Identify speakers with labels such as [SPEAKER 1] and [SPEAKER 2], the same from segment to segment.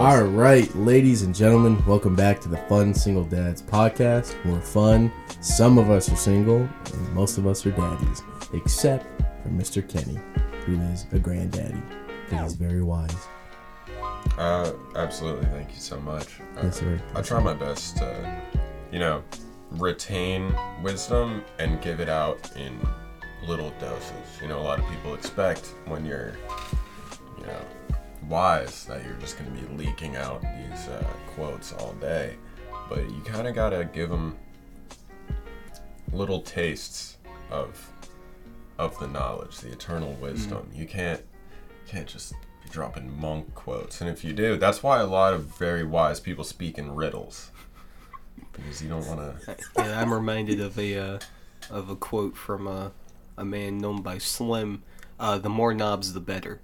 [SPEAKER 1] right, ladies and gentlemen, welcome back to the Fun Single Dads podcast. We're fun. Some of us are single, and most of us are daddies, except for Mr. Kenny, who is a granddaddy. And he's very wise.
[SPEAKER 2] Uh, absolutely. Thank you so much. Uh,
[SPEAKER 1] Yes, sir.
[SPEAKER 2] I try my best to, you know, retain wisdom and give it out in little doses. You know, a lot of people expect when you're, you know, wise that you're just going to be leaking out these uh, quotes all day. But you kind of got to give them little tastes of of the knowledge, the eternal wisdom. You can't you can't just be dropping monk quotes. And if you do, that's why a lot of very wise people speak in riddles. Because you don't want to.
[SPEAKER 3] Yeah, I'm reminded of a uh, of a quote from uh, a man known by Slim. Uh, the more knobs, the better.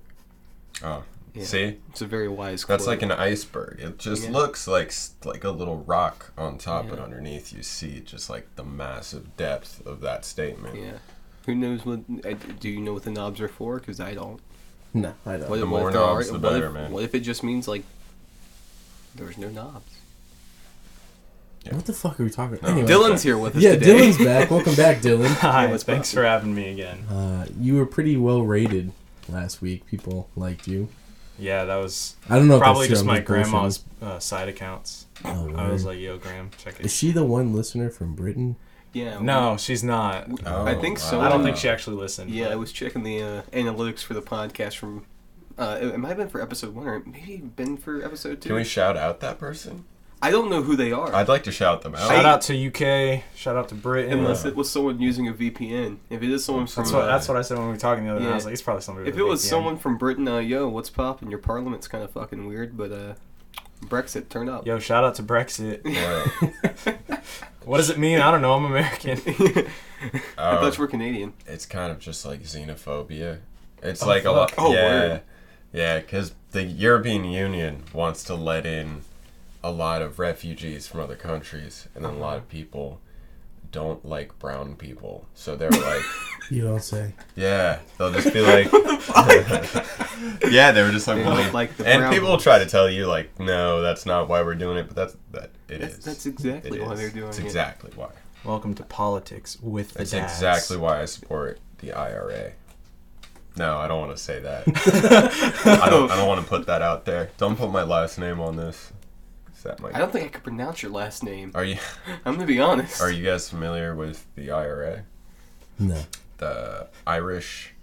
[SPEAKER 2] Oh,
[SPEAKER 3] Yeah.
[SPEAKER 2] see,
[SPEAKER 3] It's a very wise quote.
[SPEAKER 2] that's like an iceberg. It just
[SPEAKER 3] Yeah.
[SPEAKER 2] looks like s- like a little rock on top, but
[SPEAKER 3] Yeah.
[SPEAKER 2] underneath you see just like the massive depth of that statement.
[SPEAKER 3] yeah. Who knows what? uh, Do you know what the knobs are for? Because I don't.
[SPEAKER 1] No, I don't.
[SPEAKER 3] What,
[SPEAKER 2] The
[SPEAKER 3] what
[SPEAKER 2] more
[SPEAKER 3] if there
[SPEAKER 2] knobs,
[SPEAKER 3] are-
[SPEAKER 2] the
[SPEAKER 3] what
[SPEAKER 2] better,
[SPEAKER 3] if,
[SPEAKER 2] man.
[SPEAKER 3] What if it just means like there's no knobs?
[SPEAKER 1] What the fuck are we talking about?
[SPEAKER 2] No.
[SPEAKER 3] Dylan's here with us
[SPEAKER 1] Yeah,
[SPEAKER 3] today.
[SPEAKER 1] Dylan's back. Welcome back, Dylan.
[SPEAKER 4] Hi,
[SPEAKER 3] what's
[SPEAKER 4] thanks for having me again.
[SPEAKER 1] Uh, you were pretty well rated last week. People liked you.
[SPEAKER 4] Yeah, that was
[SPEAKER 1] I don't know if
[SPEAKER 4] probably
[SPEAKER 1] that's
[SPEAKER 4] just
[SPEAKER 1] true.
[SPEAKER 4] my
[SPEAKER 1] I'm bullshitting.
[SPEAKER 4] grandma's uh, side accounts.
[SPEAKER 1] Oh,
[SPEAKER 4] I was
[SPEAKER 1] word.
[SPEAKER 4] like, "Yo, Graham, check
[SPEAKER 1] Is
[SPEAKER 4] it."
[SPEAKER 1] she the one listener from Britain?
[SPEAKER 3] Yeah.
[SPEAKER 4] No, she's not.
[SPEAKER 3] we-
[SPEAKER 2] Oh,
[SPEAKER 3] I think so.
[SPEAKER 2] wow.
[SPEAKER 4] I don't think she actually listened.
[SPEAKER 3] Yeah, I
[SPEAKER 4] but
[SPEAKER 3] was checking the uh, analytics for the podcast from. Uh, it, it might have been for episode one, or it maybe been for episode two.
[SPEAKER 2] Can we shout out that person?
[SPEAKER 3] I don't know who they are.
[SPEAKER 2] I'd like to shout them out.
[SPEAKER 4] shout out to UK. Shout out to Britain.
[SPEAKER 3] Unless it was someone using a VPN. If it is someone from,
[SPEAKER 4] that's what
[SPEAKER 3] uh,
[SPEAKER 4] that's what I said when we were talking the other night. I was
[SPEAKER 3] Yeah.
[SPEAKER 4] like, "It's probably somebody."
[SPEAKER 3] if
[SPEAKER 4] with
[SPEAKER 3] it
[SPEAKER 4] a
[SPEAKER 3] was
[SPEAKER 4] VPN.
[SPEAKER 3] someone from Britain, uh, yo, what's poppin'? Your parliament's kind of fucking weird, but uh, Brexit, turn up.
[SPEAKER 4] Yo, shout out to Brexit.
[SPEAKER 2] Wow.
[SPEAKER 4] What does it mean? I don't know. I'm American.
[SPEAKER 3] I
[SPEAKER 2] Oh.
[SPEAKER 3] thought you were Canadian.
[SPEAKER 2] it's kind of just like xenophobia. It's
[SPEAKER 4] Oh,
[SPEAKER 2] like a lot.
[SPEAKER 4] fuck.
[SPEAKER 3] Oh,
[SPEAKER 2] yeah,
[SPEAKER 3] word.
[SPEAKER 2] yeah, because the European Union wants to let in a lot of refugees from other countries, and then a
[SPEAKER 3] Uh-huh.
[SPEAKER 2] lot of people don't like brown people, so they're like,
[SPEAKER 1] You don't say.
[SPEAKER 2] yeah, they'll just be like, yeah, they were just like,
[SPEAKER 3] They
[SPEAKER 2] well,
[SPEAKER 3] don't like the
[SPEAKER 2] and
[SPEAKER 3] brown
[SPEAKER 2] people will try to tell you like, no, that's not why we're doing it, but that's that it is.
[SPEAKER 3] That's, that's exactly
[SPEAKER 2] It
[SPEAKER 3] why
[SPEAKER 2] is.
[SPEAKER 3] they're doing
[SPEAKER 2] It's
[SPEAKER 3] it.
[SPEAKER 2] exactly why.
[SPEAKER 4] Welcome to politics with the
[SPEAKER 2] That's
[SPEAKER 4] dads.
[SPEAKER 2] exactly why I support the IRA. No, I don't want to say that. I don't. I don't want to put that out there. Don't put my last name on this. Is that
[SPEAKER 3] I
[SPEAKER 2] my?
[SPEAKER 3] don't think I could pronounce your last name.
[SPEAKER 2] Are you
[SPEAKER 3] I'm gonna be honest.
[SPEAKER 2] Are you guys familiar with the IRA,
[SPEAKER 1] No.
[SPEAKER 2] the Irish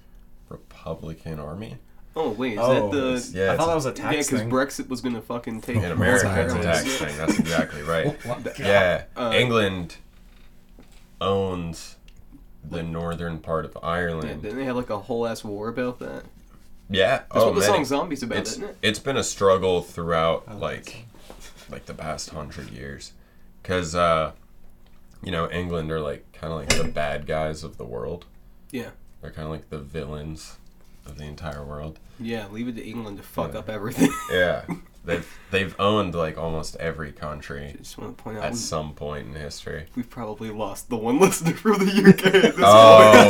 [SPEAKER 2] Republican Army?
[SPEAKER 3] Oh wait, is
[SPEAKER 4] Oh,
[SPEAKER 3] that the?
[SPEAKER 4] it's-
[SPEAKER 2] Yeah,
[SPEAKER 4] I
[SPEAKER 2] it's-
[SPEAKER 4] thought that was a
[SPEAKER 3] Yeah,
[SPEAKER 4] tax
[SPEAKER 3] because
[SPEAKER 4] thing.
[SPEAKER 3] Brexit was gonna fucking take
[SPEAKER 2] In
[SPEAKER 1] Oh,
[SPEAKER 2] America,
[SPEAKER 1] that's
[SPEAKER 2] it's a
[SPEAKER 1] Ireland.
[SPEAKER 2] tax thing. That's exactly right.
[SPEAKER 3] Yeah.
[SPEAKER 2] Yeah,
[SPEAKER 3] Oh, Uh,
[SPEAKER 2] England owns the northern part of Ireland.
[SPEAKER 3] Didn't they have like a whole ass war about that?
[SPEAKER 2] Yeah,
[SPEAKER 3] That's
[SPEAKER 2] oh,
[SPEAKER 3] what the
[SPEAKER 2] many-
[SPEAKER 3] song "Zombies" about,
[SPEAKER 2] it's
[SPEAKER 3] isn't it?
[SPEAKER 2] it's been a struggle throughout
[SPEAKER 4] that's
[SPEAKER 2] like like the past hundred years because uh you know england are like kind of like the bad guys of the world
[SPEAKER 3] Yeah.
[SPEAKER 2] they're kind of like the villains of the entire world
[SPEAKER 3] Yeah, leave it to England to fuck up everything.
[SPEAKER 2] yeah they've they've owned like almost every country
[SPEAKER 3] I just want to point out
[SPEAKER 2] at
[SPEAKER 3] we,
[SPEAKER 2] some point in history
[SPEAKER 3] we've probably lost the one listener from the UK at this
[SPEAKER 2] oh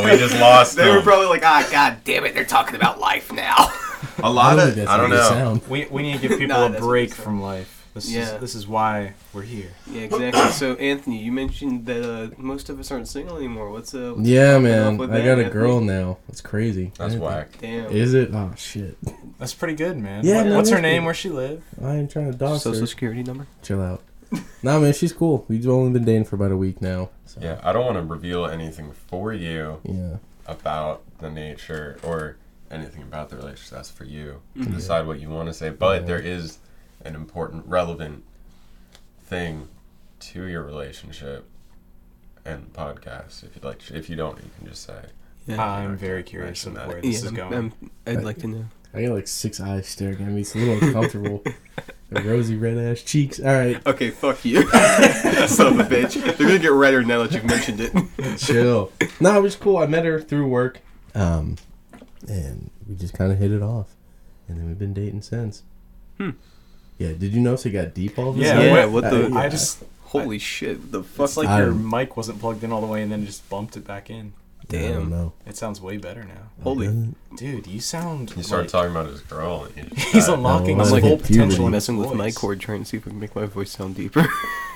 [SPEAKER 3] point.
[SPEAKER 2] we just lost
[SPEAKER 3] They were
[SPEAKER 2] them.
[SPEAKER 3] probably like, ah, god damn it, they're talking about life now.
[SPEAKER 2] a lot of i don't
[SPEAKER 1] how you
[SPEAKER 2] know
[SPEAKER 1] sound.
[SPEAKER 4] We, we need to give people
[SPEAKER 3] Nah,
[SPEAKER 4] a
[SPEAKER 3] that's what
[SPEAKER 4] break
[SPEAKER 3] they said.
[SPEAKER 4] from life. This
[SPEAKER 3] Yeah.
[SPEAKER 4] is this is why we're here.
[SPEAKER 3] yeah, exactly. So, Anthony, you mentioned that uh, most of us aren't single anymore. What's uh, what's
[SPEAKER 1] Yeah,
[SPEAKER 3] popping
[SPEAKER 1] man.
[SPEAKER 3] up with
[SPEAKER 1] I
[SPEAKER 3] that,
[SPEAKER 1] got a
[SPEAKER 3] Anthony?
[SPEAKER 1] girl now. It's crazy.
[SPEAKER 2] that's
[SPEAKER 1] I didn't
[SPEAKER 2] whack
[SPEAKER 3] Damn.
[SPEAKER 1] think- Is it? Oh shit.
[SPEAKER 4] That's pretty good, man.
[SPEAKER 1] Yeah,
[SPEAKER 4] What-
[SPEAKER 1] no,
[SPEAKER 4] what's her
[SPEAKER 1] that's
[SPEAKER 4] name?
[SPEAKER 1] good.
[SPEAKER 4] Where she live?
[SPEAKER 1] I ain't trying to dox her.
[SPEAKER 3] Social security number?
[SPEAKER 1] Chill out. nah, man. She's cool. We've only been dating for about a week now. So.
[SPEAKER 2] yeah i don't want to reveal anything for you
[SPEAKER 1] Yeah.
[SPEAKER 2] about the nature or anything about the relationship. That's for you to decide what you want to say. But
[SPEAKER 1] Yeah.
[SPEAKER 2] there is an important, relevant thing to your relationship and podcast. If you'd like, to, if you don't, you can just say.
[SPEAKER 3] Yeah.
[SPEAKER 4] I'm very curious of
[SPEAKER 2] Mention
[SPEAKER 4] where
[SPEAKER 2] that.
[SPEAKER 4] Uh, this is going.
[SPEAKER 3] I'd like to know.
[SPEAKER 1] I got like six eyes staring at me. It's a little uncomfortable. The rosy red ass cheeks. All right.
[SPEAKER 3] Okay, fuck you. Son of a bitch. They're gonna get redder now that you've mentioned it.
[SPEAKER 1] Chill. no, it was cool. I met her through work. Um, and we just kind of hit it off, and then we've been dating since.
[SPEAKER 3] Hmm.
[SPEAKER 1] Yeah. Did you notice it got deep all of a
[SPEAKER 4] Yeah,
[SPEAKER 1] sudden? Uh,
[SPEAKER 3] Yeah,
[SPEAKER 4] wait,
[SPEAKER 3] what the-
[SPEAKER 1] yeah.
[SPEAKER 4] I just
[SPEAKER 3] Holy shit, the fuck.
[SPEAKER 4] it's uh, like
[SPEAKER 1] I-
[SPEAKER 4] your mic wasn't plugged in all the way and then just bumped it back in.
[SPEAKER 1] I don't
[SPEAKER 3] Damn.
[SPEAKER 1] know.
[SPEAKER 4] It sounds way better now.
[SPEAKER 3] Holy.
[SPEAKER 1] Doesn't it?
[SPEAKER 4] Dude, you sound.
[SPEAKER 2] You started
[SPEAKER 4] like-
[SPEAKER 2] talking about his girl, and you just
[SPEAKER 4] He's
[SPEAKER 2] got-
[SPEAKER 4] unlocking
[SPEAKER 1] I
[SPEAKER 4] his
[SPEAKER 1] was
[SPEAKER 3] I'm
[SPEAKER 1] like
[SPEAKER 3] like
[SPEAKER 4] full
[SPEAKER 1] at puberty.
[SPEAKER 4] potential. in his
[SPEAKER 3] messing with my
[SPEAKER 4] voice.
[SPEAKER 3] chord, trying to see if I can make my voice sound deeper.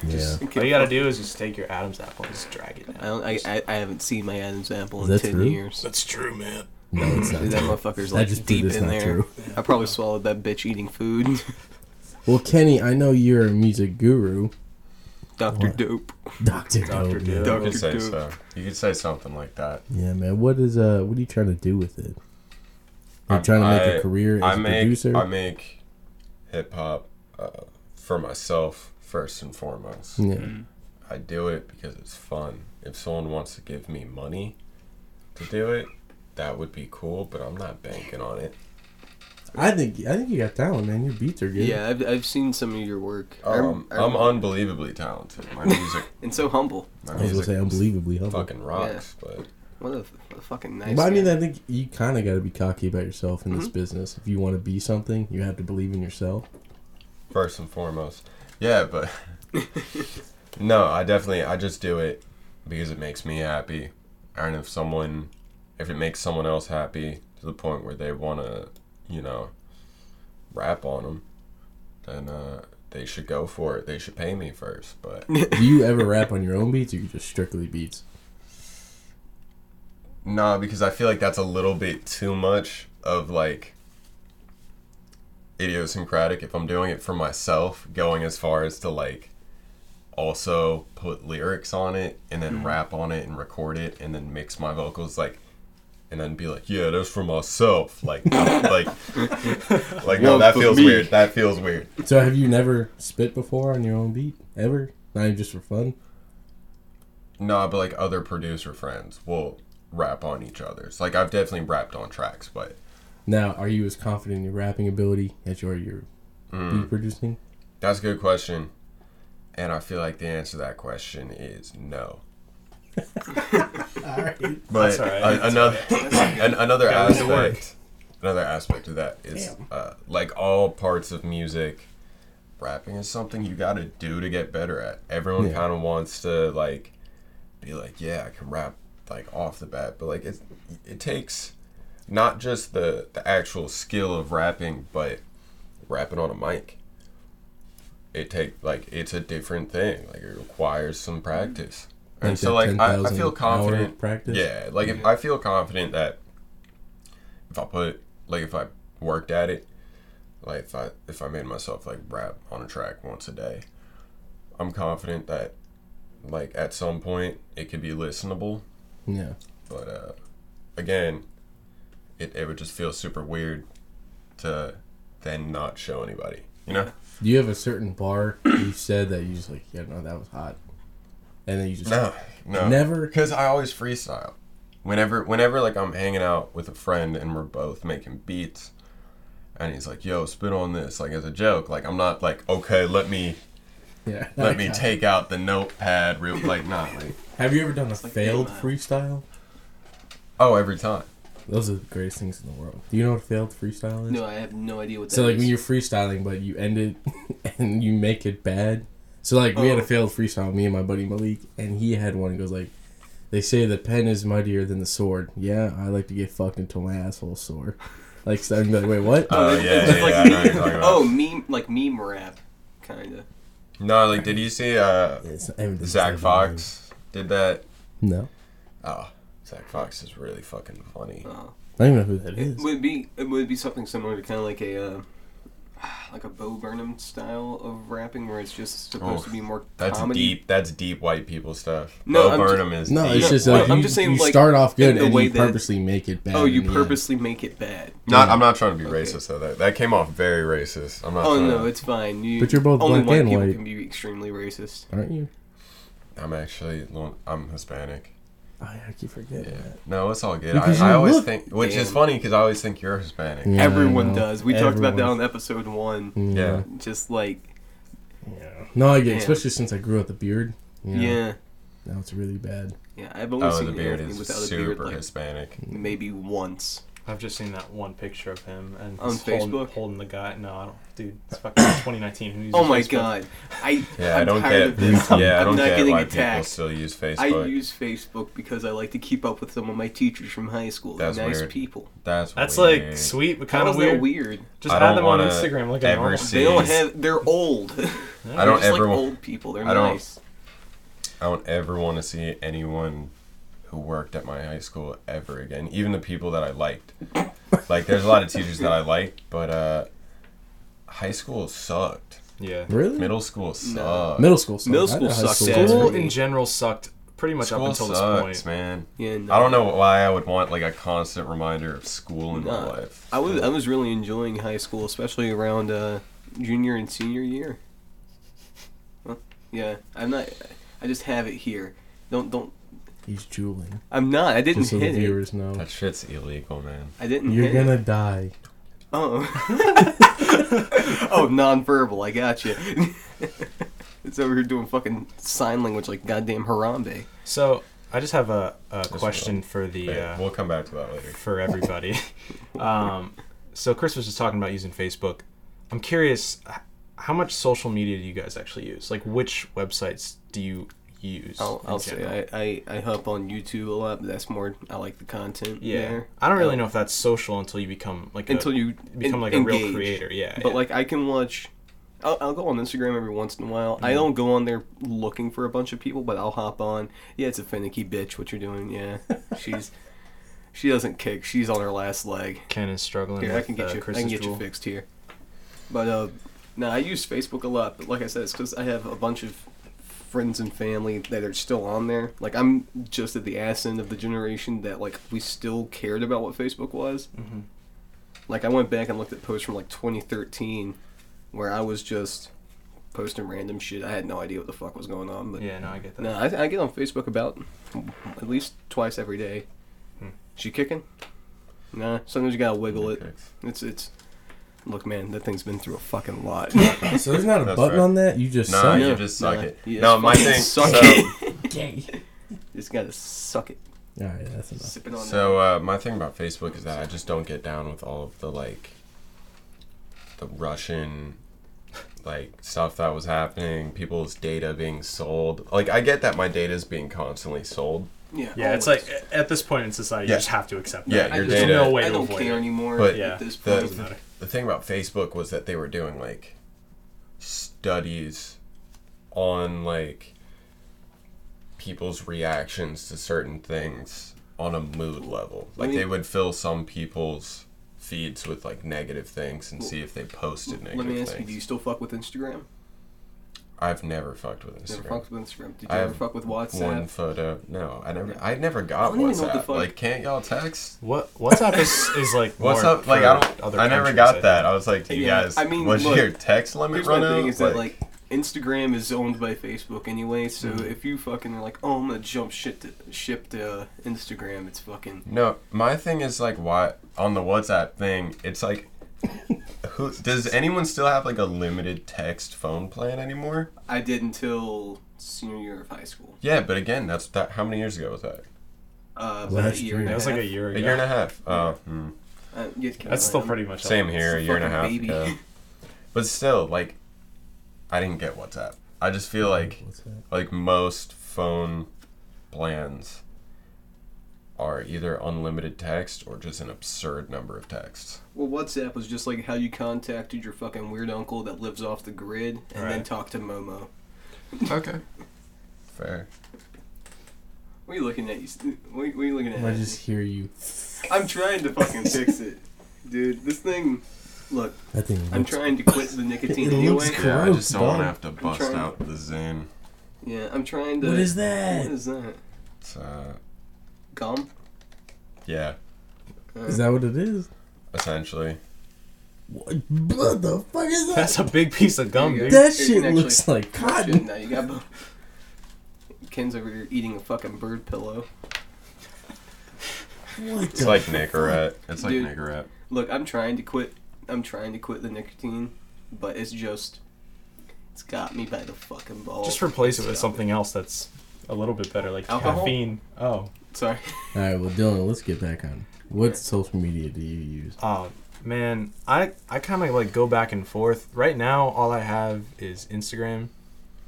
[SPEAKER 1] Yeah.
[SPEAKER 4] All you gotta do is just take your Adam's apple and just drag it
[SPEAKER 3] I,
[SPEAKER 4] down.
[SPEAKER 3] don't, I, I, I haven't seen my Adam's apple
[SPEAKER 1] Is
[SPEAKER 3] in
[SPEAKER 1] that
[SPEAKER 3] ten
[SPEAKER 1] true?
[SPEAKER 3] years.
[SPEAKER 4] That's true, man.
[SPEAKER 1] No, it's not.
[SPEAKER 3] Dude, that
[SPEAKER 1] true.
[SPEAKER 3] motherfucker's
[SPEAKER 1] That
[SPEAKER 3] like
[SPEAKER 1] just dude
[SPEAKER 3] deep
[SPEAKER 1] is
[SPEAKER 3] in
[SPEAKER 1] not
[SPEAKER 3] there.
[SPEAKER 1] true.
[SPEAKER 3] I probably swallowed that bitch eating food.
[SPEAKER 1] Well, Kenny, I know you're a music guru.
[SPEAKER 3] Doctor
[SPEAKER 1] What?
[SPEAKER 3] Dope.
[SPEAKER 1] Doctor Dope.
[SPEAKER 4] Dr. Dope.
[SPEAKER 1] man.
[SPEAKER 2] You
[SPEAKER 3] Doctor
[SPEAKER 2] could say
[SPEAKER 3] Dope.
[SPEAKER 2] so. You could say something like that.
[SPEAKER 1] Yeah, man. What is uh? What are you trying to do with it? You're
[SPEAKER 2] I'm-
[SPEAKER 1] trying to make a
[SPEAKER 2] I-
[SPEAKER 1] career as
[SPEAKER 2] I
[SPEAKER 1] a
[SPEAKER 2] make
[SPEAKER 1] producer.
[SPEAKER 2] I make hip hop uh, for myself first and foremost.
[SPEAKER 1] yeah.
[SPEAKER 2] I do it because it's fun. If someone wants to give me money to do it, that would be cool. But I'm not banking on it.
[SPEAKER 1] I think I think you got talent, man. Your beats are good.
[SPEAKER 3] Yeah, I've, I've seen some of your work. I rem-
[SPEAKER 2] Um,
[SPEAKER 3] I
[SPEAKER 2] I'm
[SPEAKER 3] rem-
[SPEAKER 2] unbelievably talented. My music,
[SPEAKER 3] and so humble.
[SPEAKER 1] I
[SPEAKER 2] my
[SPEAKER 1] was gonna
[SPEAKER 2] music
[SPEAKER 1] say unbelievably humble.
[SPEAKER 2] fucking rocks. But
[SPEAKER 3] What a, what a fucking nice.
[SPEAKER 1] But I mean,
[SPEAKER 3] guy.
[SPEAKER 1] I think you kind of got to be cocky about yourself in this business. If you want to be something, you have to believe in yourself.
[SPEAKER 2] first and foremost, yeah. But no, I definitely I just do it because it makes me happy, and if someone, if it makes someone else happy to the point where they wanna, you know, rap on them, then uh, they should go for it. They should pay me first, but.
[SPEAKER 1] do you ever rap on your own beats, or you just strictly beats?
[SPEAKER 2] No, because I feel like that's a little bit too much of like idiosyncratic. If I'm doing it for myself, going as far as to like also put lyrics on it and
[SPEAKER 3] Mm-hmm.
[SPEAKER 2] then rap on it and record it and then mix my vocals like and then be like, yeah, that's for myself. Like, like, like no,
[SPEAKER 3] One
[SPEAKER 2] that
[SPEAKER 3] for
[SPEAKER 2] feels
[SPEAKER 3] me.
[SPEAKER 2] weird. That feels weird.
[SPEAKER 1] So have you never spit before on your own beat ever? Not even just for fun.
[SPEAKER 2] No, but like other producer friends will rap on each other's. Like I've definitely rapped on tracks, but
[SPEAKER 1] Now, are you as confident in your rapping ability as you are your
[SPEAKER 2] mm.
[SPEAKER 1] beat producing?
[SPEAKER 2] That's a good question. And I feel like the answer to that question is no. But
[SPEAKER 4] That's all right.
[SPEAKER 2] a-
[SPEAKER 4] That's
[SPEAKER 2] another an, another
[SPEAKER 4] Got it to work.
[SPEAKER 2] aspect another aspect of that is uh, like all parts of music, rapping is something you got to do to get better at. Everyone
[SPEAKER 1] Yeah.
[SPEAKER 2] kind of wants to like be like, yeah, I can rap like off the bat, but like it it takes not just the the actual skill of rapping, but rapping on a mic. It take like it's a different thing. Like it requires some practice. And Uh, so
[SPEAKER 1] that
[SPEAKER 2] like I, I
[SPEAKER 1] 10,000
[SPEAKER 2] feel
[SPEAKER 1] hour
[SPEAKER 2] confident
[SPEAKER 1] Practice.
[SPEAKER 2] yeah, like if I feel confident that if I put like if I worked at it, like if I if I made myself like rap on a track once a day, I'm confident that like at some point it could be listenable.
[SPEAKER 1] Yeah.
[SPEAKER 2] But uh again, it it would just feel super weird to then not show anybody. You know?
[SPEAKER 1] Do you have a certain bar you said that you just like, yeah, no, that was hot, and then you just
[SPEAKER 2] No, no.
[SPEAKER 1] never.
[SPEAKER 2] because I always freestyle. Whenever, whenever like I'm hanging out with a friend and we're both making beats, and he's like, "Yo, spit on this," like as a joke. Like I'm not like, "Okay, let me
[SPEAKER 1] Yeah.
[SPEAKER 2] let me take out the notepad real like not like
[SPEAKER 1] Have you ever done a failed
[SPEAKER 3] hey, man.
[SPEAKER 1] freestyle?
[SPEAKER 2] oh every time."
[SPEAKER 1] Those are the greatest things in the world. Do you know what failed freestyle is?
[SPEAKER 3] No, I have no idea what that
[SPEAKER 1] So like
[SPEAKER 3] is.
[SPEAKER 1] when you're freestyling, but you end it and you make it bad. So like we had a
[SPEAKER 3] Oh.
[SPEAKER 1] failed freestyle, me and my buddy Malik, and he had one. It goes like, "They say the pen is mightier than the sword. Yeah, I like to get fucked until my asshole's sore." Like, so I'm like, wait, what?
[SPEAKER 3] Uh,
[SPEAKER 2] Oh yeah, yeah, yeah, I know what you're talking about.
[SPEAKER 3] oh, meme like meme rap, kinda.
[SPEAKER 2] no, like did you see uh
[SPEAKER 1] It's not even-
[SPEAKER 2] Zach Fox did that?
[SPEAKER 1] No,
[SPEAKER 2] Oh, Zach Fox is really fucking funny.
[SPEAKER 3] Oh.
[SPEAKER 1] I don't even know who that is.
[SPEAKER 3] Would it be it would be something similar to kind of like a uh, like a Bo Burnham style of rapping where it's just supposed
[SPEAKER 2] Oh,
[SPEAKER 3] to be more
[SPEAKER 2] That's
[SPEAKER 3] comedy.
[SPEAKER 2] deep. That's deep white people stuff.
[SPEAKER 3] No,
[SPEAKER 2] Bo
[SPEAKER 3] I'm ju-
[SPEAKER 2] Burnham is
[SPEAKER 1] No,
[SPEAKER 2] deep.
[SPEAKER 1] it's just
[SPEAKER 3] No,
[SPEAKER 1] like
[SPEAKER 3] I'm
[SPEAKER 1] you,
[SPEAKER 3] just saying,
[SPEAKER 1] you
[SPEAKER 3] like,
[SPEAKER 1] start off good
[SPEAKER 3] in the
[SPEAKER 1] and
[SPEAKER 3] way
[SPEAKER 1] you
[SPEAKER 3] that-
[SPEAKER 1] purposely make it bad.
[SPEAKER 3] Oh,
[SPEAKER 1] in
[SPEAKER 3] you
[SPEAKER 1] the end.
[SPEAKER 3] purposely make it bad.
[SPEAKER 2] Not, I'm not trying to be racist though. That, that came off very racist. I'm not.
[SPEAKER 3] Oh
[SPEAKER 2] trying
[SPEAKER 3] no,
[SPEAKER 2] to-
[SPEAKER 3] it's fine. You,
[SPEAKER 1] But you're both
[SPEAKER 3] only
[SPEAKER 1] black
[SPEAKER 3] white
[SPEAKER 1] and
[SPEAKER 3] people
[SPEAKER 1] white.
[SPEAKER 3] can be extremely racist.
[SPEAKER 1] aren't you?
[SPEAKER 2] I'm actually. lo- I'm Hispanic.
[SPEAKER 1] Oh, yeah, I keep forgetting.
[SPEAKER 2] Yeah.
[SPEAKER 1] that.
[SPEAKER 2] No, it's all good.
[SPEAKER 1] Because
[SPEAKER 2] I, I
[SPEAKER 1] you
[SPEAKER 2] always
[SPEAKER 1] look-
[SPEAKER 2] think, which is
[SPEAKER 3] Damn.
[SPEAKER 2] funny because I always think you're Hispanic.
[SPEAKER 1] Yeah, I
[SPEAKER 3] Everyone
[SPEAKER 1] know.
[SPEAKER 3] does. We talked about that
[SPEAKER 1] Everyone.
[SPEAKER 3] on episode one.
[SPEAKER 2] Yeah.
[SPEAKER 3] Just like
[SPEAKER 1] Yeah. No, I get,
[SPEAKER 3] Yeah.
[SPEAKER 1] especially since I grew out the beard. You know,
[SPEAKER 3] yeah. yeah.
[SPEAKER 1] Now it's really bad.
[SPEAKER 3] I've only
[SPEAKER 2] Oh,
[SPEAKER 3] seen
[SPEAKER 2] the beard
[SPEAKER 3] Anthony
[SPEAKER 2] is
[SPEAKER 3] without a
[SPEAKER 2] super
[SPEAKER 3] beard like
[SPEAKER 2] Hispanic.
[SPEAKER 3] maybe once.
[SPEAKER 4] I've just seen that one picture of him and
[SPEAKER 3] On
[SPEAKER 4] he's holding-
[SPEAKER 3] Facebook?
[SPEAKER 4] holding the guy. No, I don't, dude. It's fucking 2019. Who uses
[SPEAKER 3] Oh my
[SPEAKER 4] Facebook?
[SPEAKER 3] god. I
[SPEAKER 2] Yeah,
[SPEAKER 3] I'm
[SPEAKER 2] I don't
[SPEAKER 3] tired
[SPEAKER 2] get.
[SPEAKER 3] of this.
[SPEAKER 2] Yeah, I
[SPEAKER 3] I'm
[SPEAKER 2] don't
[SPEAKER 3] not
[SPEAKER 2] get
[SPEAKER 3] getting
[SPEAKER 2] why people
[SPEAKER 3] attacked.
[SPEAKER 2] still use Facebook.
[SPEAKER 3] I use Facebook because I like to keep up with some of my teachers from high school. They're
[SPEAKER 2] That's
[SPEAKER 3] nice
[SPEAKER 2] weird.
[SPEAKER 3] people.
[SPEAKER 2] That's
[SPEAKER 4] That's
[SPEAKER 2] weird.
[SPEAKER 4] like sweet, but
[SPEAKER 3] Kind
[SPEAKER 4] kind of
[SPEAKER 3] that
[SPEAKER 4] weird.
[SPEAKER 3] weird?
[SPEAKER 4] Just
[SPEAKER 2] I
[SPEAKER 4] add
[SPEAKER 2] don't
[SPEAKER 4] them on
[SPEAKER 2] wanna
[SPEAKER 4] Instagram like
[SPEAKER 2] ever
[SPEAKER 4] a normal.
[SPEAKER 2] see-
[SPEAKER 3] They don't
[SPEAKER 2] Jeez.
[SPEAKER 3] have. They're old.
[SPEAKER 2] I don't
[SPEAKER 3] They're just
[SPEAKER 2] ever.
[SPEAKER 3] like old people. They're
[SPEAKER 2] I don't-
[SPEAKER 3] nice.
[SPEAKER 2] I don't ever want to see anyone who worked at my high school ever again. Even the people that I liked. like, there's a lot of teachers that I liked, but uh, high school sucked.
[SPEAKER 4] Yeah.
[SPEAKER 1] Really?
[SPEAKER 2] Middle school sucked.
[SPEAKER 1] Middle school. sucked.
[SPEAKER 3] Middle
[SPEAKER 1] I
[SPEAKER 3] school
[SPEAKER 1] know high
[SPEAKER 3] sucks,
[SPEAKER 1] school
[SPEAKER 3] yeah.
[SPEAKER 1] was
[SPEAKER 4] School
[SPEAKER 1] great.
[SPEAKER 4] in general sucked pretty much up
[SPEAKER 2] School
[SPEAKER 4] until
[SPEAKER 2] sucks,
[SPEAKER 4] this point.
[SPEAKER 2] man.
[SPEAKER 3] Yeah, no.
[SPEAKER 2] I don't know why I would want like a constant reminder of school in my
[SPEAKER 3] Nah.
[SPEAKER 2] life.
[SPEAKER 3] I was I was really enjoying high school, especially around uh, junior and senior year. Huh? Yeah, I'm not. I just have it here. Don't don't.
[SPEAKER 1] He's jeweling.
[SPEAKER 3] I'm not. I didn't
[SPEAKER 1] Just so the
[SPEAKER 3] hit it.
[SPEAKER 1] viewers know.
[SPEAKER 2] That shit's illegal, man.
[SPEAKER 3] I didn't.
[SPEAKER 1] You're
[SPEAKER 3] hit
[SPEAKER 1] gonna
[SPEAKER 3] It.
[SPEAKER 1] die.
[SPEAKER 3] Oh. oh, nonverbal. I got you. it's over here doing fucking sign language like goddamn Harambe.
[SPEAKER 4] So I just have a, a
[SPEAKER 2] one.
[SPEAKER 4] question for the
[SPEAKER 2] Hey,
[SPEAKER 4] uh,
[SPEAKER 2] We'll come back to that later.
[SPEAKER 4] for everybody. um, so Chris was just talking about using Facebook. I'm curious, h- how much social media do you guys actually use? Like, which websites do you use?
[SPEAKER 3] I'll,
[SPEAKER 4] in
[SPEAKER 3] I'll
[SPEAKER 4] general?
[SPEAKER 3] say I, I I hop on YouTube a lot, but that's more. I like the content
[SPEAKER 4] Yeah,
[SPEAKER 3] there. Uh,
[SPEAKER 4] I don't really know if that's social until you become like
[SPEAKER 3] Until
[SPEAKER 4] a,
[SPEAKER 3] you
[SPEAKER 4] become
[SPEAKER 3] en-
[SPEAKER 4] like a
[SPEAKER 3] engage.
[SPEAKER 4] real creator. Yeah,
[SPEAKER 3] But
[SPEAKER 4] yeah.
[SPEAKER 3] like I can watch. I'll, I'll go on Instagram every once in a while.
[SPEAKER 4] Mm-hmm.
[SPEAKER 3] I don't go on there looking for a bunch of people, but I'll hop on. Yeah, it's a finicky bitch what you're doing. Yeah, she's she doesn't kick. She's on her last leg.
[SPEAKER 4] Ken is struggling.
[SPEAKER 3] Here, I
[SPEAKER 4] with,
[SPEAKER 3] can get
[SPEAKER 4] uh,
[SPEAKER 3] you. I
[SPEAKER 4] Chris's
[SPEAKER 3] can get
[SPEAKER 4] drool.
[SPEAKER 3] you fixed here. But uh, no, I use Facebook a lot. But like I said, it's because I have a bunch of friends and family that are still on there. Like I'm just at the ass end of the generation that like we still cared about what Facebook was.
[SPEAKER 4] Mhm.
[SPEAKER 3] Like I went back and looked at posts from like 2013, where I was just posting random shit. I had no idea what the fuck was going on. But
[SPEAKER 4] Yeah, no, I get that.
[SPEAKER 3] no, I, I get on Facebook about at least twice every day.
[SPEAKER 4] Hmm.
[SPEAKER 3] She kicking? Nah. Sometimes you gotta wiggle it.
[SPEAKER 2] Okay.
[SPEAKER 3] It's it's. Look, man, that thing's been through a fucking lot.
[SPEAKER 1] So there's not a
[SPEAKER 2] That's
[SPEAKER 1] button
[SPEAKER 2] right.
[SPEAKER 1] on that. You just
[SPEAKER 2] Nah,
[SPEAKER 1] suck.
[SPEAKER 2] you
[SPEAKER 3] Yeah.
[SPEAKER 2] just suck
[SPEAKER 3] Nah,
[SPEAKER 2] it.
[SPEAKER 3] you
[SPEAKER 2] no,
[SPEAKER 3] just
[SPEAKER 2] my
[SPEAKER 3] fucking
[SPEAKER 2] thing.
[SPEAKER 3] suck
[SPEAKER 2] so,
[SPEAKER 3] it. just gotta suck it.
[SPEAKER 1] All right, that's enough.
[SPEAKER 3] Sipping on
[SPEAKER 2] So uh, my thing about Facebook is that I just don't get down with all of the like the Russian like stuff that was happening, people's data being sold. Like I get that my data is being constantly sold.
[SPEAKER 3] that. yeah.
[SPEAKER 4] Yeah, it's
[SPEAKER 3] always.
[SPEAKER 4] like at this point in society,
[SPEAKER 2] Yeah.
[SPEAKER 4] you just have to accept
[SPEAKER 2] Yeah,
[SPEAKER 4] that.
[SPEAKER 2] your
[SPEAKER 4] There's
[SPEAKER 2] data-
[SPEAKER 4] no way
[SPEAKER 3] I
[SPEAKER 4] to
[SPEAKER 3] don't
[SPEAKER 4] avoid
[SPEAKER 3] care
[SPEAKER 4] it.
[SPEAKER 3] anymore
[SPEAKER 2] But-
[SPEAKER 4] Yeah.
[SPEAKER 3] at this point.
[SPEAKER 2] The,
[SPEAKER 4] matter.
[SPEAKER 2] the thing about Facebook was that they were doing like studies on like people's reactions to certain things on a mood level. Like
[SPEAKER 3] me-
[SPEAKER 2] they would fill some people's feeds with like negative things and see if they posted negative
[SPEAKER 3] Let me ask you:
[SPEAKER 2] things.
[SPEAKER 3] Do you still fuck with Instagram?
[SPEAKER 2] I've never fucked with Instagram.
[SPEAKER 3] Never fucked with Instagram. Did you
[SPEAKER 2] I
[SPEAKER 3] ever
[SPEAKER 2] have
[SPEAKER 3] fuck with WhatsApp?
[SPEAKER 2] One photo. No, I never. I never got
[SPEAKER 3] I don't even know what the
[SPEAKER 2] WhatsApp.
[SPEAKER 3] fuck-
[SPEAKER 2] Like, can't y'all text?
[SPEAKER 4] What WhatsApp is, is like
[SPEAKER 2] What's
[SPEAKER 4] more
[SPEAKER 2] up? Like,
[SPEAKER 4] for
[SPEAKER 2] I don't.
[SPEAKER 4] other
[SPEAKER 2] I never
[SPEAKER 4] countries,
[SPEAKER 2] got
[SPEAKER 4] think.
[SPEAKER 2] that. I was like, do you
[SPEAKER 3] Yeah,
[SPEAKER 2] guys?
[SPEAKER 3] I mean,
[SPEAKER 2] what's
[SPEAKER 3] look,
[SPEAKER 2] your text limit
[SPEAKER 3] Here's
[SPEAKER 2] run
[SPEAKER 3] my
[SPEAKER 2] out?
[SPEAKER 3] thing is that like Instagram is owned by Facebook anyway, so
[SPEAKER 2] Mm-hmm.
[SPEAKER 3] if you fucking are like, oh, I'm gonna jump shit to ship to uh, Instagram, it's fucking
[SPEAKER 2] no, my thing is like, why on the WhatsApp thing? It's like, who does anyone still have like a limited text phone plan anymore?
[SPEAKER 3] I did until senior year of high school.
[SPEAKER 2] Yeah, but again, that's that. How many years ago was that?
[SPEAKER 3] Uh, about
[SPEAKER 1] Last
[SPEAKER 3] a year. and
[SPEAKER 1] year.
[SPEAKER 4] That was
[SPEAKER 3] a
[SPEAKER 4] like a
[SPEAKER 3] half.
[SPEAKER 4] year
[SPEAKER 2] A
[SPEAKER 4] ago.
[SPEAKER 2] year and a half. Oh, hmm.
[SPEAKER 3] Uh, yeah, kinda
[SPEAKER 4] That's still
[SPEAKER 3] like-
[SPEAKER 4] pretty much
[SPEAKER 2] Same
[SPEAKER 4] all.
[SPEAKER 2] here, a
[SPEAKER 3] It's a
[SPEAKER 2] year and a half.
[SPEAKER 3] fucking baby.
[SPEAKER 2] yeah. But still, like, I didn't get WhatsApp. I just feel like
[SPEAKER 1] What's that?
[SPEAKER 2] like most phone plans are either unlimited text or just an absurd number of texts.
[SPEAKER 3] Well, WhatsApp was just like how you contacted your fucking weird uncle that lives off the grid and then
[SPEAKER 4] Right.
[SPEAKER 3] talked to Momo.
[SPEAKER 2] Okay. Fair.
[SPEAKER 3] What are you looking at? You, st- what, are- what are you looking at?
[SPEAKER 1] I just hear you.
[SPEAKER 3] I'm trying to fucking fix it, dude. This thing. Look,
[SPEAKER 1] That thing.
[SPEAKER 3] I'm
[SPEAKER 1] looks-
[SPEAKER 3] trying to quit the nicotine
[SPEAKER 1] It looks
[SPEAKER 3] anyway.
[SPEAKER 1] cr-
[SPEAKER 2] Yeah, I
[SPEAKER 1] Gross,
[SPEAKER 2] just don't want to
[SPEAKER 1] dog.
[SPEAKER 2] have to bust
[SPEAKER 3] trying-
[SPEAKER 2] out the Zane.
[SPEAKER 3] Yeah, I'm trying to.
[SPEAKER 1] What is
[SPEAKER 3] What
[SPEAKER 1] that?
[SPEAKER 3] is that?
[SPEAKER 2] It's, uh,
[SPEAKER 3] Gum? Uh,
[SPEAKER 2] yeah,
[SPEAKER 1] Is that what it is?
[SPEAKER 2] essentially.
[SPEAKER 1] What, what the fuck is that?
[SPEAKER 4] That's a big piece of gum,
[SPEAKER 3] There you
[SPEAKER 4] dude.
[SPEAKER 3] go.
[SPEAKER 1] that
[SPEAKER 3] It
[SPEAKER 1] shit
[SPEAKER 3] can
[SPEAKER 1] looks
[SPEAKER 3] actually-
[SPEAKER 1] like
[SPEAKER 3] Shit,
[SPEAKER 1] cotton.
[SPEAKER 3] now you got. bo- Ken's over here eating a fucking bird pillow.
[SPEAKER 1] What
[SPEAKER 2] It's
[SPEAKER 1] the
[SPEAKER 2] like Nicorette. It's like
[SPEAKER 3] Dude.
[SPEAKER 2] Nicorette.
[SPEAKER 3] Look, I'm trying to quit. I'm trying to quit the nicotine, but it's just. It's got me by the fucking balls.
[SPEAKER 4] Just replace it with something else that's a little bit better, like
[SPEAKER 3] Alcohol?
[SPEAKER 4] caffeine. Oh,
[SPEAKER 3] Sorry.
[SPEAKER 1] All right, well, Dylan, let's get back on. What social media do you use?
[SPEAKER 4] Oh man, I I kind of like go back and forth. Right now, all I have is Instagram,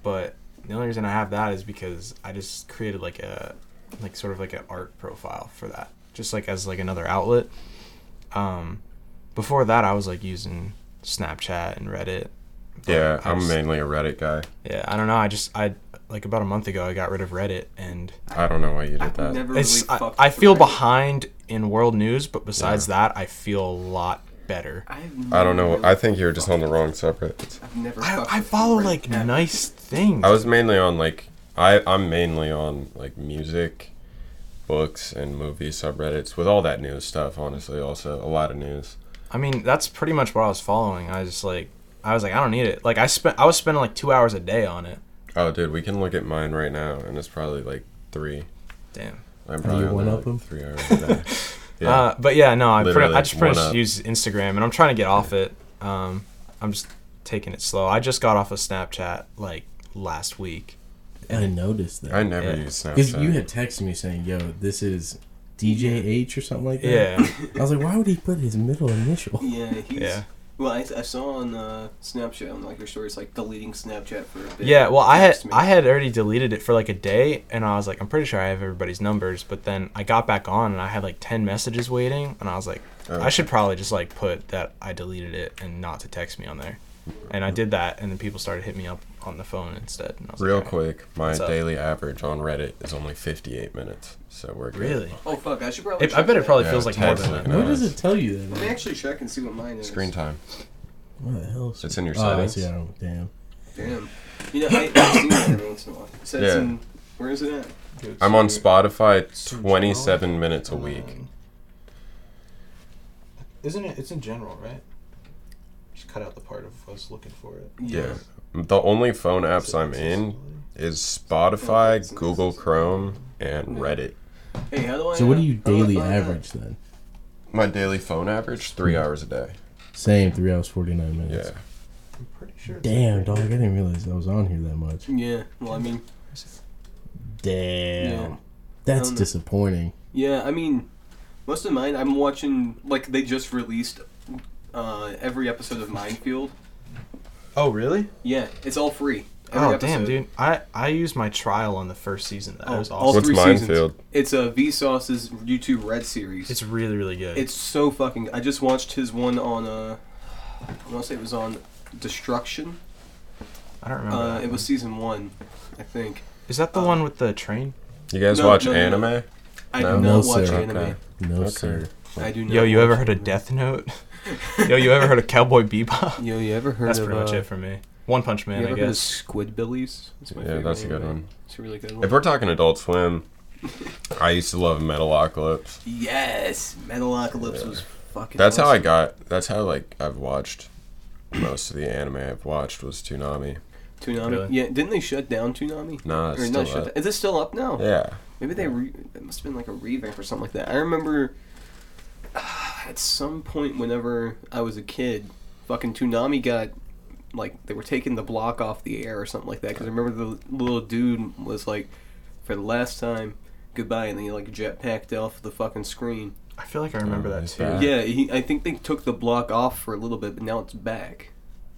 [SPEAKER 4] but the only reason I have that is because I just created like a like sort of like an art profile for that, just like as like another outlet. Um, before that, I was like using Snapchat and Reddit. but
[SPEAKER 2] Yeah,
[SPEAKER 4] I
[SPEAKER 2] I'm
[SPEAKER 4] just-
[SPEAKER 2] mainly a Reddit guy.
[SPEAKER 4] yeah. I don't know. I just I like about a month ago, I got rid of Reddit and
[SPEAKER 2] I don't know why you did
[SPEAKER 3] I've
[SPEAKER 2] that.
[SPEAKER 3] never
[SPEAKER 4] it's
[SPEAKER 3] really
[SPEAKER 4] I,
[SPEAKER 3] fucked
[SPEAKER 4] I
[SPEAKER 3] with
[SPEAKER 4] feel
[SPEAKER 3] Reddit.
[SPEAKER 4] behind in world news, but besides that, I feel a lot better.
[SPEAKER 3] I've
[SPEAKER 2] I
[SPEAKER 3] never
[SPEAKER 2] don't know.
[SPEAKER 3] really
[SPEAKER 2] I think you were just on the wrong subreddit.
[SPEAKER 3] I've never.
[SPEAKER 4] I,
[SPEAKER 3] fucked
[SPEAKER 4] I
[SPEAKER 3] with
[SPEAKER 4] follow
[SPEAKER 3] Reddit
[SPEAKER 4] like
[SPEAKER 3] ever.
[SPEAKER 4] nice things.
[SPEAKER 2] I was mainly on like I I'm mainly on like music, books and movie subreddits with all that news stuff. Honestly, also a lot of news.
[SPEAKER 4] I mean, that's pretty much what I was following. I was just like, I was like, I don't need it. Like I spent, I was spending like two hours a day on it.
[SPEAKER 2] Oh, dude, we can look at mine right now, and it's probably like three.
[SPEAKER 4] Damn.
[SPEAKER 2] I'm probably
[SPEAKER 1] you
[SPEAKER 2] on
[SPEAKER 1] one
[SPEAKER 2] there,
[SPEAKER 1] up 'em?
[SPEAKER 2] three hours a day. yeah,
[SPEAKER 4] Uh, but yeah, no, I, pretty,
[SPEAKER 2] Literally,
[SPEAKER 4] I just
[SPEAKER 2] one
[SPEAKER 4] pretty much
[SPEAKER 2] up.
[SPEAKER 4] use Instagram, and I'm trying to get off it. Um, I'm just taking it slow. I just got off of Snapchat like last week.
[SPEAKER 1] I noticed that.
[SPEAKER 2] I never
[SPEAKER 4] yeah.
[SPEAKER 2] use
[SPEAKER 1] Because
[SPEAKER 2] Snapchat.
[SPEAKER 1] you had texted me saying, yo, this is DJH or something like that.
[SPEAKER 4] Yeah,
[SPEAKER 1] I was like, why would he put his middle initial?
[SPEAKER 3] Yeah. He's,
[SPEAKER 4] yeah,
[SPEAKER 3] Well, I, I saw on uh, Snapchat on like your stories like deleting Snapchat for a bit.
[SPEAKER 4] yeah. Well, I had
[SPEAKER 3] Text me.
[SPEAKER 4] I had already deleted it for like a day, and I was like, I'm pretty sure I have everybody's numbers. But then I got back on, and I had like ten messages waiting, and I was like, I
[SPEAKER 2] Okay.
[SPEAKER 4] should probably just like put that I deleted it and not to text me on there. And I did that, and then people started hitting me up on the phone instead. And I was
[SPEAKER 2] Real
[SPEAKER 4] like, "Alright."
[SPEAKER 2] quick, my
[SPEAKER 4] What's up?
[SPEAKER 2] daily average on Reddit is only 58 minutes, so we're good.
[SPEAKER 4] Really?
[SPEAKER 3] Oh fuck! I should probably.
[SPEAKER 4] It, I bet it
[SPEAKER 3] check
[SPEAKER 4] probably
[SPEAKER 2] Yeah,
[SPEAKER 4] feels like more
[SPEAKER 2] Ted's
[SPEAKER 4] than
[SPEAKER 2] looking
[SPEAKER 4] that.
[SPEAKER 1] What
[SPEAKER 2] No,
[SPEAKER 1] does
[SPEAKER 2] it's-
[SPEAKER 1] it tell you
[SPEAKER 3] that. Let me
[SPEAKER 1] then?
[SPEAKER 3] actually check and see what mine is.
[SPEAKER 2] Screen time.
[SPEAKER 1] What the hell? is-
[SPEAKER 2] It's in your
[SPEAKER 1] Oh, I
[SPEAKER 2] settings.
[SPEAKER 1] see. I don't- Damn.
[SPEAKER 3] Damn. You know, I, I've seen that every once in a while. It says
[SPEAKER 2] Yeah.
[SPEAKER 3] in- where is it at?
[SPEAKER 2] I'm on Spotify
[SPEAKER 4] Some
[SPEAKER 2] 27 minutes a week.
[SPEAKER 4] Isn't it? It's in general, right? Just cut out the part of us looking for it.
[SPEAKER 2] Yeah. The only phone apps I'm in is Spotify,
[SPEAKER 3] Yeah.
[SPEAKER 2] Google Chrome, and Reddit.
[SPEAKER 3] Hey, how do I? uh,
[SPEAKER 1] So, what do you
[SPEAKER 3] how do I
[SPEAKER 1] daily
[SPEAKER 3] find that?
[SPEAKER 1] average then?
[SPEAKER 2] My daily phone average three
[SPEAKER 3] Hmm.
[SPEAKER 2] hours a day.
[SPEAKER 1] Same, three hours, 49 minutes.
[SPEAKER 2] Yeah,
[SPEAKER 4] I'm pretty sure.
[SPEAKER 1] Damn, dog. I didn't realize I was on here that much.
[SPEAKER 3] Yeah. Well, I mean,
[SPEAKER 1] Damn.
[SPEAKER 3] Yeah.
[SPEAKER 1] That's
[SPEAKER 3] Um,
[SPEAKER 1] disappointing.
[SPEAKER 3] yeah. I mean, most of mine. I'm watching. Like they just released uh, every episode of Minefield.
[SPEAKER 4] Oh really?
[SPEAKER 3] Yeah, it's all free. Every
[SPEAKER 4] Oh
[SPEAKER 3] episode.
[SPEAKER 4] damn, dude! I I used my trial on the first season. That
[SPEAKER 3] Oh,
[SPEAKER 4] was
[SPEAKER 3] all
[SPEAKER 4] awesome.
[SPEAKER 2] What's
[SPEAKER 3] three seasons.
[SPEAKER 2] Minefield?
[SPEAKER 3] It's a V Sauce's YouTube Red series.
[SPEAKER 4] It's really really good.
[SPEAKER 3] It's so fucking. I just watched his one on. Uh, I want to say it was on Destruction.
[SPEAKER 4] I don't remember.
[SPEAKER 3] Uh,
[SPEAKER 4] that
[SPEAKER 3] it was
[SPEAKER 4] one.
[SPEAKER 3] season one, I think.
[SPEAKER 4] Is that the
[SPEAKER 3] uh,
[SPEAKER 4] one with the train?
[SPEAKER 2] You guys
[SPEAKER 3] No,
[SPEAKER 2] watch
[SPEAKER 3] no, no,
[SPEAKER 2] anime?
[SPEAKER 3] no. I
[SPEAKER 2] No?
[SPEAKER 3] do
[SPEAKER 1] No,
[SPEAKER 3] not watch
[SPEAKER 1] sir.
[SPEAKER 3] anime.
[SPEAKER 2] Okay.
[SPEAKER 1] No,
[SPEAKER 2] Okay.
[SPEAKER 1] sir.
[SPEAKER 3] I do not.
[SPEAKER 4] Yo, you ever
[SPEAKER 3] watch
[SPEAKER 4] heard of
[SPEAKER 3] anime.
[SPEAKER 4] Death Note? Yo, you ever heard of Cowboy Bebop?
[SPEAKER 3] Yo, you ever heard
[SPEAKER 4] That's
[SPEAKER 3] of?
[SPEAKER 4] pretty much
[SPEAKER 3] uh,
[SPEAKER 4] it for me. One Punch Man,
[SPEAKER 3] you
[SPEAKER 4] I
[SPEAKER 3] ever heard of
[SPEAKER 4] guess.
[SPEAKER 3] Squidbillies? That's my
[SPEAKER 2] Yeah,
[SPEAKER 3] favorite
[SPEAKER 2] that's a good
[SPEAKER 3] anime.
[SPEAKER 2] one.
[SPEAKER 3] It's a really good
[SPEAKER 2] If
[SPEAKER 3] one.
[SPEAKER 2] we're talking Adult Swim, I used to love Metalocalypse.
[SPEAKER 3] Yes, Metalocalypse
[SPEAKER 2] Yeah.
[SPEAKER 3] was fucking.
[SPEAKER 2] That's how I
[SPEAKER 3] awesome.
[SPEAKER 2] got. That's how like I've watched most of the anime I've watched was Toonami.
[SPEAKER 3] Toonami.
[SPEAKER 4] Really?
[SPEAKER 3] Yeah, didn't they shut down Toonami?
[SPEAKER 2] Nah, it's
[SPEAKER 3] Or
[SPEAKER 2] still
[SPEAKER 3] not shut
[SPEAKER 2] up.
[SPEAKER 3] down. Is it still up now?
[SPEAKER 2] Yeah,
[SPEAKER 3] Maybe they re- it must have been like a revamp or something like that. I remember at some point whenever I was a kid, fucking Toonami got like they were taking the block off the air or something like that. Because I remember the little dude was like, "For the last time, goodbye," and then he like jetpacked off the fucking screen.
[SPEAKER 4] I feel like I remember
[SPEAKER 2] Oh,
[SPEAKER 4] that
[SPEAKER 2] it's
[SPEAKER 4] too.
[SPEAKER 2] bad.
[SPEAKER 3] Yeah, he, I think they took the block off for a little bit, but now it's back.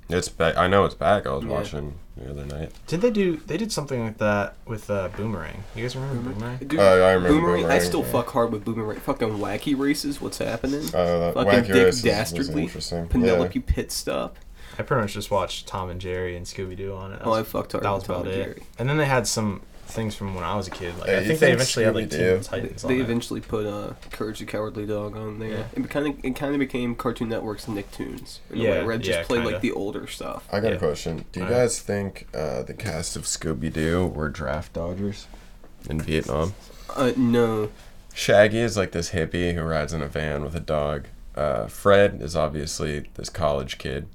[SPEAKER 2] it's back. I know it's back. I was
[SPEAKER 3] Yeah.
[SPEAKER 2] watching the other night.
[SPEAKER 4] Did they do? They did something like that with uh, Boomerang. You guys remember Boomerang?
[SPEAKER 3] Dude,
[SPEAKER 2] Oh, I remember
[SPEAKER 3] Boomerang, I
[SPEAKER 2] Boomerang,
[SPEAKER 3] still
[SPEAKER 2] yeah.
[SPEAKER 3] fuck hard with boomerang. Fucking wacky races. What's happening?
[SPEAKER 2] Uh,
[SPEAKER 3] Fucking
[SPEAKER 2] Wacky
[SPEAKER 3] Dick
[SPEAKER 2] Races was
[SPEAKER 3] Dastardly,
[SPEAKER 2] interesting.
[SPEAKER 3] Penelope Pit Stop.
[SPEAKER 4] I pretty much just watched Tom and Jerry and Scooby Doo on it. That
[SPEAKER 3] Oh, I
[SPEAKER 4] was,
[SPEAKER 3] fucked hard
[SPEAKER 4] that
[SPEAKER 3] with
[SPEAKER 4] was
[SPEAKER 3] Tom
[SPEAKER 4] about
[SPEAKER 3] and
[SPEAKER 4] it.
[SPEAKER 3] Jerry.
[SPEAKER 4] And then they had some things from when I was a kid. Like
[SPEAKER 2] Yeah,
[SPEAKER 4] I
[SPEAKER 2] you
[SPEAKER 4] think they
[SPEAKER 2] think
[SPEAKER 4] eventually had like Teen
[SPEAKER 2] Scooby-Doo?
[SPEAKER 3] They,
[SPEAKER 4] Titans
[SPEAKER 3] they
[SPEAKER 4] on it.
[SPEAKER 3] eventually put uh, Courage the Cowardly Dog on there.
[SPEAKER 4] Yeah.
[SPEAKER 3] It kind of it kind of became Cartoon Network's Nicktoons. In yeah,
[SPEAKER 4] Yeah,
[SPEAKER 3] a way. Red just
[SPEAKER 4] yeah,
[SPEAKER 3] played
[SPEAKER 4] kinda.
[SPEAKER 3] like the older stuff.
[SPEAKER 2] I got
[SPEAKER 4] Yeah.
[SPEAKER 2] a question. Do you
[SPEAKER 4] Alright.
[SPEAKER 2] guys think uh, the cast of Scooby Doo were draft dodgers in Vietnam?
[SPEAKER 3] Uh, no,
[SPEAKER 2] Shaggy is like this hippie who rides in a van with a dog. Uh, Fred is obviously this college kid,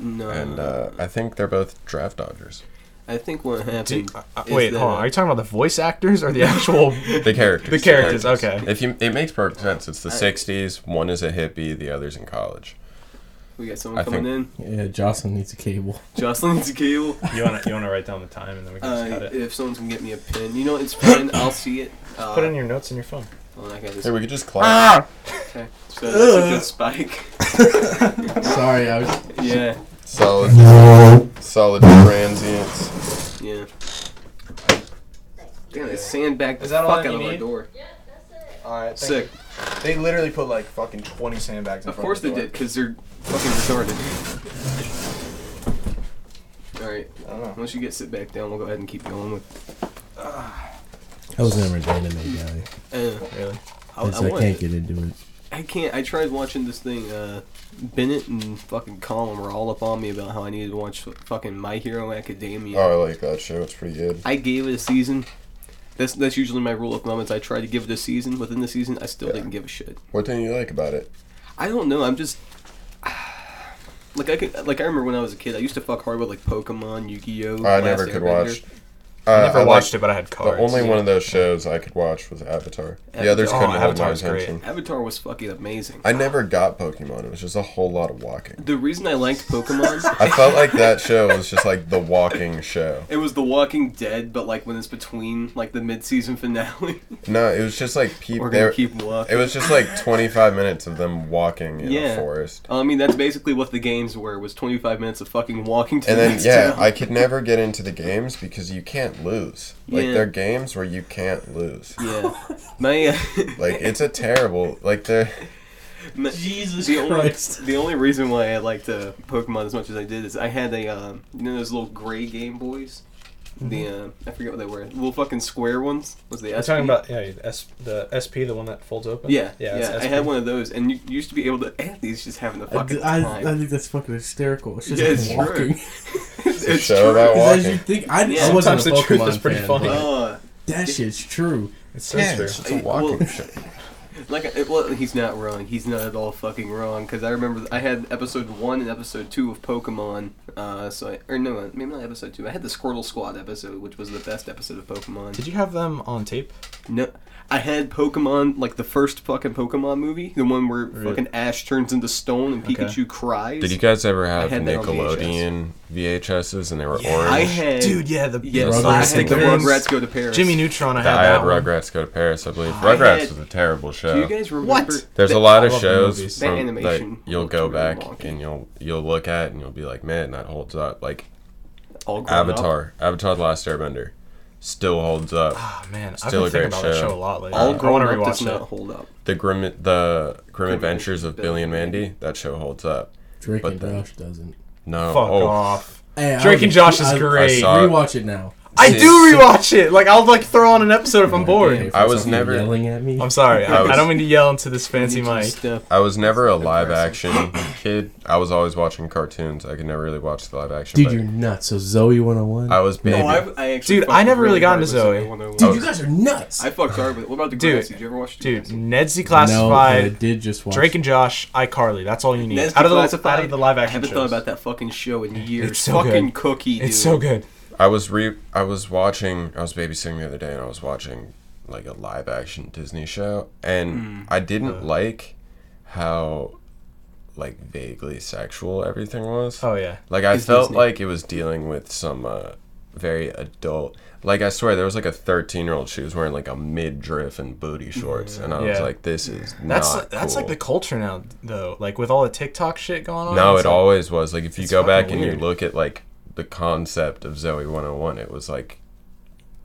[SPEAKER 3] no.
[SPEAKER 2] and uh, I think they're both draft dodgers.
[SPEAKER 3] I think what
[SPEAKER 4] Do-
[SPEAKER 3] happened.
[SPEAKER 4] uh, uh,
[SPEAKER 3] is
[SPEAKER 4] wait,
[SPEAKER 3] that,
[SPEAKER 4] hold on.
[SPEAKER 3] uh,
[SPEAKER 4] Are you talking about the voice actors or the actual?
[SPEAKER 2] The characters.
[SPEAKER 4] The characters, okay.
[SPEAKER 2] If you, it makes perfect sense. It's the
[SPEAKER 3] I-
[SPEAKER 2] '60s. One is a hippie, the other's in college.
[SPEAKER 3] We got someone
[SPEAKER 2] I
[SPEAKER 3] coming
[SPEAKER 2] think-
[SPEAKER 3] in.
[SPEAKER 1] Yeah, Jocelyn needs a cable.
[SPEAKER 3] Jocelyn needs a cable.
[SPEAKER 4] You want to you want to write down the time and then we can just
[SPEAKER 3] Uh,
[SPEAKER 4] cut it.
[SPEAKER 3] if someone can get me a pin, you know it's fine. I'll see it. Uh,
[SPEAKER 4] Put in your notes in your phone.
[SPEAKER 3] oh, I got this.
[SPEAKER 2] Hey, we could just clap.
[SPEAKER 3] Okay, so that's a good spike.
[SPEAKER 1] Sorry, I was.
[SPEAKER 3] yeah,
[SPEAKER 2] Solid, solid transients.
[SPEAKER 3] yeah. Damn, they sandbagged the
[SPEAKER 4] Is that all
[SPEAKER 3] fuck
[SPEAKER 4] that
[SPEAKER 3] out
[SPEAKER 4] you
[SPEAKER 3] of our
[SPEAKER 4] need?
[SPEAKER 3] door.
[SPEAKER 4] All right.
[SPEAKER 3] Sick.
[SPEAKER 4] They literally put like fucking 20 sandbags in
[SPEAKER 3] Of course they did, because they're fucking retarded. Alright,
[SPEAKER 4] I don't know.
[SPEAKER 3] once you get sit back down, we'll go ahead and keep going with.
[SPEAKER 1] I was never an anime guy.
[SPEAKER 3] Uh,
[SPEAKER 4] Really?
[SPEAKER 3] I,
[SPEAKER 1] I, just- I
[SPEAKER 3] wanted-
[SPEAKER 1] can't get into it.
[SPEAKER 3] I can't. I tried watching this thing. Uh, Bennett and fucking Colin were all up on me about how I needed to watch fucking My Hero Academia.
[SPEAKER 2] Oh, I like that show. It's pretty good.
[SPEAKER 3] I gave it a season. That's that's usually my rule of thumb. Is I try to give it a season. Within the season, I still
[SPEAKER 2] Yeah.
[SPEAKER 3] didn't give a shit.
[SPEAKER 2] What didn't you like about it?
[SPEAKER 3] I don't know. I'm just like I could like I remember when I was a kid. I used to fuck hard with like Pokemon, Yu-Gi-Oh.
[SPEAKER 2] I
[SPEAKER 3] Last
[SPEAKER 2] never could
[SPEAKER 3] Airbender.
[SPEAKER 2] watch. Uh,
[SPEAKER 4] I never
[SPEAKER 2] I
[SPEAKER 4] watched it,
[SPEAKER 2] liked-
[SPEAKER 4] but I had
[SPEAKER 2] The
[SPEAKER 4] cards.
[SPEAKER 2] only one of those shows I could watch was Avatar. The
[SPEAKER 3] Avatar.
[SPEAKER 2] others
[SPEAKER 4] Oh,
[SPEAKER 2] couldn't hold my
[SPEAKER 4] Avatar's great.
[SPEAKER 2] attention.
[SPEAKER 3] Avatar was fucking amazing.
[SPEAKER 2] I never got Pokemon. It was just a whole lot of walking.
[SPEAKER 3] the reason I liked Pokemon,
[SPEAKER 2] I felt like that show was just like the walking show.
[SPEAKER 3] it was The Walking Dead, but like when it's between like the mid-season finale,
[SPEAKER 2] No, it was just like people.
[SPEAKER 3] we're gonna
[SPEAKER 2] There,
[SPEAKER 3] keep walking.
[SPEAKER 2] it was just like 25 minutes of them walking in
[SPEAKER 3] Yeah.
[SPEAKER 2] a forest.
[SPEAKER 3] I mean, that's basically what the games were. Was 25 minutes of fucking walking to
[SPEAKER 2] And
[SPEAKER 3] the
[SPEAKER 2] then
[SPEAKER 3] next
[SPEAKER 2] yeah,
[SPEAKER 3] town.
[SPEAKER 2] I could never get into the games because you can't lose. Like
[SPEAKER 3] Yeah.
[SPEAKER 2] they're games where you can't lose.
[SPEAKER 3] yeah, my. uh,
[SPEAKER 2] Like it's a terrible like they're
[SPEAKER 3] Ma-
[SPEAKER 1] Jesus
[SPEAKER 3] the only, the only reason why I liked uh, Pokemon as much as I did is I had a uh, you know those little gray Game Boys, the uh, I forget what they were, little fucking square ones. Was the
[SPEAKER 4] Mm-hmm. You're
[SPEAKER 3] SP?
[SPEAKER 4] talking about yeah, the S, the SP, the one that folds open.
[SPEAKER 3] Yeah, yeah.
[SPEAKER 4] yeah. it's
[SPEAKER 3] I
[SPEAKER 4] SP.
[SPEAKER 3] had one of those, and you you used to be able to. Anthony's just having a
[SPEAKER 1] I,
[SPEAKER 3] fucking
[SPEAKER 1] I,
[SPEAKER 3] time.
[SPEAKER 1] I think that's fucking hysterical. It's just
[SPEAKER 3] Yeah, it's
[SPEAKER 1] walking.
[SPEAKER 3] true. it's
[SPEAKER 2] a show about
[SPEAKER 1] Because as
[SPEAKER 2] walking.
[SPEAKER 1] you think, I,
[SPEAKER 3] Yeah.
[SPEAKER 1] I wasn't a
[SPEAKER 4] Sometimes the truth
[SPEAKER 1] Pokemon
[SPEAKER 4] is pretty
[SPEAKER 1] fan,
[SPEAKER 4] funny.
[SPEAKER 1] but
[SPEAKER 3] Uh,
[SPEAKER 1] that shit's true.
[SPEAKER 4] It's so
[SPEAKER 2] Yeah,
[SPEAKER 4] true.
[SPEAKER 2] it's just a
[SPEAKER 3] Hey,
[SPEAKER 2] walking
[SPEAKER 3] well-
[SPEAKER 2] show.
[SPEAKER 3] like, I- well, he's not wrong. He's not at all fucking wrong. Because I remember I had episode one and episode two of Pokemon. Uh, so I, or no, maybe not episode two. I had the Squirtle Squad episode, which was the best episode of Pokemon.
[SPEAKER 4] Did you have them on tape?
[SPEAKER 3] No, I had Pokemon like the first fucking Pokemon movie, the one where
[SPEAKER 4] Really?
[SPEAKER 3] fucking Ash turns into stone and
[SPEAKER 4] Okay.
[SPEAKER 3] Pikachu cries.
[SPEAKER 2] Did you guys ever
[SPEAKER 3] I
[SPEAKER 2] have
[SPEAKER 3] had that on
[SPEAKER 2] Nickelodeon VHSs and they were
[SPEAKER 4] Yeah.
[SPEAKER 2] orange?
[SPEAKER 3] I had
[SPEAKER 4] Dude, yeah, the
[SPEAKER 3] yeah,
[SPEAKER 1] Rugrats
[SPEAKER 4] the
[SPEAKER 3] I had
[SPEAKER 4] plastic
[SPEAKER 3] the
[SPEAKER 4] things.
[SPEAKER 3] Rugrats go to Paris.
[SPEAKER 4] Jimmy Neutron. I had
[SPEAKER 2] I
[SPEAKER 4] that
[SPEAKER 2] had
[SPEAKER 4] one.
[SPEAKER 2] Rugrats Go to Paris, I believe.
[SPEAKER 3] I
[SPEAKER 2] Rugrats
[SPEAKER 3] had-
[SPEAKER 2] was a terrible show.
[SPEAKER 3] Do you guys remember?
[SPEAKER 4] What?
[SPEAKER 2] There's
[SPEAKER 3] that-
[SPEAKER 2] a lot of
[SPEAKER 4] I love the movies.
[SPEAKER 2] shows
[SPEAKER 3] That
[SPEAKER 2] from-
[SPEAKER 3] animation
[SPEAKER 2] that you'll
[SPEAKER 3] looked
[SPEAKER 2] go
[SPEAKER 3] really
[SPEAKER 2] back
[SPEAKER 3] wonky.
[SPEAKER 2] and you'll you'll look at and you'll be like, man, that holds up. Like
[SPEAKER 3] all grown up?
[SPEAKER 2] Avatar, Avatar: The Last Airbender, still holds up.
[SPEAKER 4] Oh man,
[SPEAKER 2] Still a
[SPEAKER 4] I've been thinking
[SPEAKER 2] great
[SPEAKER 4] about that
[SPEAKER 2] show.
[SPEAKER 4] show a lot lately.
[SPEAKER 3] All
[SPEAKER 4] I
[SPEAKER 3] grown
[SPEAKER 4] want to
[SPEAKER 3] up does
[SPEAKER 4] rewatch
[SPEAKER 3] not
[SPEAKER 4] that.
[SPEAKER 3] hold up.
[SPEAKER 2] The Grim, the Grim Adventures of
[SPEAKER 3] Adventures of
[SPEAKER 2] Billy and
[SPEAKER 3] Billy and
[SPEAKER 2] Mandy, that show holds up.
[SPEAKER 1] Drake
[SPEAKER 2] But
[SPEAKER 1] and
[SPEAKER 2] then-
[SPEAKER 1] Josh doesn't.
[SPEAKER 2] No,
[SPEAKER 4] Fuck
[SPEAKER 2] oh,
[SPEAKER 4] off.
[SPEAKER 1] Hey, I
[SPEAKER 4] Drake
[SPEAKER 1] was-
[SPEAKER 4] and Josh is
[SPEAKER 1] I-
[SPEAKER 4] great.
[SPEAKER 2] saw-
[SPEAKER 4] I,
[SPEAKER 1] Rewatch it now.
[SPEAKER 2] Dude.
[SPEAKER 4] do rewatch it. Like I'll like throw on an episode if I'm
[SPEAKER 1] Yeah,
[SPEAKER 4] bored.
[SPEAKER 1] for
[SPEAKER 2] I was
[SPEAKER 1] something
[SPEAKER 2] never-
[SPEAKER 1] yelling at me.
[SPEAKER 4] I'm sorry. I,
[SPEAKER 2] I was-
[SPEAKER 4] I don't mean to yell into this fancy
[SPEAKER 3] Need some
[SPEAKER 4] mic.
[SPEAKER 3] stuff.
[SPEAKER 2] I was never a live
[SPEAKER 3] Depressing.
[SPEAKER 2] action kid. I was always watching cartoons. I could never really watch the live action.
[SPEAKER 1] Dude,
[SPEAKER 2] but
[SPEAKER 1] you're nuts. So Zoe 101.
[SPEAKER 2] I was baby.
[SPEAKER 3] No, I, I actually
[SPEAKER 4] Dude,
[SPEAKER 3] fucked
[SPEAKER 4] I never really got
[SPEAKER 3] hard
[SPEAKER 4] into
[SPEAKER 3] with Zoe
[SPEAKER 4] Zoe.
[SPEAKER 3] 101.
[SPEAKER 1] Dude, you guys are nuts.
[SPEAKER 3] I fucked hard with. What about the
[SPEAKER 4] Dude.
[SPEAKER 3] Degrassi? Did you ever watch
[SPEAKER 4] Dude,
[SPEAKER 3] Degrassi?
[SPEAKER 4] Ned's
[SPEAKER 1] no, but I
[SPEAKER 4] declassified.
[SPEAKER 1] did just watch.
[SPEAKER 4] Drake and Josh, iCarly. That's all you need.
[SPEAKER 3] Ned's
[SPEAKER 4] Out of the
[SPEAKER 3] Declassified?
[SPEAKER 4] out of the live
[SPEAKER 3] I
[SPEAKER 4] action
[SPEAKER 3] haven't
[SPEAKER 4] shows.
[SPEAKER 3] thought about that fucking show in years.
[SPEAKER 4] It's so
[SPEAKER 3] fucking
[SPEAKER 4] good.
[SPEAKER 3] cookie, dude.
[SPEAKER 4] It's so good.
[SPEAKER 2] I was re I was watching I was babysitting the other day and I was watching like a live action Disney show and I didn't like how like vaguely sexual everything was.
[SPEAKER 4] Oh yeah.
[SPEAKER 2] Like I
[SPEAKER 3] It's
[SPEAKER 2] felt
[SPEAKER 3] Disney.
[SPEAKER 2] like it was dealing with some uh, very adult. Like I swear there was like a 13 year old she was wearing like a midriff and booty shorts and I was
[SPEAKER 4] Yeah.
[SPEAKER 2] like this is
[SPEAKER 4] Mm-hmm. That's
[SPEAKER 2] not
[SPEAKER 4] that's like
[SPEAKER 2] cool.
[SPEAKER 4] the culture now though. Like with all the TikTok shit going on.
[SPEAKER 2] No,
[SPEAKER 4] it's
[SPEAKER 2] it
[SPEAKER 4] like-
[SPEAKER 2] always was. Like if you
[SPEAKER 4] It's
[SPEAKER 2] go back
[SPEAKER 4] fucking
[SPEAKER 2] and you
[SPEAKER 4] weird.
[SPEAKER 2] look at like the concept of Zoe 101, it was like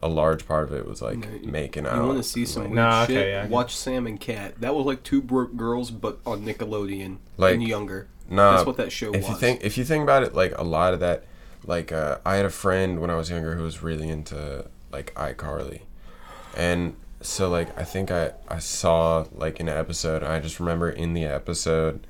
[SPEAKER 2] a large part of it was like
[SPEAKER 3] No, you-
[SPEAKER 2] making out.
[SPEAKER 3] You want to see some weird
[SPEAKER 4] Nah, okay,
[SPEAKER 3] shit?
[SPEAKER 4] yeah, I
[SPEAKER 3] Watch Sam and Cat. That was like two broke girls, but on Nickelodeon
[SPEAKER 2] Like,
[SPEAKER 3] and younger.
[SPEAKER 2] Nah,
[SPEAKER 3] That's what that show
[SPEAKER 2] if
[SPEAKER 3] was.
[SPEAKER 2] you think if you think about it, like a lot of that, like uh, I had a friend when I was younger who was really into like iCarly, and so like I think I I saw like an episode. I just remember in the episode,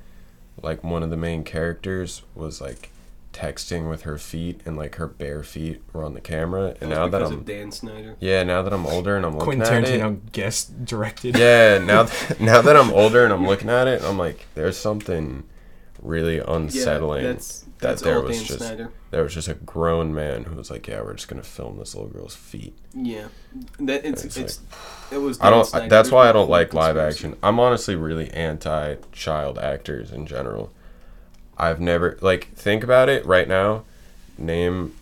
[SPEAKER 2] like one of the main characters was like texting with her feet and like her bare feet were on the camera.
[SPEAKER 3] That's
[SPEAKER 2] And now that
[SPEAKER 3] because
[SPEAKER 2] I'm
[SPEAKER 3] of Dan Snyder.
[SPEAKER 2] Yeah, now that I'm older and I'm looking
[SPEAKER 4] Quentin
[SPEAKER 2] at it.
[SPEAKER 4] Tarantino guest directed.
[SPEAKER 2] Yeah, now th- now that I'm older and I'm looking at it, I'm like, there's something really unsettling.
[SPEAKER 3] that's
[SPEAKER 2] that
[SPEAKER 3] that's
[SPEAKER 2] there
[SPEAKER 3] all
[SPEAKER 2] was
[SPEAKER 3] Dan
[SPEAKER 2] just-
[SPEAKER 3] Snyder.
[SPEAKER 2] there was just a grown man who was like, yeah, we're just gonna film this little girl's feet.
[SPEAKER 3] Yeah, that it's it's,
[SPEAKER 2] It's like-
[SPEAKER 3] it was. Dan
[SPEAKER 2] I don't.
[SPEAKER 3] Snyder.
[SPEAKER 2] that's
[SPEAKER 3] There's
[SPEAKER 2] why I
[SPEAKER 3] no
[SPEAKER 2] don't like live
[SPEAKER 3] conspiracy.
[SPEAKER 2] action. I'm honestly really anti child actors in general. I've never like think about it right now. Name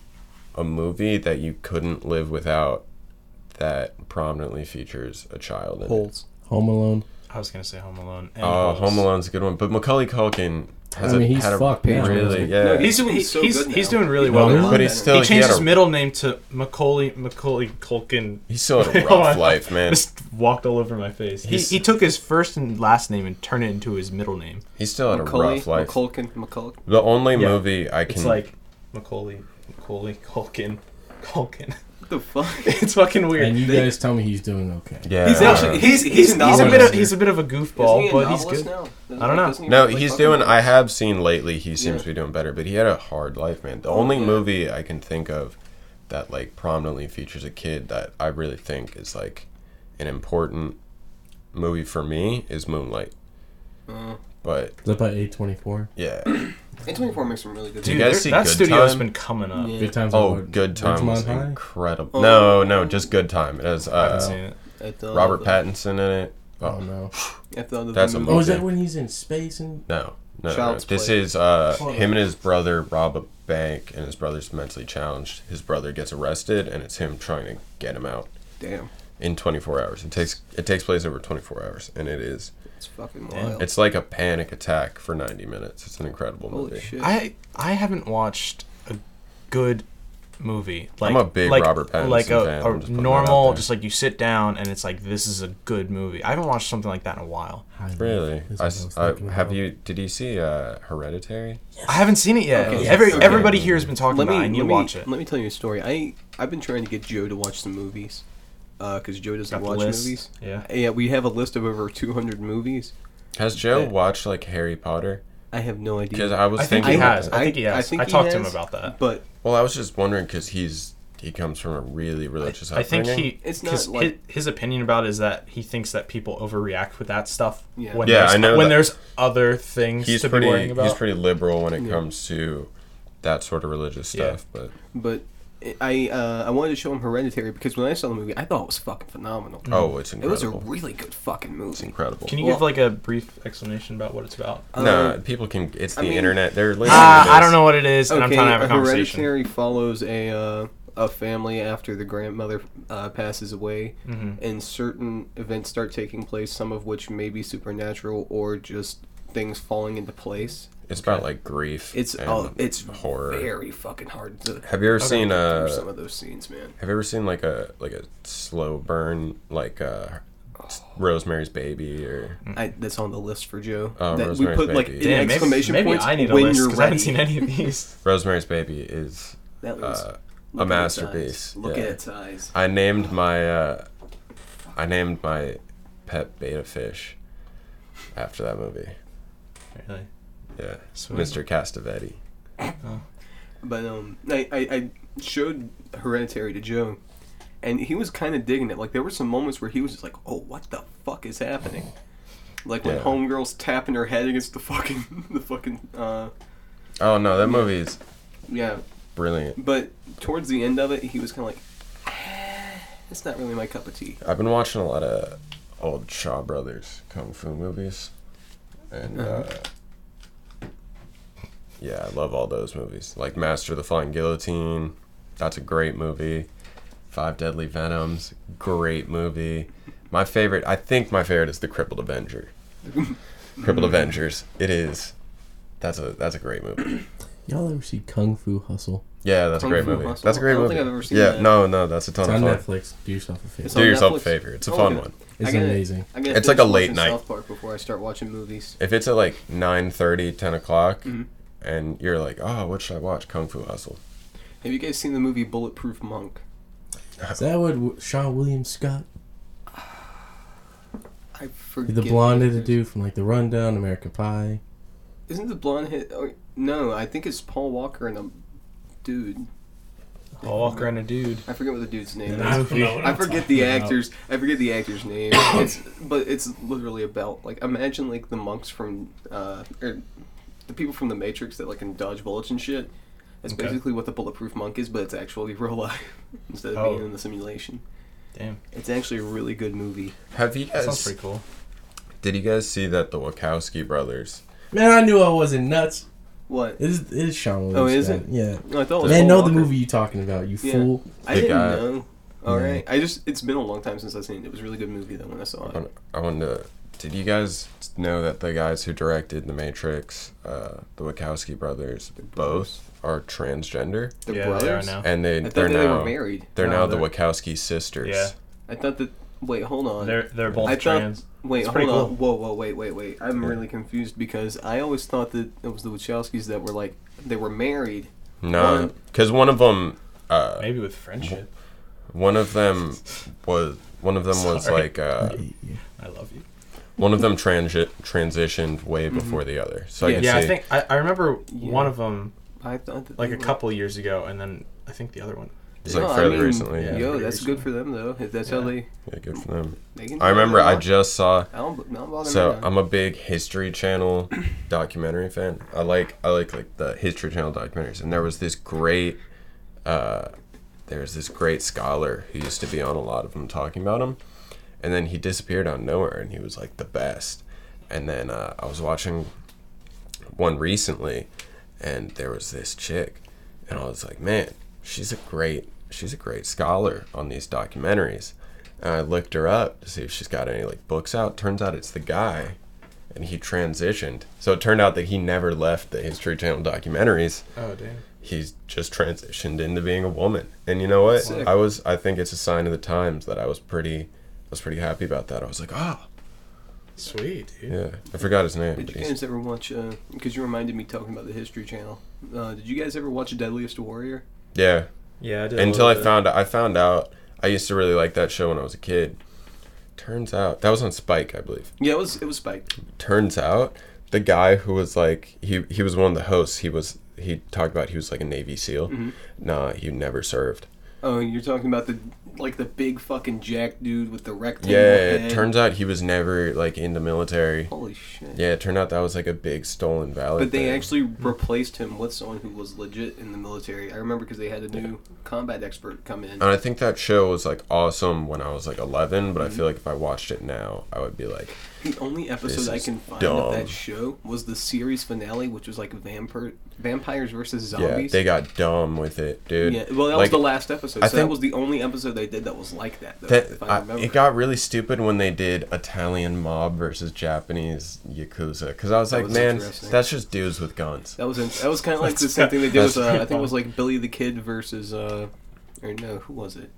[SPEAKER 2] a movie that you couldn't live without that prominently features a child in it.
[SPEAKER 3] Holes.
[SPEAKER 1] Home Alone.
[SPEAKER 4] I was gonna say Home Alone. and
[SPEAKER 2] Oh,
[SPEAKER 4] Holes.
[SPEAKER 2] Home Alone's a good one, but Macaulay Culkin has
[SPEAKER 1] I mean,
[SPEAKER 2] a,
[SPEAKER 1] he's
[SPEAKER 2] had a
[SPEAKER 1] fucked, man.
[SPEAKER 2] really yeah.
[SPEAKER 3] No, He's
[SPEAKER 4] He's doing,
[SPEAKER 3] so
[SPEAKER 4] he's,
[SPEAKER 3] good now.
[SPEAKER 4] he's doing really
[SPEAKER 3] He's
[SPEAKER 4] well.
[SPEAKER 1] doing
[SPEAKER 4] now.
[SPEAKER 2] but he's still
[SPEAKER 4] he
[SPEAKER 2] he
[SPEAKER 4] changed
[SPEAKER 2] had
[SPEAKER 4] his
[SPEAKER 2] a-
[SPEAKER 4] middle name to Macaulay Macaulay Culkin.
[SPEAKER 2] He still had a
[SPEAKER 4] Hold
[SPEAKER 2] rough
[SPEAKER 4] on.
[SPEAKER 2] life, man.
[SPEAKER 4] Just walked all over my face. He,
[SPEAKER 2] He's-
[SPEAKER 4] he took his first and last name and turned it into his middle name.
[SPEAKER 2] He still had a
[SPEAKER 3] Macaulay,
[SPEAKER 2] rough life.
[SPEAKER 3] McCulkin, McCulkin.
[SPEAKER 2] The only
[SPEAKER 4] Yeah.
[SPEAKER 2] movie I
[SPEAKER 4] It's
[SPEAKER 2] can
[SPEAKER 4] like Macaulay Macaulay Culkin Culkin.
[SPEAKER 3] What the fuck?
[SPEAKER 4] it's fucking weird.
[SPEAKER 1] And you
[SPEAKER 3] They-
[SPEAKER 1] guys tell me he's doing okay.
[SPEAKER 2] yeah.
[SPEAKER 4] He's actually he's
[SPEAKER 3] He's a
[SPEAKER 4] he's, he's, a bit of,
[SPEAKER 1] novelist.
[SPEAKER 4] he's a bit of a goofball, but he's good. I don't know.
[SPEAKER 2] no, he's doing. I have seen lately. He seems
[SPEAKER 3] Yeah.
[SPEAKER 2] to be doing better, but he had a hard life, man. The only
[SPEAKER 3] yeah.
[SPEAKER 2] movie I can think of that like prominently features a kid that I really think is like an important movie for me is Moonlight. But
[SPEAKER 1] Is that by eight twenty four?
[SPEAKER 2] yeah,
[SPEAKER 3] Uh, A twenty four makes some really good.
[SPEAKER 2] Do
[SPEAKER 4] Dude,
[SPEAKER 2] you guys
[SPEAKER 4] there-
[SPEAKER 2] see
[SPEAKER 4] that
[SPEAKER 2] Good
[SPEAKER 4] studio's
[SPEAKER 2] Time?
[SPEAKER 4] been coming up.
[SPEAKER 3] Yeah.
[SPEAKER 1] Good times.
[SPEAKER 2] oh,
[SPEAKER 1] on-
[SPEAKER 2] Good Time was
[SPEAKER 1] Ridgemont High?
[SPEAKER 2] incredible.
[SPEAKER 3] Oh.
[SPEAKER 2] No, no, just Good Time. It has
[SPEAKER 4] I haven't
[SPEAKER 2] uh,
[SPEAKER 4] seen it.
[SPEAKER 2] Robert Pattinson in it.
[SPEAKER 1] Oh
[SPEAKER 2] Oh
[SPEAKER 1] no.
[SPEAKER 2] That's a
[SPEAKER 1] Oh, is
[SPEAKER 2] Okay.
[SPEAKER 1] that when he's in space and?
[SPEAKER 2] no, no, no.
[SPEAKER 3] Child's
[SPEAKER 2] this
[SPEAKER 3] Play.
[SPEAKER 2] is uh,
[SPEAKER 1] Oh.
[SPEAKER 2] him and his brother rob a bank, and his brother's mentally challenged. His brother gets arrested, and it's him trying to get him out
[SPEAKER 3] Damn,
[SPEAKER 2] in 24 hours. It takes it takes place over 24 hours, and it is
[SPEAKER 3] it's fucking
[SPEAKER 4] Damn.
[SPEAKER 3] wild.
[SPEAKER 2] it's like a panic attack for 90 minutes. It's an incredible
[SPEAKER 3] Holy
[SPEAKER 2] movie.
[SPEAKER 3] shit.
[SPEAKER 4] I I haven't watched a good movie. Like,
[SPEAKER 2] I'm a big
[SPEAKER 4] like,
[SPEAKER 2] Robert Pattinson
[SPEAKER 4] like a,
[SPEAKER 2] fan,
[SPEAKER 4] a
[SPEAKER 2] I'm just putting that out
[SPEAKER 4] normal,
[SPEAKER 2] there.
[SPEAKER 4] just like you sit down and it's like this is a good movie. I haven't watched something like that in a while.
[SPEAKER 2] Really?
[SPEAKER 1] That's what
[SPEAKER 2] I
[SPEAKER 1] I
[SPEAKER 2] s
[SPEAKER 1] was
[SPEAKER 2] I
[SPEAKER 1] thinking
[SPEAKER 2] have
[SPEAKER 1] about.
[SPEAKER 2] you? Did you see uh, Hereditary?
[SPEAKER 4] I haven't seen it yet.
[SPEAKER 3] Okay.
[SPEAKER 4] Every
[SPEAKER 3] Okay.
[SPEAKER 4] everybody here has been talking
[SPEAKER 3] let me
[SPEAKER 4] about. it. I need to
[SPEAKER 3] let me,
[SPEAKER 4] watch it.
[SPEAKER 3] Let me tell you a story. I I've been trying to get Joe to watch some movies, because Joe doesn't
[SPEAKER 4] Got the
[SPEAKER 3] watch
[SPEAKER 4] list.
[SPEAKER 3] movies.
[SPEAKER 4] Yeah.
[SPEAKER 3] Yeah, we have a list of over two hundred movies.
[SPEAKER 2] Has Joe
[SPEAKER 3] Yeah.
[SPEAKER 2] watched like Harry Potter?
[SPEAKER 3] I have no idea.
[SPEAKER 2] Because I was
[SPEAKER 4] I think he
[SPEAKER 2] thinking.
[SPEAKER 4] has. I think he has. I
[SPEAKER 3] he
[SPEAKER 4] talked to him
[SPEAKER 3] has,
[SPEAKER 4] about that.
[SPEAKER 3] But
[SPEAKER 2] Well, I was just wondering because he's he comes from a really religious
[SPEAKER 4] I think
[SPEAKER 2] upbringing.
[SPEAKER 4] he.
[SPEAKER 3] It's
[SPEAKER 4] It's
[SPEAKER 3] not
[SPEAKER 4] not
[SPEAKER 3] like-
[SPEAKER 4] his, opinion about it is that he thinks that people overreact with that stuff.
[SPEAKER 3] Yeah.
[SPEAKER 4] When
[SPEAKER 2] Yeah,
[SPEAKER 4] there's,
[SPEAKER 2] I know
[SPEAKER 4] When
[SPEAKER 2] that.
[SPEAKER 4] there's other things
[SPEAKER 2] he's
[SPEAKER 4] to be worrying
[SPEAKER 2] pretty
[SPEAKER 4] about.
[SPEAKER 2] he's pretty liberal when it comes to that sort of religious
[SPEAKER 4] Yeah.
[SPEAKER 2] stuff. But
[SPEAKER 3] but I uh, I wanted to show him Hereditary because when I saw the movie, I thought it was fucking phenomenal.
[SPEAKER 2] oh, it's
[SPEAKER 3] it was a
[SPEAKER 2] incredible.
[SPEAKER 3] really good fucking movie.
[SPEAKER 2] incredible.
[SPEAKER 4] Mm. Can you give
[SPEAKER 3] Well-
[SPEAKER 4] like a brief explanation about what it's about?
[SPEAKER 3] Um,
[SPEAKER 2] no, people can. It's the
[SPEAKER 3] I mean-
[SPEAKER 2] internet. They're listening.
[SPEAKER 4] Uh,
[SPEAKER 2] to
[SPEAKER 4] I
[SPEAKER 2] this.
[SPEAKER 4] don't know what it is, and I'm trying to have a conversation.
[SPEAKER 3] Hereditary follows a uh, a family after the grandmother uh, passes away,
[SPEAKER 4] Mm-hmm.
[SPEAKER 3] and certain events start taking place. Some of which may be supernatural or just things falling into place.
[SPEAKER 2] It's about like grief.
[SPEAKER 3] It's
[SPEAKER 2] and
[SPEAKER 3] oh, it's
[SPEAKER 2] horror.
[SPEAKER 3] very fucking hard to.
[SPEAKER 2] Have you ever
[SPEAKER 4] Okay.
[SPEAKER 2] seen
[SPEAKER 3] through
[SPEAKER 2] uh
[SPEAKER 3] some of those scenes, man.
[SPEAKER 2] Have you ever seen like a like a slow burn like uh Rosemary's Baby or
[SPEAKER 3] I, that's on the list for Joe.
[SPEAKER 2] Oh,
[SPEAKER 3] that we
[SPEAKER 2] Rosemary's
[SPEAKER 3] put like
[SPEAKER 2] Baby.
[SPEAKER 3] in
[SPEAKER 4] Mm. Damn, maybe-
[SPEAKER 3] exclamation
[SPEAKER 4] maybe,
[SPEAKER 3] points
[SPEAKER 4] I need a
[SPEAKER 3] when
[SPEAKER 4] list
[SPEAKER 3] you're
[SPEAKER 4] 'cause I haven't
[SPEAKER 3] ready.
[SPEAKER 4] seen any of these.
[SPEAKER 2] Rosemary's Baby is
[SPEAKER 3] that was
[SPEAKER 2] uh,
[SPEAKER 3] look
[SPEAKER 2] a
[SPEAKER 3] at its
[SPEAKER 2] masterpiece.
[SPEAKER 3] eyes. Look
[SPEAKER 2] yeah.
[SPEAKER 3] at its eyes.
[SPEAKER 2] I named my uh, I named my pet beta fish after that movie.
[SPEAKER 4] Really?
[SPEAKER 2] Yeah,
[SPEAKER 4] Sweet.
[SPEAKER 2] Mr. Castavetti.
[SPEAKER 3] But um, I, I, I showed Hereditary to Joe, and he was kind of digging it. Like there were some moments where he was just like, "Oh, what the fuck is happening?" Like when
[SPEAKER 2] Yeah.
[SPEAKER 3] Homegirl's tapping her head against the fucking the fucking uh,
[SPEAKER 2] Oh no, that movie is
[SPEAKER 3] yeah.
[SPEAKER 2] brilliant.
[SPEAKER 3] But towards the end of it, he was kind of like, "Ah, "It's not really my cup of tea."
[SPEAKER 2] I've been watching a lot of old Shaw Brothers kung fu movies, and uh,
[SPEAKER 3] Uh-huh.
[SPEAKER 2] yeah, I love all those movies. Like Master of the Flying Guillotine, that's a great movie. Five Deadly Venoms, great movie. My favorite, I think my favorite is The Crippled Avenger. Crippled Avengers, it is. That's a that's a great movie.
[SPEAKER 1] Y'all ever see Kung Fu Hustle?
[SPEAKER 2] Yeah, that's
[SPEAKER 3] Kung
[SPEAKER 2] a great
[SPEAKER 3] Fu
[SPEAKER 2] movie.
[SPEAKER 3] Hustle?
[SPEAKER 2] That's a great
[SPEAKER 3] I don't
[SPEAKER 2] movie.
[SPEAKER 3] think I've ever seen
[SPEAKER 2] yeah,
[SPEAKER 3] that.
[SPEAKER 2] no, no, that's a
[SPEAKER 1] It's
[SPEAKER 2] ton
[SPEAKER 1] on
[SPEAKER 2] of fun.
[SPEAKER 1] Netflix. Do yourself a favor.
[SPEAKER 3] It's
[SPEAKER 2] Do
[SPEAKER 3] on
[SPEAKER 2] yourself a
[SPEAKER 3] Netflix?
[SPEAKER 2] favor. It's a
[SPEAKER 3] Oh,
[SPEAKER 2] fun
[SPEAKER 3] okay.
[SPEAKER 2] one.
[SPEAKER 3] I
[SPEAKER 1] It's
[SPEAKER 3] gotta-
[SPEAKER 1] amazing.
[SPEAKER 3] I gotta
[SPEAKER 2] It's
[SPEAKER 3] finish
[SPEAKER 2] like a late
[SPEAKER 3] watching
[SPEAKER 2] night.
[SPEAKER 3] South Park before I start watching movies.
[SPEAKER 2] if it's at like 9 10 o'clock
[SPEAKER 4] Mm-hmm.
[SPEAKER 2] and you're like oh what should i watch kung fu hustle
[SPEAKER 3] Have you guys seen the movie Bulletproof Monk?
[SPEAKER 1] Is that what W- Sean William Scott,
[SPEAKER 3] I forget
[SPEAKER 1] the blonde
[SPEAKER 3] who it
[SPEAKER 1] headed
[SPEAKER 3] is.
[SPEAKER 1] dude from like The Rundown, American Pie?
[SPEAKER 3] Isn't the blonde hit? Or, no, I think it's Paul Walker and a dude.
[SPEAKER 4] Paul Walker and a dude.
[SPEAKER 3] I forget what the dude's name
[SPEAKER 1] I
[SPEAKER 3] is.
[SPEAKER 1] don't know what
[SPEAKER 3] I
[SPEAKER 1] I'm
[SPEAKER 3] forget
[SPEAKER 1] talking
[SPEAKER 3] the
[SPEAKER 1] about.
[SPEAKER 3] actors. I forget the actor's name. It's but it's literally about like imagine like the monks from uh or the people from the Matrix that like can dodge bullets and shit. That's
[SPEAKER 4] Okay.
[SPEAKER 3] basically what the bulletproof monk is, but it's actually real life instead of
[SPEAKER 4] Oh.
[SPEAKER 3] being in the simulation.
[SPEAKER 4] Damn,
[SPEAKER 3] It's actually a really good movie.
[SPEAKER 2] have you
[SPEAKER 4] that sounds
[SPEAKER 2] guys
[SPEAKER 4] pretty cool.
[SPEAKER 2] did you guys see that the wachowski brothers
[SPEAKER 1] Man, I knew I wasn't nuts.
[SPEAKER 3] What?
[SPEAKER 1] It is, it is Sean Williams.
[SPEAKER 3] Oh, is
[SPEAKER 1] Scott. Yeah.
[SPEAKER 3] No, I thought it was
[SPEAKER 1] They
[SPEAKER 3] Paul
[SPEAKER 1] know
[SPEAKER 3] Walker.
[SPEAKER 1] the movie you talking about, you
[SPEAKER 3] Yeah.
[SPEAKER 1] fool.
[SPEAKER 3] I
[SPEAKER 2] They
[SPEAKER 3] didn't
[SPEAKER 2] got-
[SPEAKER 3] know. All
[SPEAKER 1] Yeah.
[SPEAKER 3] right. I just it's been a long time since I've seen it. It was a really good movie though when I saw it.
[SPEAKER 2] I wonder, did you guys know that the guys who directed The Matrix, uh, the Wachowski brothers, both are transgender,
[SPEAKER 3] The
[SPEAKER 4] yeah,
[SPEAKER 3] brothers.
[SPEAKER 4] they are now.
[SPEAKER 2] and they
[SPEAKER 3] I thought
[SPEAKER 2] they're
[SPEAKER 3] that they were
[SPEAKER 2] now
[SPEAKER 3] married.
[SPEAKER 2] they're
[SPEAKER 4] Oh. No,
[SPEAKER 2] now the
[SPEAKER 4] they're-
[SPEAKER 2] Wachowski sisters.
[SPEAKER 4] Yeah.
[SPEAKER 3] I thought that. Wait, hold on.
[SPEAKER 4] They're they're both
[SPEAKER 3] I thought-
[SPEAKER 4] trans.
[SPEAKER 3] wait,
[SPEAKER 4] it's
[SPEAKER 3] hold
[SPEAKER 4] pretty
[SPEAKER 3] on.
[SPEAKER 4] cool.
[SPEAKER 3] Whoa, whoa, wait, wait, wait. I'm
[SPEAKER 2] Yeah.
[SPEAKER 3] really confused because I always thought that it was the Wachowskis that were like they were married.
[SPEAKER 2] No,
[SPEAKER 3] One-
[SPEAKER 2] because one of them, uh,
[SPEAKER 4] Maybe with friendship.
[SPEAKER 2] one of them was one of them was
[SPEAKER 4] Sorry.
[SPEAKER 2] like uh,
[SPEAKER 4] I love you.
[SPEAKER 2] one of them transi- transitioned way before the other. So I
[SPEAKER 3] Yeah.
[SPEAKER 2] can
[SPEAKER 4] Mm-hmm. Yeah, I
[SPEAKER 2] see.
[SPEAKER 4] think I, I remember
[SPEAKER 3] Yeah.
[SPEAKER 4] one of them
[SPEAKER 3] I thought that
[SPEAKER 4] like
[SPEAKER 3] they
[SPEAKER 4] a
[SPEAKER 3] were-
[SPEAKER 4] couple years ago, and then I think the other one.
[SPEAKER 2] It's like fairly recently,
[SPEAKER 4] yeah.
[SPEAKER 3] Yo,
[SPEAKER 4] Pretty
[SPEAKER 3] that's good for them though. If that's how
[SPEAKER 4] Yeah.
[SPEAKER 3] they,
[SPEAKER 2] yeah, good for them.
[SPEAKER 3] they can.
[SPEAKER 2] I remember I just saw
[SPEAKER 3] I don't, I don't bother
[SPEAKER 2] So
[SPEAKER 3] me now.
[SPEAKER 2] I'm a big History Channel documentary fan. I like I like like the History Channel documentaries, and there was this great, uh, there was this great scholar who used to be on a lot of them talking about him, and then he disappeared out of nowhere, and he was like the best. And then uh, I was watching one recently, and there was this chick, and I was like, man, she's a great she's a great scholar on these documentaries. And I looked her up to see if she's got any like books out. Turns out it's the guy, and he transitioned. So it turned out that he never left the History Channel documentaries.
[SPEAKER 4] Oh damn.
[SPEAKER 2] He's just transitioned into being a woman. And you know what?
[SPEAKER 3] Sick.
[SPEAKER 2] I was I think it's a sign of the times that I was pretty I was pretty happy about that. I was like, oh
[SPEAKER 4] Sweet, dude.
[SPEAKER 2] yeah. I forgot his name.
[SPEAKER 3] Did
[SPEAKER 2] but
[SPEAKER 3] you
[SPEAKER 2] he's-
[SPEAKER 3] guys ever watch? Because you reminded me talking about the History Channel. Uh, did you guys ever watch Deadliest Warrior?
[SPEAKER 2] yeah.
[SPEAKER 4] Yeah, I did. a
[SPEAKER 2] Until
[SPEAKER 4] little
[SPEAKER 2] I
[SPEAKER 4] bit.
[SPEAKER 2] found I found out I used to really like that show when I was a kid. Turns out that was on Spike, I believe.
[SPEAKER 3] Yeah, it was it was Spike.
[SPEAKER 2] turns out the guy who was like he he was one of the hosts he was he talked about he was like a navy seal
[SPEAKER 3] Mm-hmm.
[SPEAKER 2] nah he never served
[SPEAKER 3] Oh, you're talking about the like the big fucking jack dude with the rectangle
[SPEAKER 2] yeah
[SPEAKER 3] head.
[SPEAKER 2] it turns out he was never like in the military
[SPEAKER 3] Holy shit.
[SPEAKER 2] yeah it turned out that was like a big stolen valor
[SPEAKER 3] But they
[SPEAKER 2] thing.
[SPEAKER 3] actually replaced him with someone who was legit in the military. I remember because they had a new combat expert come in.
[SPEAKER 2] and i think that show was like awesome when i was like 11 but
[SPEAKER 3] Mm-hmm.
[SPEAKER 2] i feel like if i watched it now i would be like
[SPEAKER 3] The only
[SPEAKER 2] This
[SPEAKER 3] episode I
[SPEAKER 2] is
[SPEAKER 3] can find
[SPEAKER 2] dumb.
[SPEAKER 3] of that show was the series finale, which was like vampire vampires versus
[SPEAKER 2] yeah
[SPEAKER 3] zombies.
[SPEAKER 2] they got dumb with it dude
[SPEAKER 3] Yeah, well, that was
[SPEAKER 2] Like,
[SPEAKER 3] the last episode.
[SPEAKER 2] I
[SPEAKER 3] so
[SPEAKER 2] think-
[SPEAKER 3] that was the only episode they did that was like that, though,
[SPEAKER 2] That,
[SPEAKER 3] if I
[SPEAKER 2] I,
[SPEAKER 3] remember.
[SPEAKER 2] it got really stupid when they did Italian mob versus Japanese yakuza, because I was
[SPEAKER 3] That
[SPEAKER 2] like,
[SPEAKER 3] was
[SPEAKER 2] man,
[SPEAKER 3] interesting.
[SPEAKER 2] that's just dudes with guns.
[SPEAKER 3] that was in, that was kind of like the same thing they did with uh,
[SPEAKER 4] That's-
[SPEAKER 3] I think it was like Billy the Kid versus uh, or no, who was it?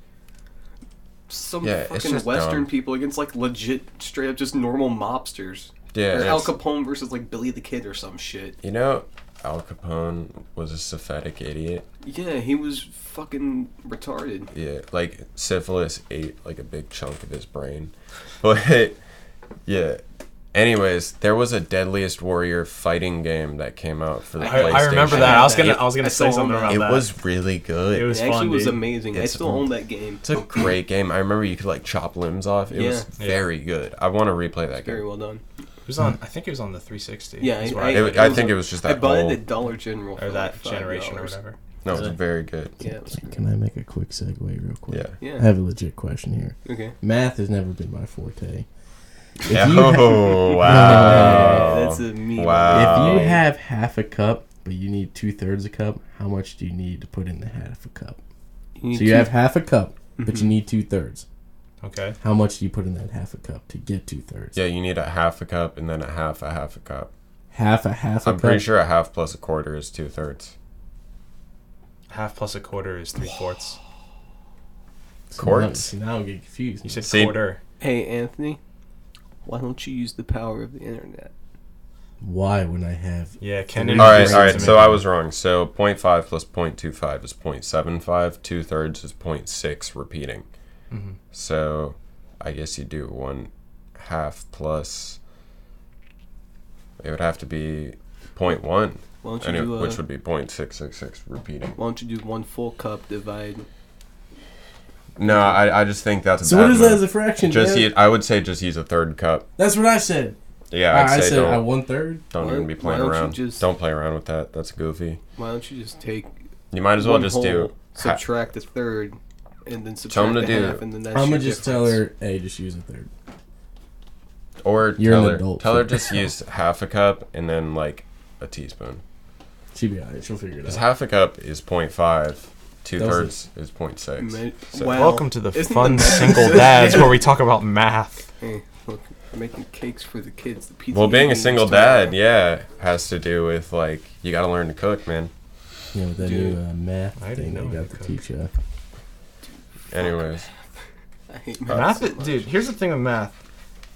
[SPEAKER 3] Some
[SPEAKER 2] Yeah, it's
[SPEAKER 3] fucking
[SPEAKER 2] just
[SPEAKER 3] Western
[SPEAKER 2] dumb.
[SPEAKER 3] people against like legit, straight up, just normal mobsters.
[SPEAKER 2] Yeah,
[SPEAKER 3] or Al
[SPEAKER 2] it's-
[SPEAKER 3] Capone versus like Billy the Kid or some shit.
[SPEAKER 2] You know, Al Capone was a syphilitic idiot.
[SPEAKER 3] Yeah, he was fucking retarded.
[SPEAKER 2] Yeah, like syphilis ate like a big chunk of his brain. But yeah. Anyways, there was a Deadliest Warrior fighting game that came out for the
[SPEAKER 4] I,
[SPEAKER 2] PlayStation.
[SPEAKER 4] I remember that. I was gonna
[SPEAKER 2] It,
[SPEAKER 4] I was gonna
[SPEAKER 3] I
[SPEAKER 4] say
[SPEAKER 3] saw
[SPEAKER 4] something
[SPEAKER 3] that.
[SPEAKER 4] about
[SPEAKER 2] it
[SPEAKER 4] that.
[SPEAKER 2] was really good.
[SPEAKER 4] It was
[SPEAKER 3] It actually
[SPEAKER 4] fun,
[SPEAKER 3] was
[SPEAKER 4] dude.
[SPEAKER 3] amazing. I
[SPEAKER 2] It's
[SPEAKER 3] still
[SPEAKER 2] fun.
[SPEAKER 3] own that game.
[SPEAKER 2] It's a great game. I remember you could like chop limbs off. It was
[SPEAKER 4] Yeah.
[SPEAKER 2] very good. I want to replay that
[SPEAKER 3] Very
[SPEAKER 2] game.
[SPEAKER 3] well done.
[SPEAKER 4] It was on. I think it was on the 360.
[SPEAKER 3] Yeah,
[SPEAKER 4] is
[SPEAKER 3] I-
[SPEAKER 4] what
[SPEAKER 3] I-
[SPEAKER 2] It,
[SPEAKER 4] heard.
[SPEAKER 2] wa- I think it was just
[SPEAKER 3] I
[SPEAKER 2] that
[SPEAKER 3] bought it
[SPEAKER 2] whole.
[SPEAKER 3] at Dollar General for
[SPEAKER 4] or
[SPEAKER 3] like
[SPEAKER 4] that
[SPEAKER 3] five
[SPEAKER 4] generation or
[SPEAKER 3] dollars.
[SPEAKER 4] whatever.
[SPEAKER 2] No, it was very good.
[SPEAKER 3] Yeah, it was
[SPEAKER 1] Can I make a quick segue real quick?
[SPEAKER 2] Yeah.
[SPEAKER 1] I
[SPEAKER 3] Yeah.
[SPEAKER 1] have a legit question here.
[SPEAKER 3] Okay.
[SPEAKER 1] Math has never been my forte. If you,
[SPEAKER 2] Oh
[SPEAKER 1] Wow.
[SPEAKER 2] wow!
[SPEAKER 3] That's a meme.
[SPEAKER 2] Wow.
[SPEAKER 1] if you have half a cup, but you need two thirds a cup, how much do you need to put in the half a cup? So you have half a cup, but
[SPEAKER 3] Mm-hmm.
[SPEAKER 1] you need two thirds.
[SPEAKER 4] Okay.
[SPEAKER 1] How much do you put in that half a cup to get two thirds?
[SPEAKER 2] yeah, you need a half a cup and then a half a half a cup.
[SPEAKER 1] Half a half a
[SPEAKER 2] I'm
[SPEAKER 1] cup.
[SPEAKER 2] pretty sure a half plus a quarter is two thirds.
[SPEAKER 4] Half plus a quarter is three fourths.
[SPEAKER 1] So
[SPEAKER 2] quarts.
[SPEAKER 1] now- See, now I'm getting confused.
[SPEAKER 4] You said
[SPEAKER 2] See-
[SPEAKER 4] quarter.
[SPEAKER 3] Hey Anthony, why don't you use the power of the internet?
[SPEAKER 1] Why when I have
[SPEAKER 4] Yeah,
[SPEAKER 1] All
[SPEAKER 4] Kenan.
[SPEAKER 2] All right,
[SPEAKER 1] Just
[SPEAKER 2] all
[SPEAKER 1] to
[SPEAKER 2] right.
[SPEAKER 1] make
[SPEAKER 2] So I was wrong. So 0.5 plus 0.25 is 0.75. Two thirds is 0.6 repeating.
[SPEAKER 1] Mm-hmm.
[SPEAKER 4] Mhm.
[SPEAKER 2] So I guess you do one half plus. It would have to be 0.1,
[SPEAKER 3] Why don't you
[SPEAKER 2] and it,
[SPEAKER 3] do uh,
[SPEAKER 2] which would be 0.666 repeating.
[SPEAKER 3] Why don't you do one full cup divide?
[SPEAKER 2] No, I, I just think that's a
[SPEAKER 1] So
[SPEAKER 2] bad
[SPEAKER 1] what is that
[SPEAKER 2] move.
[SPEAKER 1] as a fraction?
[SPEAKER 2] Just
[SPEAKER 1] man?
[SPEAKER 2] eat, I would say just use a third cup.
[SPEAKER 1] That's what I said.
[SPEAKER 2] Yeah, I'd
[SPEAKER 1] Ah, I, I
[SPEAKER 2] say
[SPEAKER 1] said
[SPEAKER 2] don't,
[SPEAKER 1] I one third.
[SPEAKER 2] don't
[SPEAKER 3] Why-
[SPEAKER 2] even be
[SPEAKER 3] why
[SPEAKER 2] playing
[SPEAKER 3] don't you
[SPEAKER 2] around.
[SPEAKER 3] just-
[SPEAKER 2] Don't play around with that. That's goofy.
[SPEAKER 3] Why don't you just take
[SPEAKER 2] You might as well
[SPEAKER 3] one
[SPEAKER 2] just
[SPEAKER 3] whole,
[SPEAKER 2] do. ha-
[SPEAKER 3] subtract the third, and then subtract
[SPEAKER 2] Tell 'em
[SPEAKER 3] the
[SPEAKER 2] to do-
[SPEAKER 3] half, and then that's
[SPEAKER 1] I'm
[SPEAKER 3] your
[SPEAKER 1] gonna just tell
[SPEAKER 3] difference.
[SPEAKER 1] her, hey, just use a third.
[SPEAKER 2] Or
[SPEAKER 1] You're
[SPEAKER 2] tell
[SPEAKER 1] an
[SPEAKER 2] her,
[SPEAKER 1] adult
[SPEAKER 2] tell her
[SPEAKER 1] for
[SPEAKER 2] just
[SPEAKER 1] yourself.
[SPEAKER 2] use half a cup and then like a teaspoon.
[SPEAKER 1] She'll be alright. She'll figure it
[SPEAKER 2] Because
[SPEAKER 1] out.
[SPEAKER 2] half a cup is 0.5, two
[SPEAKER 1] Doses.
[SPEAKER 2] thirds is 0.6.
[SPEAKER 3] Ma-
[SPEAKER 2] So-
[SPEAKER 3] wow.
[SPEAKER 4] Welcome to the
[SPEAKER 3] Isn't
[SPEAKER 4] fun
[SPEAKER 3] the-
[SPEAKER 4] single dads where we talk about math.
[SPEAKER 3] Hey, look, I'm making cakes for the kids. The pizza
[SPEAKER 2] Well, being a
[SPEAKER 3] eating
[SPEAKER 2] single
[SPEAKER 3] tomorrow.
[SPEAKER 2] dad, yeah, has to do with like you got to learn to cook, man.
[SPEAKER 1] You know, with that
[SPEAKER 3] Dude,
[SPEAKER 1] new uh, math
[SPEAKER 4] I didn't
[SPEAKER 1] thing that
[SPEAKER 4] know
[SPEAKER 1] you
[SPEAKER 4] you
[SPEAKER 1] got to
[SPEAKER 4] could.
[SPEAKER 1] teach you.
[SPEAKER 2] Anyways,
[SPEAKER 3] I hate
[SPEAKER 4] math,
[SPEAKER 3] math. so much.
[SPEAKER 4] dude. Here's the thing with math.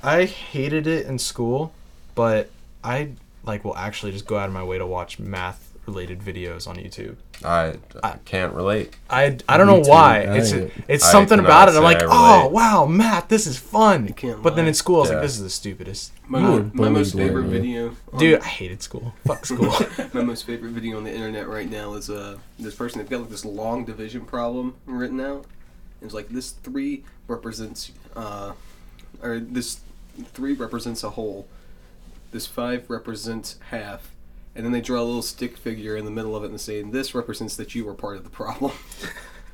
[SPEAKER 4] I hated it in school, but I like will actually just go out of my way to watch math related videos on YouTube.
[SPEAKER 2] I, I can't relate.
[SPEAKER 4] I, I don't
[SPEAKER 1] Me
[SPEAKER 4] know
[SPEAKER 1] too.
[SPEAKER 4] why.
[SPEAKER 1] I
[SPEAKER 4] It's
[SPEAKER 1] think-
[SPEAKER 4] it's
[SPEAKER 2] I
[SPEAKER 4] something
[SPEAKER 2] cannot
[SPEAKER 4] about it. I'm
[SPEAKER 2] say
[SPEAKER 4] like,
[SPEAKER 2] I
[SPEAKER 4] oh
[SPEAKER 2] relate."
[SPEAKER 4] wow, math, this is fun.
[SPEAKER 3] can't
[SPEAKER 4] But then
[SPEAKER 3] lie.
[SPEAKER 4] in school, I was
[SPEAKER 2] Yeah.
[SPEAKER 4] like, this is the stupidest.
[SPEAKER 3] My,
[SPEAKER 1] You
[SPEAKER 3] mo-
[SPEAKER 1] were
[SPEAKER 3] my
[SPEAKER 1] bullied,
[SPEAKER 3] most
[SPEAKER 1] weren't
[SPEAKER 3] favorite
[SPEAKER 1] you?
[SPEAKER 3] video. on-
[SPEAKER 4] Dude, I hated school. Fuck school.
[SPEAKER 3] my most favorite video on the internet right now is uh this person they've got like this long division problem written out. It's like this three represents uh or this three represents a whole. This five represents half. And then they draw a little stick figure in the middle of it and say, "This represents that you were part of the problem."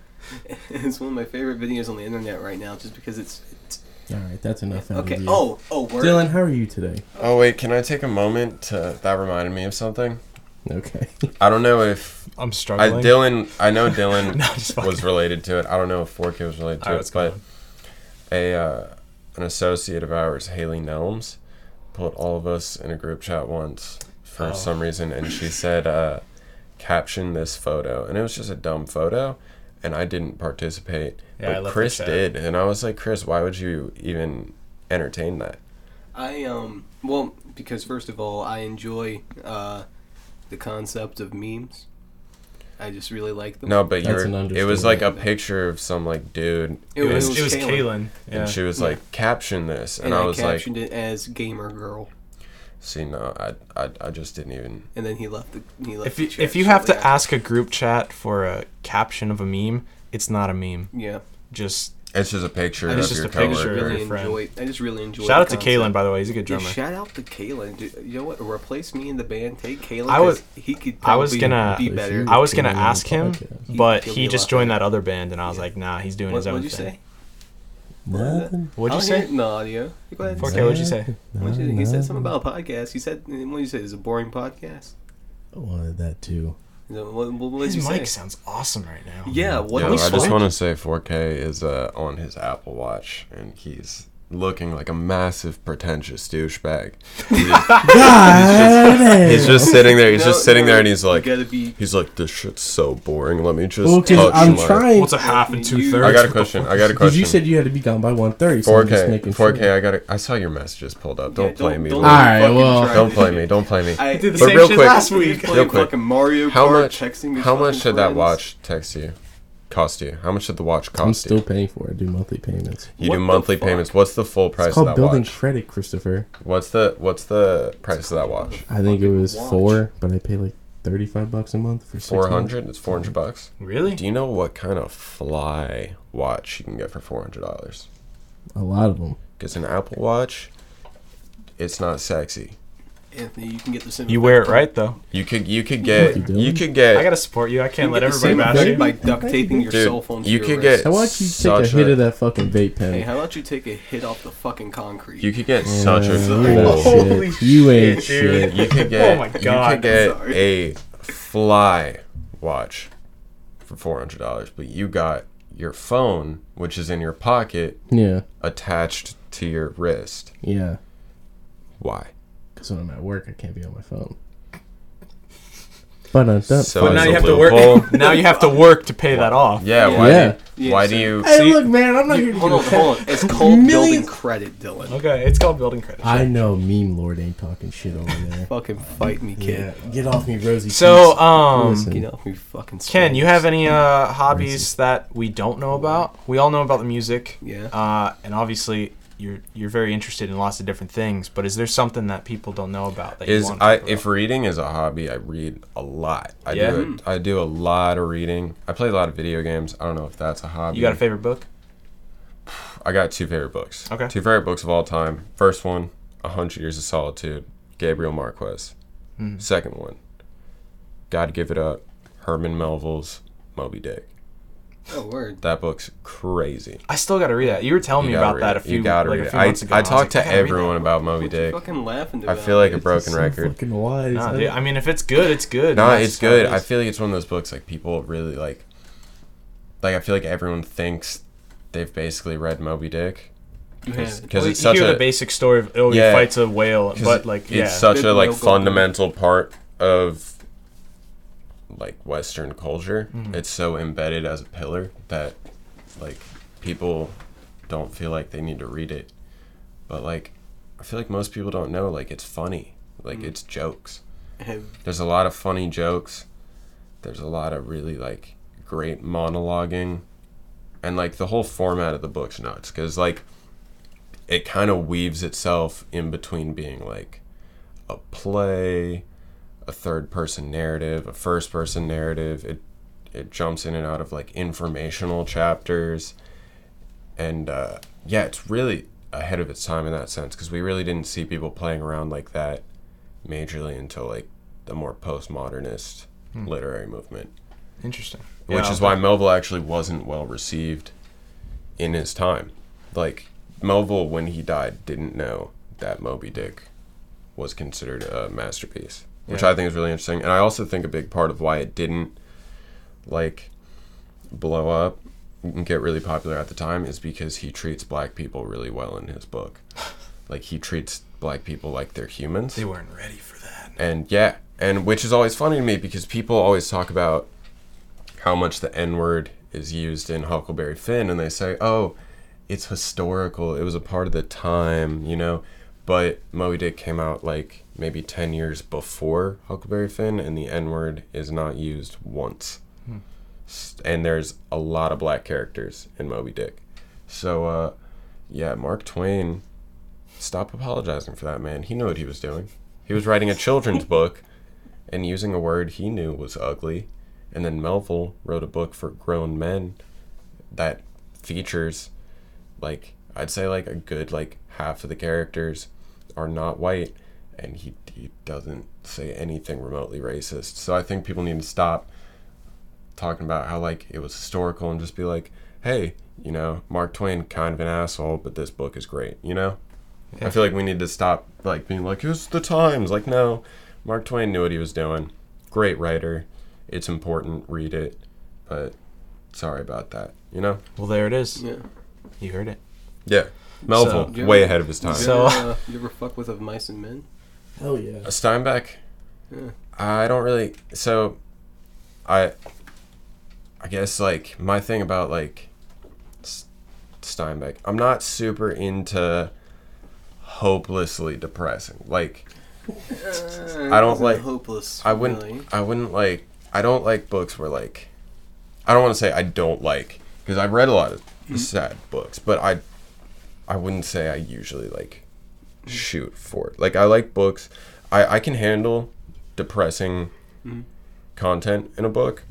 [SPEAKER 3] it's one of my favorite videos on the internet right now, just because it's, it's
[SPEAKER 1] All right, that's enough. out of
[SPEAKER 3] okay.
[SPEAKER 1] you.
[SPEAKER 3] Oh, oh, word.
[SPEAKER 1] Dylan, how are you today?
[SPEAKER 2] Oh wait, can I take a moment to? That reminded me of something.
[SPEAKER 1] Okay.
[SPEAKER 2] I don't know if
[SPEAKER 4] I'm
[SPEAKER 2] I,
[SPEAKER 4] struggling.
[SPEAKER 2] Dylan. I know Dylan
[SPEAKER 4] No, just fucking-
[SPEAKER 2] was related to it. I don't know if 4K was related to
[SPEAKER 4] All
[SPEAKER 2] it,
[SPEAKER 4] right, let's go
[SPEAKER 2] but
[SPEAKER 4] on.
[SPEAKER 2] a uh, an associate of ours, Haley Nelms, put all of us in a group chat once for
[SPEAKER 4] Oh.
[SPEAKER 2] some reason, and she said, uh, "Caption this photo," and it was just a dumb photo, and I didn't participate,
[SPEAKER 4] Yeah, I
[SPEAKER 2] but
[SPEAKER 4] left the
[SPEAKER 2] Chris
[SPEAKER 4] chat.
[SPEAKER 2] did, and I was like, "Chris, why would you even entertain that?"
[SPEAKER 3] I um well because first of all I enjoy uh, the concept of memes. I just really like them.
[SPEAKER 2] No, but
[SPEAKER 1] That's
[SPEAKER 2] you're.
[SPEAKER 1] an
[SPEAKER 2] It was like a
[SPEAKER 3] understatement.
[SPEAKER 2] picture of some like dude,
[SPEAKER 3] It
[SPEAKER 4] It
[SPEAKER 2] and-
[SPEAKER 4] was,
[SPEAKER 3] was
[SPEAKER 4] it was
[SPEAKER 3] Kaylin.
[SPEAKER 4] Kaylin.
[SPEAKER 2] and
[SPEAKER 4] Yeah.
[SPEAKER 2] she was like, "Caption this," and,
[SPEAKER 3] and
[SPEAKER 2] I
[SPEAKER 3] I,
[SPEAKER 2] was like,
[SPEAKER 3] captioned it as gamer girl,
[SPEAKER 2] "See, no, I, I, I just didn't even."
[SPEAKER 3] and then he left the he left.
[SPEAKER 4] If you,
[SPEAKER 3] the chat
[SPEAKER 4] if you have
[SPEAKER 3] shortly
[SPEAKER 4] to
[SPEAKER 3] after.
[SPEAKER 4] ask a group chat for a caption of a meme, it's not a meme.
[SPEAKER 3] yeah,
[SPEAKER 4] Just
[SPEAKER 2] It's just a picture
[SPEAKER 4] It's
[SPEAKER 2] of
[SPEAKER 4] just
[SPEAKER 2] your
[SPEAKER 4] a picture.
[SPEAKER 2] coworker.
[SPEAKER 3] really
[SPEAKER 4] your friend.
[SPEAKER 3] enjoy. I just really enjoy.
[SPEAKER 4] shout out
[SPEAKER 3] the
[SPEAKER 4] to Kalen,
[SPEAKER 3] concept.
[SPEAKER 4] by the way. He's a good
[SPEAKER 3] Yeah,
[SPEAKER 4] drummer.
[SPEAKER 3] shout out to Kalen. Dude, you know what? Replace me in the band. Take Kalen.
[SPEAKER 4] I was-
[SPEAKER 3] 'cause he could.
[SPEAKER 4] I was
[SPEAKER 3] probably
[SPEAKER 4] gonna-
[SPEAKER 3] be
[SPEAKER 1] If
[SPEAKER 3] better.
[SPEAKER 1] you-
[SPEAKER 4] I was gonna
[SPEAKER 1] Kaylin
[SPEAKER 4] ask him,
[SPEAKER 1] podcast.
[SPEAKER 4] but
[SPEAKER 3] He'll
[SPEAKER 4] he
[SPEAKER 3] be
[SPEAKER 4] just
[SPEAKER 3] laughing.
[SPEAKER 4] joined that other band, and I was like, nah, he's doing
[SPEAKER 3] What
[SPEAKER 4] his own
[SPEAKER 3] would you
[SPEAKER 4] thing.
[SPEAKER 3] say?
[SPEAKER 1] Nothing.
[SPEAKER 4] What'd
[SPEAKER 3] I don't hear
[SPEAKER 4] you say?
[SPEAKER 3] it in the audio. Go ahead.
[SPEAKER 4] Fuck
[SPEAKER 3] What
[SPEAKER 4] Okay, what'd you say?
[SPEAKER 3] you think? He
[SPEAKER 1] Nothing.
[SPEAKER 3] said something about a podcast. He said, "What did you say? It's a boring podcast."
[SPEAKER 1] I wanted that too.
[SPEAKER 3] Is that- What, what, what did
[SPEAKER 4] His
[SPEAKER 3] you
[SPEAKER 4] mic
[SPEAKER 3] say?
[SPEAKER 4] sounds awesome right now.
[SPEAKER 3] Yeah, what
[SPEAKER 2] Yo,
[SPEAKER 3] we
[SPEAKER 2] I just
[SPEAKER 3] saw-
[SPEAKER 2] want to say 4K is uh, on his Apple Watch, and he's looking like a massive pretentious douchebag. He's just sitting there. He's
[SPEAKER 3] No,
[SPEAKER 2] just sitting
[SPEAKER 3] no,
[SPEAKER 2] there, and he's
[SPEAKER 3] you
[SPEAKER 2] like,
[SPEAKER 3] gotta be-
[SPEAKER 2] he's like, this shit's so boring. Let me just
[SPEAKER 1] Well,
[SPEAKER 2] touch
[SPEAKER 1] because I'm
[SPEAKER 2] my-"
[SPEAKER 1] trying.
[SPEAKER 4] What's a half and
[SPEAKER 3] You-
[SPEAKER 4] two thirds?
[SPEAKER 2] I got a question. I got a
[SPEAKER 1] Because
[SPEAKER 2] question.
[SPEAKER 1] you said you had to be gone by 1.30. So I'm just
[SPEAKER 2] 4K,
[SPEAKER 1] making
[SPEAKER 2] 4K.
[SPEAKER 1] Sure.
[SPEAKER 2] I got. I saw your messages pulled up.
[SPEAKER 3] Yeah,
[SPEAKER 2] Don't play me.
[SPEAKER 3] Don't,
[SPEAKER 2] Lou.
[SPEAKER 1] All right,
[SPEAKER 3] fucking
[SPEAKER 1] well-
[SPEAKER 3] try
[SPEAKER 2] Don't
[SPEAKER 3] to
[SPEAKER 2] play
[SPEAKER 3] do
[SPEAKER 2] me.
[SPEAKER 3] it.
[SPEAKER 2] Don't play me.
[SPEAKER 3] I
[SPEAKER 4] did the
[SPEAKER 2] But
[SPEAKER 4] same
[SPEAKER 2] real
[SPEAKER 4] shit
[SPEAKER 2] quick-
[SPEAKER 4] last
[SPEAKER 3] He's
[SPEAKER 4] week.
[SPEAKER 3] playing
[SPEAKER 2] Real quick.
[SPEAKER 3] fucking Mario
[SPEAKER 2] How
[SPEAKER 3] Kart,
[SPEAKER 2] much?
[SPEAKER 3] texting his
[SPEAKER 2] How much
[SPEAKER 3] fucking
[SPEAKER 2] did that
[SPEAKER 3] friends.
[SPEAKER 2] watch text you? Cost you? How much did the watch cost
[SPEAKER 1] I'm
[SPEAKER 2] you?
[SPEAKER 1] still paying for it. I do monthly payments.
[SPEAKER 2] You
[SPEAKER 3] What
[SPEAKER 2] do
[SPEAKER 3] the
[SPEAKER 2] monthly
[SPEAKER 3] fuck?
[SPEAKER 2] payments. What's the full price
[SPEAKER 1] It's called
[SPEAKER 2] of that
[SPEAKER 1] building
[SPEAKER 2] watch?
[SPEAKER 1] credit, Christopher.
[SPEAKER 2] What's the what's the price of that watch?
[SPEAKER 1] I think it was
[SPEAKER 3] watch.
[SPEAKER 1] four, but I pay like 35 bucks a month for six
[SPEAKER 2] Four
[SPEAKER 1] months.
[SPEAKER 2] hundred. It's four hundred bucks.
[SPEAKER 4] Really?
[SPEAKER 2] Do you know what kind of fly watch you can get for four hundred dollars?
[SPEAKER 1] A lot of them.
[SPEAKER 2] Because an Apple Watch, it's not sexy.
[SPEAKER 3] Anthony, you can get the same.
[SPEAKER 4] You wear it right though.
[SPEAKER 2] You could you could get
[SPEAKER 1] Thank you, Dylan.
[SPEAKER 2] you could
[SPEAKER 4] I
[SPEAKER 2] get
[SPEAKER 4] gotta support you. I
[SPEAKER 3] You
[SPEAKER 4] can't
[SPEAKER 3] can
[SPEAKER 4] let
[SPEAKER 3] get the
[SPEAKER 4] everybody
[SPEAKER 3] same
[SPEAKER 4] bash
[SPEAKER 3] effect
[SPEAKER 4] you.
[SPEAKER 3] by duct taping your
[SPEAKER 2] Dude,
[SPEAKER 3] cell phone. to
[SPEAKER 2] you
[SPEAKER 3] your
[SPEAKER 2] could
[SPEAKER 3] wrist.
[SPEAKER 1] Now, why don't you take a
[SPEAKER 2] Such
[SPEAKER 1] hit
[SPEAKER 2] a-
[SPEAKER 1] of that fucking vape pen?
[SPEAKER 3] Hey, how about you take a hit off the fucking concrete?
[SPEAKER 2] you could get such a
[SPEAKER 1] you ain't
[SPEAKER 2] cool.
[SPEAKER 4] Holy
[SPEAKER 1] shit. You ain't
[SPEAKER 4] shit, dude.
[SPEAKER 1] Oh, shit.
[SPEAKER 2] You could get
[SPEAKER 4] Oh my
[SPEAKER 2] you
[SPEAKER 4] God,
[SPEAKER 2] could get
[SPEAKER 3] sorry.
[SPEAKER 2] a fly watch for four hundred dollars, but you got your phone, which is in your pocket,
[SPEAKER 1] Yeah,
[SPEAKER 2] attached to your wrist.
[SPEAKER 1] yeah.
[SPEAKER 2] Why?
[SPEAKER 1] Because when I'm at work, I can't be on my phone. But on that,
[SPEAKER 2] So
[SPEAKER 4] But now
[SPEAKER 2] it's Oh,
[SPEAKER 4] you
[SPEAKER 2] a
[SPEAKER 4] have to
[SPEAKER 2] loophole.
[SPEAKER 4] work. now you have to work to pay that off.
[SPEAKER 2] Yeah,
[SPEAKER 3] Yeah.
[SPEAKER 2] why?
[SPEAKER 1] Yeah.
[SPEAKER 2] Do,
[SPEAKER 3] Yeah,
[SPEAKER 2] why
[SPEAKER 3] so-
[SPEAKER 2] do you?
[SPEAKER 1] hey,
[SPEAKER 4] See-
[SPEAKER 1] look, man, I'm not here to
[SPEAKER 3] Hold
[SPEAKER 1] do
[SPEAKER 3] on, hold on. It's called building
[SPEAKER 1] Millions-
[SPEAKER 3] credit, Dylan.
[SPEAKER 4] Okay, it's called building credit.
[SPEAKER 1] I know meme lord ain't talking shit over there.
[SPEAKER 3] Fucking fight me,
[SPEAKER 1] yeah,
[SPEAKER 3] kid.
[SPEAKER 1] get off me, Rosie.
[SPEAKER 4] So,
[SPEAKER 1] please.
[SPEAKER 4] um,
[SPEAKER 1] Listen,
[SPEAKER 3] Get off me, fucking.
[SPEAKER 4] Ken,
[SPEAKER 3] swing.
[SPEAKER 4] you have any uh, hobbies that we don't know about? We all know about the music.
[SPEAKER 3] Yeah.
[SPEAKER 4] Uh, and obviously, you're you're very interested in lots of different things. But is there something that people don't know about that you
[SPEAKER 2] Is
[SPEAKER 4] want?
[SPEAKER 2] I
[SPEAKER 4] to
[SPEAKER 2] if reading is a hobby, I read a lot. I
[SPEAKER 4] Yeah? Hmm.
[SPEAKER 2] do a, I do a lot of reading. I play a lot of video games. I don't know if that's a hobby.
[SPEAKER 4] you got a favorite book?
[SPEAKER 2] I got two favorite books.
[SPEAKER 4] Okay.
[SPEAKER 2] Two favorite books of all time. First one, A Hundred Years of Solitude, Gabriel Marquez.
[SPEAKER 4] Hmm.
[SPEAKER 2] Second one, Gotta Give It Up, Herman Melville's Moby Dick.
[SPEAKER 3] Oh, word.
[SPEAKER 2] That book's crazy.
[SPEAKER 4] I still gotta read that. You were telling
[SPEAKER 2] You
[SPEAKER 4] me
[SPEAKER 2] gotta
[SPEAKER 4] about
[SPEAKER 2] read
[SPEAKER 4] that a
[SPEAKER 2] it.
[SPEAKER 4] few,
[SPEAKER 2] you gotta
[SPEAKER 4] like,
[SPEAKER 2] read
[SPEAKER 4] a
[SPEAKER 2] it.
[SPEAKER 4] few
[SPEAKER 2] I,
[SPEAKER 4] months ago.
[SPEAKER 2] I
[SPEAKER 4] was
[SPEAKER 2] talked
[SPEAKER 4] like,
[SPEAKER 2] to
[SPEAKER 4] gotta read that.
[SPEAKER 2] everyone about Moby
[SPEAKER 3] What you
[SPEAKER 2] Dick.
[SPEAKER 3] fucking laughing
[SPEAKER 2] I
[SPEAKER 3] about?
[SPEAKER 2] feel like a broken
[SPEAKER 1] so
[SPEAKER 2] record.
[SPEAKER 1] Fucking wise.
[SPEAKER 4] Nah,
[SPEAKER 1] huh?
[SPEAKER 4] dude. I mean, if it's good, it's good.
[SPEAKER 2] No,
[SPEAKER 4] and
[SPEAKER 2] it's
[SPEAKER 4] that's how it
[SPEAKER 2] good. I
[SPEAKER 4] is.
[SPEAKER 2] feel like it's one of those books like people really like. Like I feel like everyone thinks they've basically reed Moby Dick
[SPEAKER 3] you
[SPEAKER 2] because
[SPEAKER 3] have.
[SPEAKER 4] Well,
[SPEAKER 2] it's
[SPEAKER 4] you
[SPEAKER 2] such
[SPEAKER 4] hear
[SPEAKER 2] a
[SPEAKER 4] the basic story of oh,
[SPEAKER 2] Yeah.
[SPEAKER 4] he fights a whale,
[SPEAKER 2] 'cause
[SPEAKER 4] but like
[SPEAKER 2] it's
[SPEAKER 4] yeah,
[SPEAKER 2] such
[SPEAKER 3] Big
[SPEAKER 2] a like
[SPEAKER 3] whale golden.
[SPEAKER 2] fundamental part of like Western culture.
[SPEAKER 4] Mm-hmm.
[SPEAKER 2] It's so embedded as a pillar that like people don't feel like they need to read it, but like I feel like most people don't know like it's funny, like
[SPEAKER 4] Mm.
[SPEAKER 2] it's jokes. There's a lot of funny jokes. There's a lot of really like great monologuing, and like the whole format of the book's nuts because like it kind of weaves itself in between being like a play, a third person narrative, a first person narrative. It it jumps in and out of like informational chapters, and uh, yeah, it's really ahead of its time in that sense because we really didn't see people playing around like that majorly until like the more postmodernist literary movement,
[SPEAKER 4] interesting.
[SPEAKER 2] which
[SPEAKER 4] Hmm. Yeah.
[SPEAKER 2] is why Melville actually wasn't well received in his time. Like Melville, when he died, didn't know that Moby Dick was considered a masterpiece, which
[SPEAKER 4] Yeah.
[SPEAKER 2] I think is really interesting. And I also think a big part of why it didn't like blow up and get really popular at the time is because he treats black people really well in his book. Like he treats black people like they're humans
[SPEAKER 4] they weren't ready for that.
[SPEAKER 2] and yeah, and which is always funny to me because people always talk about how much the N word is used in Huckleberry Finn, and they say, "Oh, it's historical. It was a part of the time," you know. But Moby Dick came out like maybe ten years before Huckleberry Finn, and the N word is not used once. S And there's a lot of black characters in Moby Dick, so uh, yeah, Mark Twain. Stop apologizing for that, man. He knew what he was doing. He was writing a children's book and using a word he knew was ugly. And then Melville wrote a book for grown men that features, like, I'd say, like, a good, like, half of the characters are not white. And he, he doesn't say anything remotely racist. So I think people need to stop talking about how, like, it was historical and just be like, hey, you know, Mark Twain, kind of an asshole, but this book is great, you know? I feel like we need to stop like being like it's the times. Like no, Mark Twain knew what he was doing. Great writer. It's important. Read it. But sorry about that. You know.
[SPEAKER 4] Well, there it is.
[SPEAKER 3] Yeah.
[SPEAKER 4] You heard it.
[SPEAKER 2] Yeah. Melville
[SPEAKER 3] So-
[SPEAKER 2] way ahead of his time.
[SPEAKER 3] You
[SPEAKER 4] So-
[SPEAKER 3] ever, uh, you ever fuck with of mice and men?
[SPEAKER 1] Hell yeah.
[SPEAKER 2] Steinbeck.
[SPEAKER 3] Yeah.
[SPEAKER 2] I don't really. So, I. I guess like my thing about like S- Steinbeck, I'm not super into hopelessly depressing. Like
[SPEAKER 3] I
[SPEAKER 2] don't like-
[SPEAKER 3] Uh, hopeless.
[SPEAKER 2] I wouldn't.
[SPEAKER 3] really.
[SPEAKER 2] I wouldn't like. I don't like books where like. I don't want to say I don't like because I've read a lot of sad books, but I, I wouldn't say I usually like, shoot for it. Like I like books. I I can handle depressing content in a book,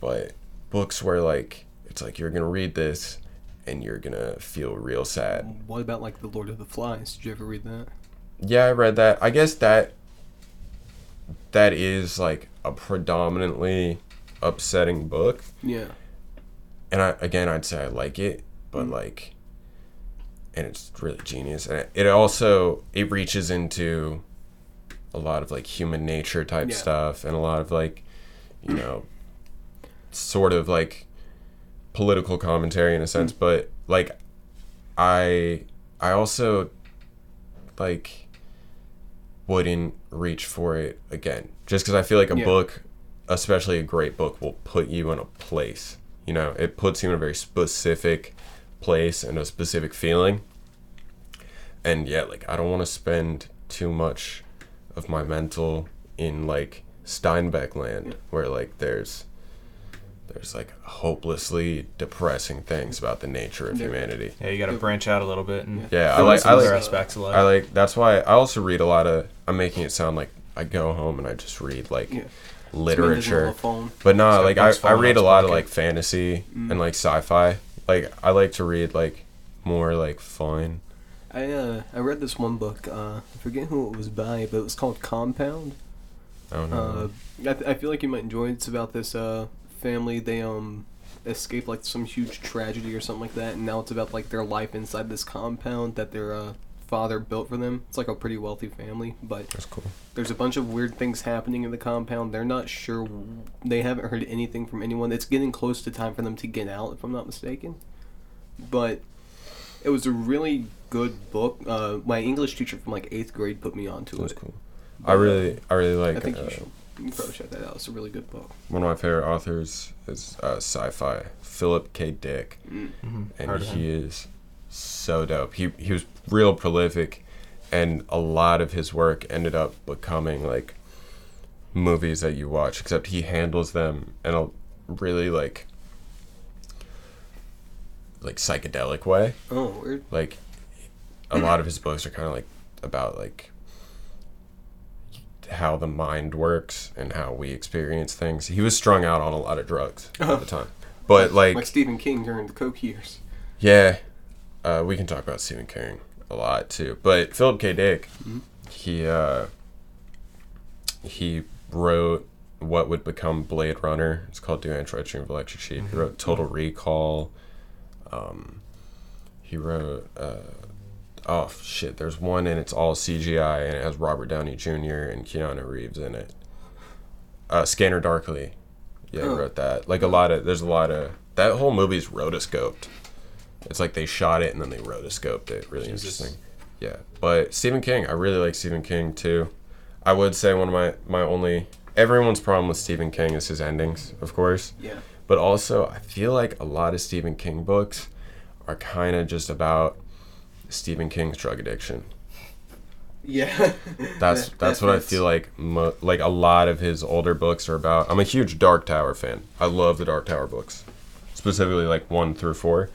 [SPEAKER 2] but books where like it's like you're gonna read this and you're gonna feel real sad.
[SPEAKER 3] What about like the Lord of the Flies? Did you ever read that?
[SPEAKER 2] Yeah, I read that. I guess that that is like a predominantly upsetting book.
[SPEAKER 3] Yeah.
[SPEAKER 2] And I again I'd say I like it, but like and it's really genius. And it, it also it reaches into a lot of like human nature type
[SPEAKER 3] Yeah.
[SPEAKER 2] stuff and a lot of like you know sort of like political commentary in a sense, but like I I also like wouldn't reach for it again just because I feel like a
[SPEAKER 3] Yeah.
[SPEAKER 2] book, especially a great book, will put you in a place. You know, it puts you in a very specific place and a specific feeling. And yeah, like I don't want to spend too much of my mental in like Steinbeck land where like there's there's like hopelessly depressing things about the nature of
[SPEAKER 3] Yeah.
[SPEAKER 2] humanity.
[SPEAKER 4] Yeah, you gotta
[SPEAKER 3] Yeah.
[SPEAKER 4] branch out a little bit and
[SPEAKER 2] Yeah, I
[SPEAKER 4] fill in
[SPEAKER 2] like
[SPEAKER 4] some
[SPEAKER 2] I
[SPEAKER 4] other
[SPEAKER 2] like
[SPEAKER 4] aspects of life.
[SPEAKER 2] I like that's why I also read a lot of I'm making it sound like I go home and I just read like
[SPEAKER 3] Yeah.
[SPEAKER 2] literature.
[SPEAKER 3] Phone.
[SPEAKER 2] But no,
[SPEAKER 4] got
[SPEAKER 2] like I,
[SPEAKER 4] books
[SPEAKER 2] I
[SPEAKER 4] falling out
[SPEAKER 2] read a
[SPEAKER 4] his
[SPEAKER 2] lot of
[SPEAKER 4] pocket.
[SPEAKER 2] like fantasy
[SPEAKER 3] Mm.
[SPEAKER 2] and like sci-fi. Like I like to read like more like fun.
[SPEAKER 3] I uh, I read this one book. Uh, I forget who it was by, but it was called Compound.
[SPEAKER 2] I don't know.
[SPEAKER 3] Uh, I, th- I feel like you might enjoy it. It's about this uh, family. They um escaped like some huge tragedy or something like that, and now it's about like their life inside this compound that their uh, father built for them. It's like a pretty wealthy family, but
[SPEAKER 2] That's cool.
[SPEAKER 3] there's a bunch of weird things happening in the compound. They're not sure. They haven't heard anything from anyone. It's getting close to time for them to get out, if I'm not mistaken. But it was a really good book. Uh, my English teacher from like eighth grade put me onto
[SPEAKER 2] That's
[SPEAKER 3] it.
[SPEAKER 2] cool. I really, I really like.
[SPEAKER 3] I think
[SPEAKER 2] uh,
[SPEAKER 3] you should. You probably check that out. It's a really good book.
[SPEAKER 2] One of my favorite authors is uh, sci-fi Philip K. Dick, and
[SPEAKER 4] Mm-hmm. Heard of
[SPEAKER 2] he is so dope. He he was real prolific, and a lot of his work ended up becoming like movies that you watch. Except he handles them in a really like like psychedelic way.
[SPEAKER 3] Oh, weird.
[SPEAKER 2] Like a lot of his books are kind of like about like how the mind works and how we experience things. He was strung out on a lot of drugs at the time. But like
[SPEAKER 3] Like Stephen King during the Coke years.
[SPEAKER 2] yeah, uh, we can talk about Stephen King a lot too. But Philip K. Dick, he uh, he wrote what would become Blade Runner. It's called Do Android Dream of Electric Sheep. He wrote Total Recall. Um, he wrote uh, oh shit, there's one and it's all CGI and it has Robert Downey Jr. and Keanu Reeves in it. Uh, Scanner Darkly. Yeah, he
[SPEAKER 3] Oh.
[SPEAKER 2] wrote that. Like a lot of there's a lot of that whole movie's rotoscoped. It's like they shot it and then they rotoscoped it. Really
[SPEAKER 4] Jesus.
[SPEAKER 2] interesting. Yeah, but Stephen King, I really like Stephen King too. I would say one of my my only everyone's problem with Stephen King is his endings, of course.
[SPEAKER 3] Yeah.
[SPEAKER 2] But also, I feel like a lot of Stephen King books are kind of just about Stephen King's drug addiction.
[SPEAKER 3] Yeah.
[SPEAKER 2] That's that's what I feel like. Mo- like a lot of his older books are about. I'm a huge Dark Tower fan. I love the Dark Tower books, specifically like one through four.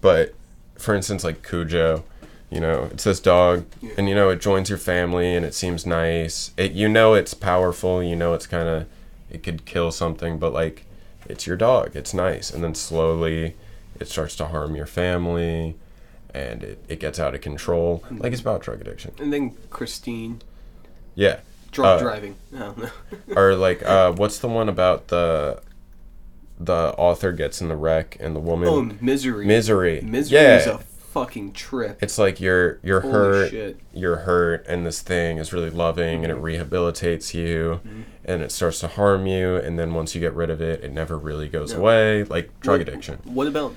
[SPEAKER 2] But for instance, like Cujo, you know, it's this dog,
[SPEAKER 3] Yeah.
[SPEAKER 2] and you know it joins your family, and it seems nice. It you know it's powerful. You know it's kind of it could kill something, but like it's your dog. It's nice, and then slowly it starts to harm your family. And it, it gets out of control. Like it's about drug addiction.
[SPEAKER 3] And then Christine
[SPEAKER 2] Yeah.
[SPEAKER 3] drunk
[SPEAKER 2] Uh,
[SPEAKER 3] driving. Oh, No, no.
[SPEAKER 2] or like uh what's the one about the the author gets in the wreck and the woman
[SPEAKER 3] Oh, misery.
[SPEAKER 2] misery
[SPEAKER 3] Misery
[SPEAKER 2] yeah
[SPEAKER 3] is a fucking trip.
[SPEAKER 2] it's like you're you're
[SPEAKER 3] Holy
[SPEAKER 2] hurt
[SPEAKER 3] shit.
[SPEAKER 2] you're hurt and this thing is really loving and it rehabilitates you
[SPEAKER 3] Mm-hmm.
[SPEAKER 2] and it starts to harm you and then once you get rid of it it never really goes away like drug
[SPEAKER 3] What-
[SPEAKER 2] addiction
[SPEAKER 3] What about?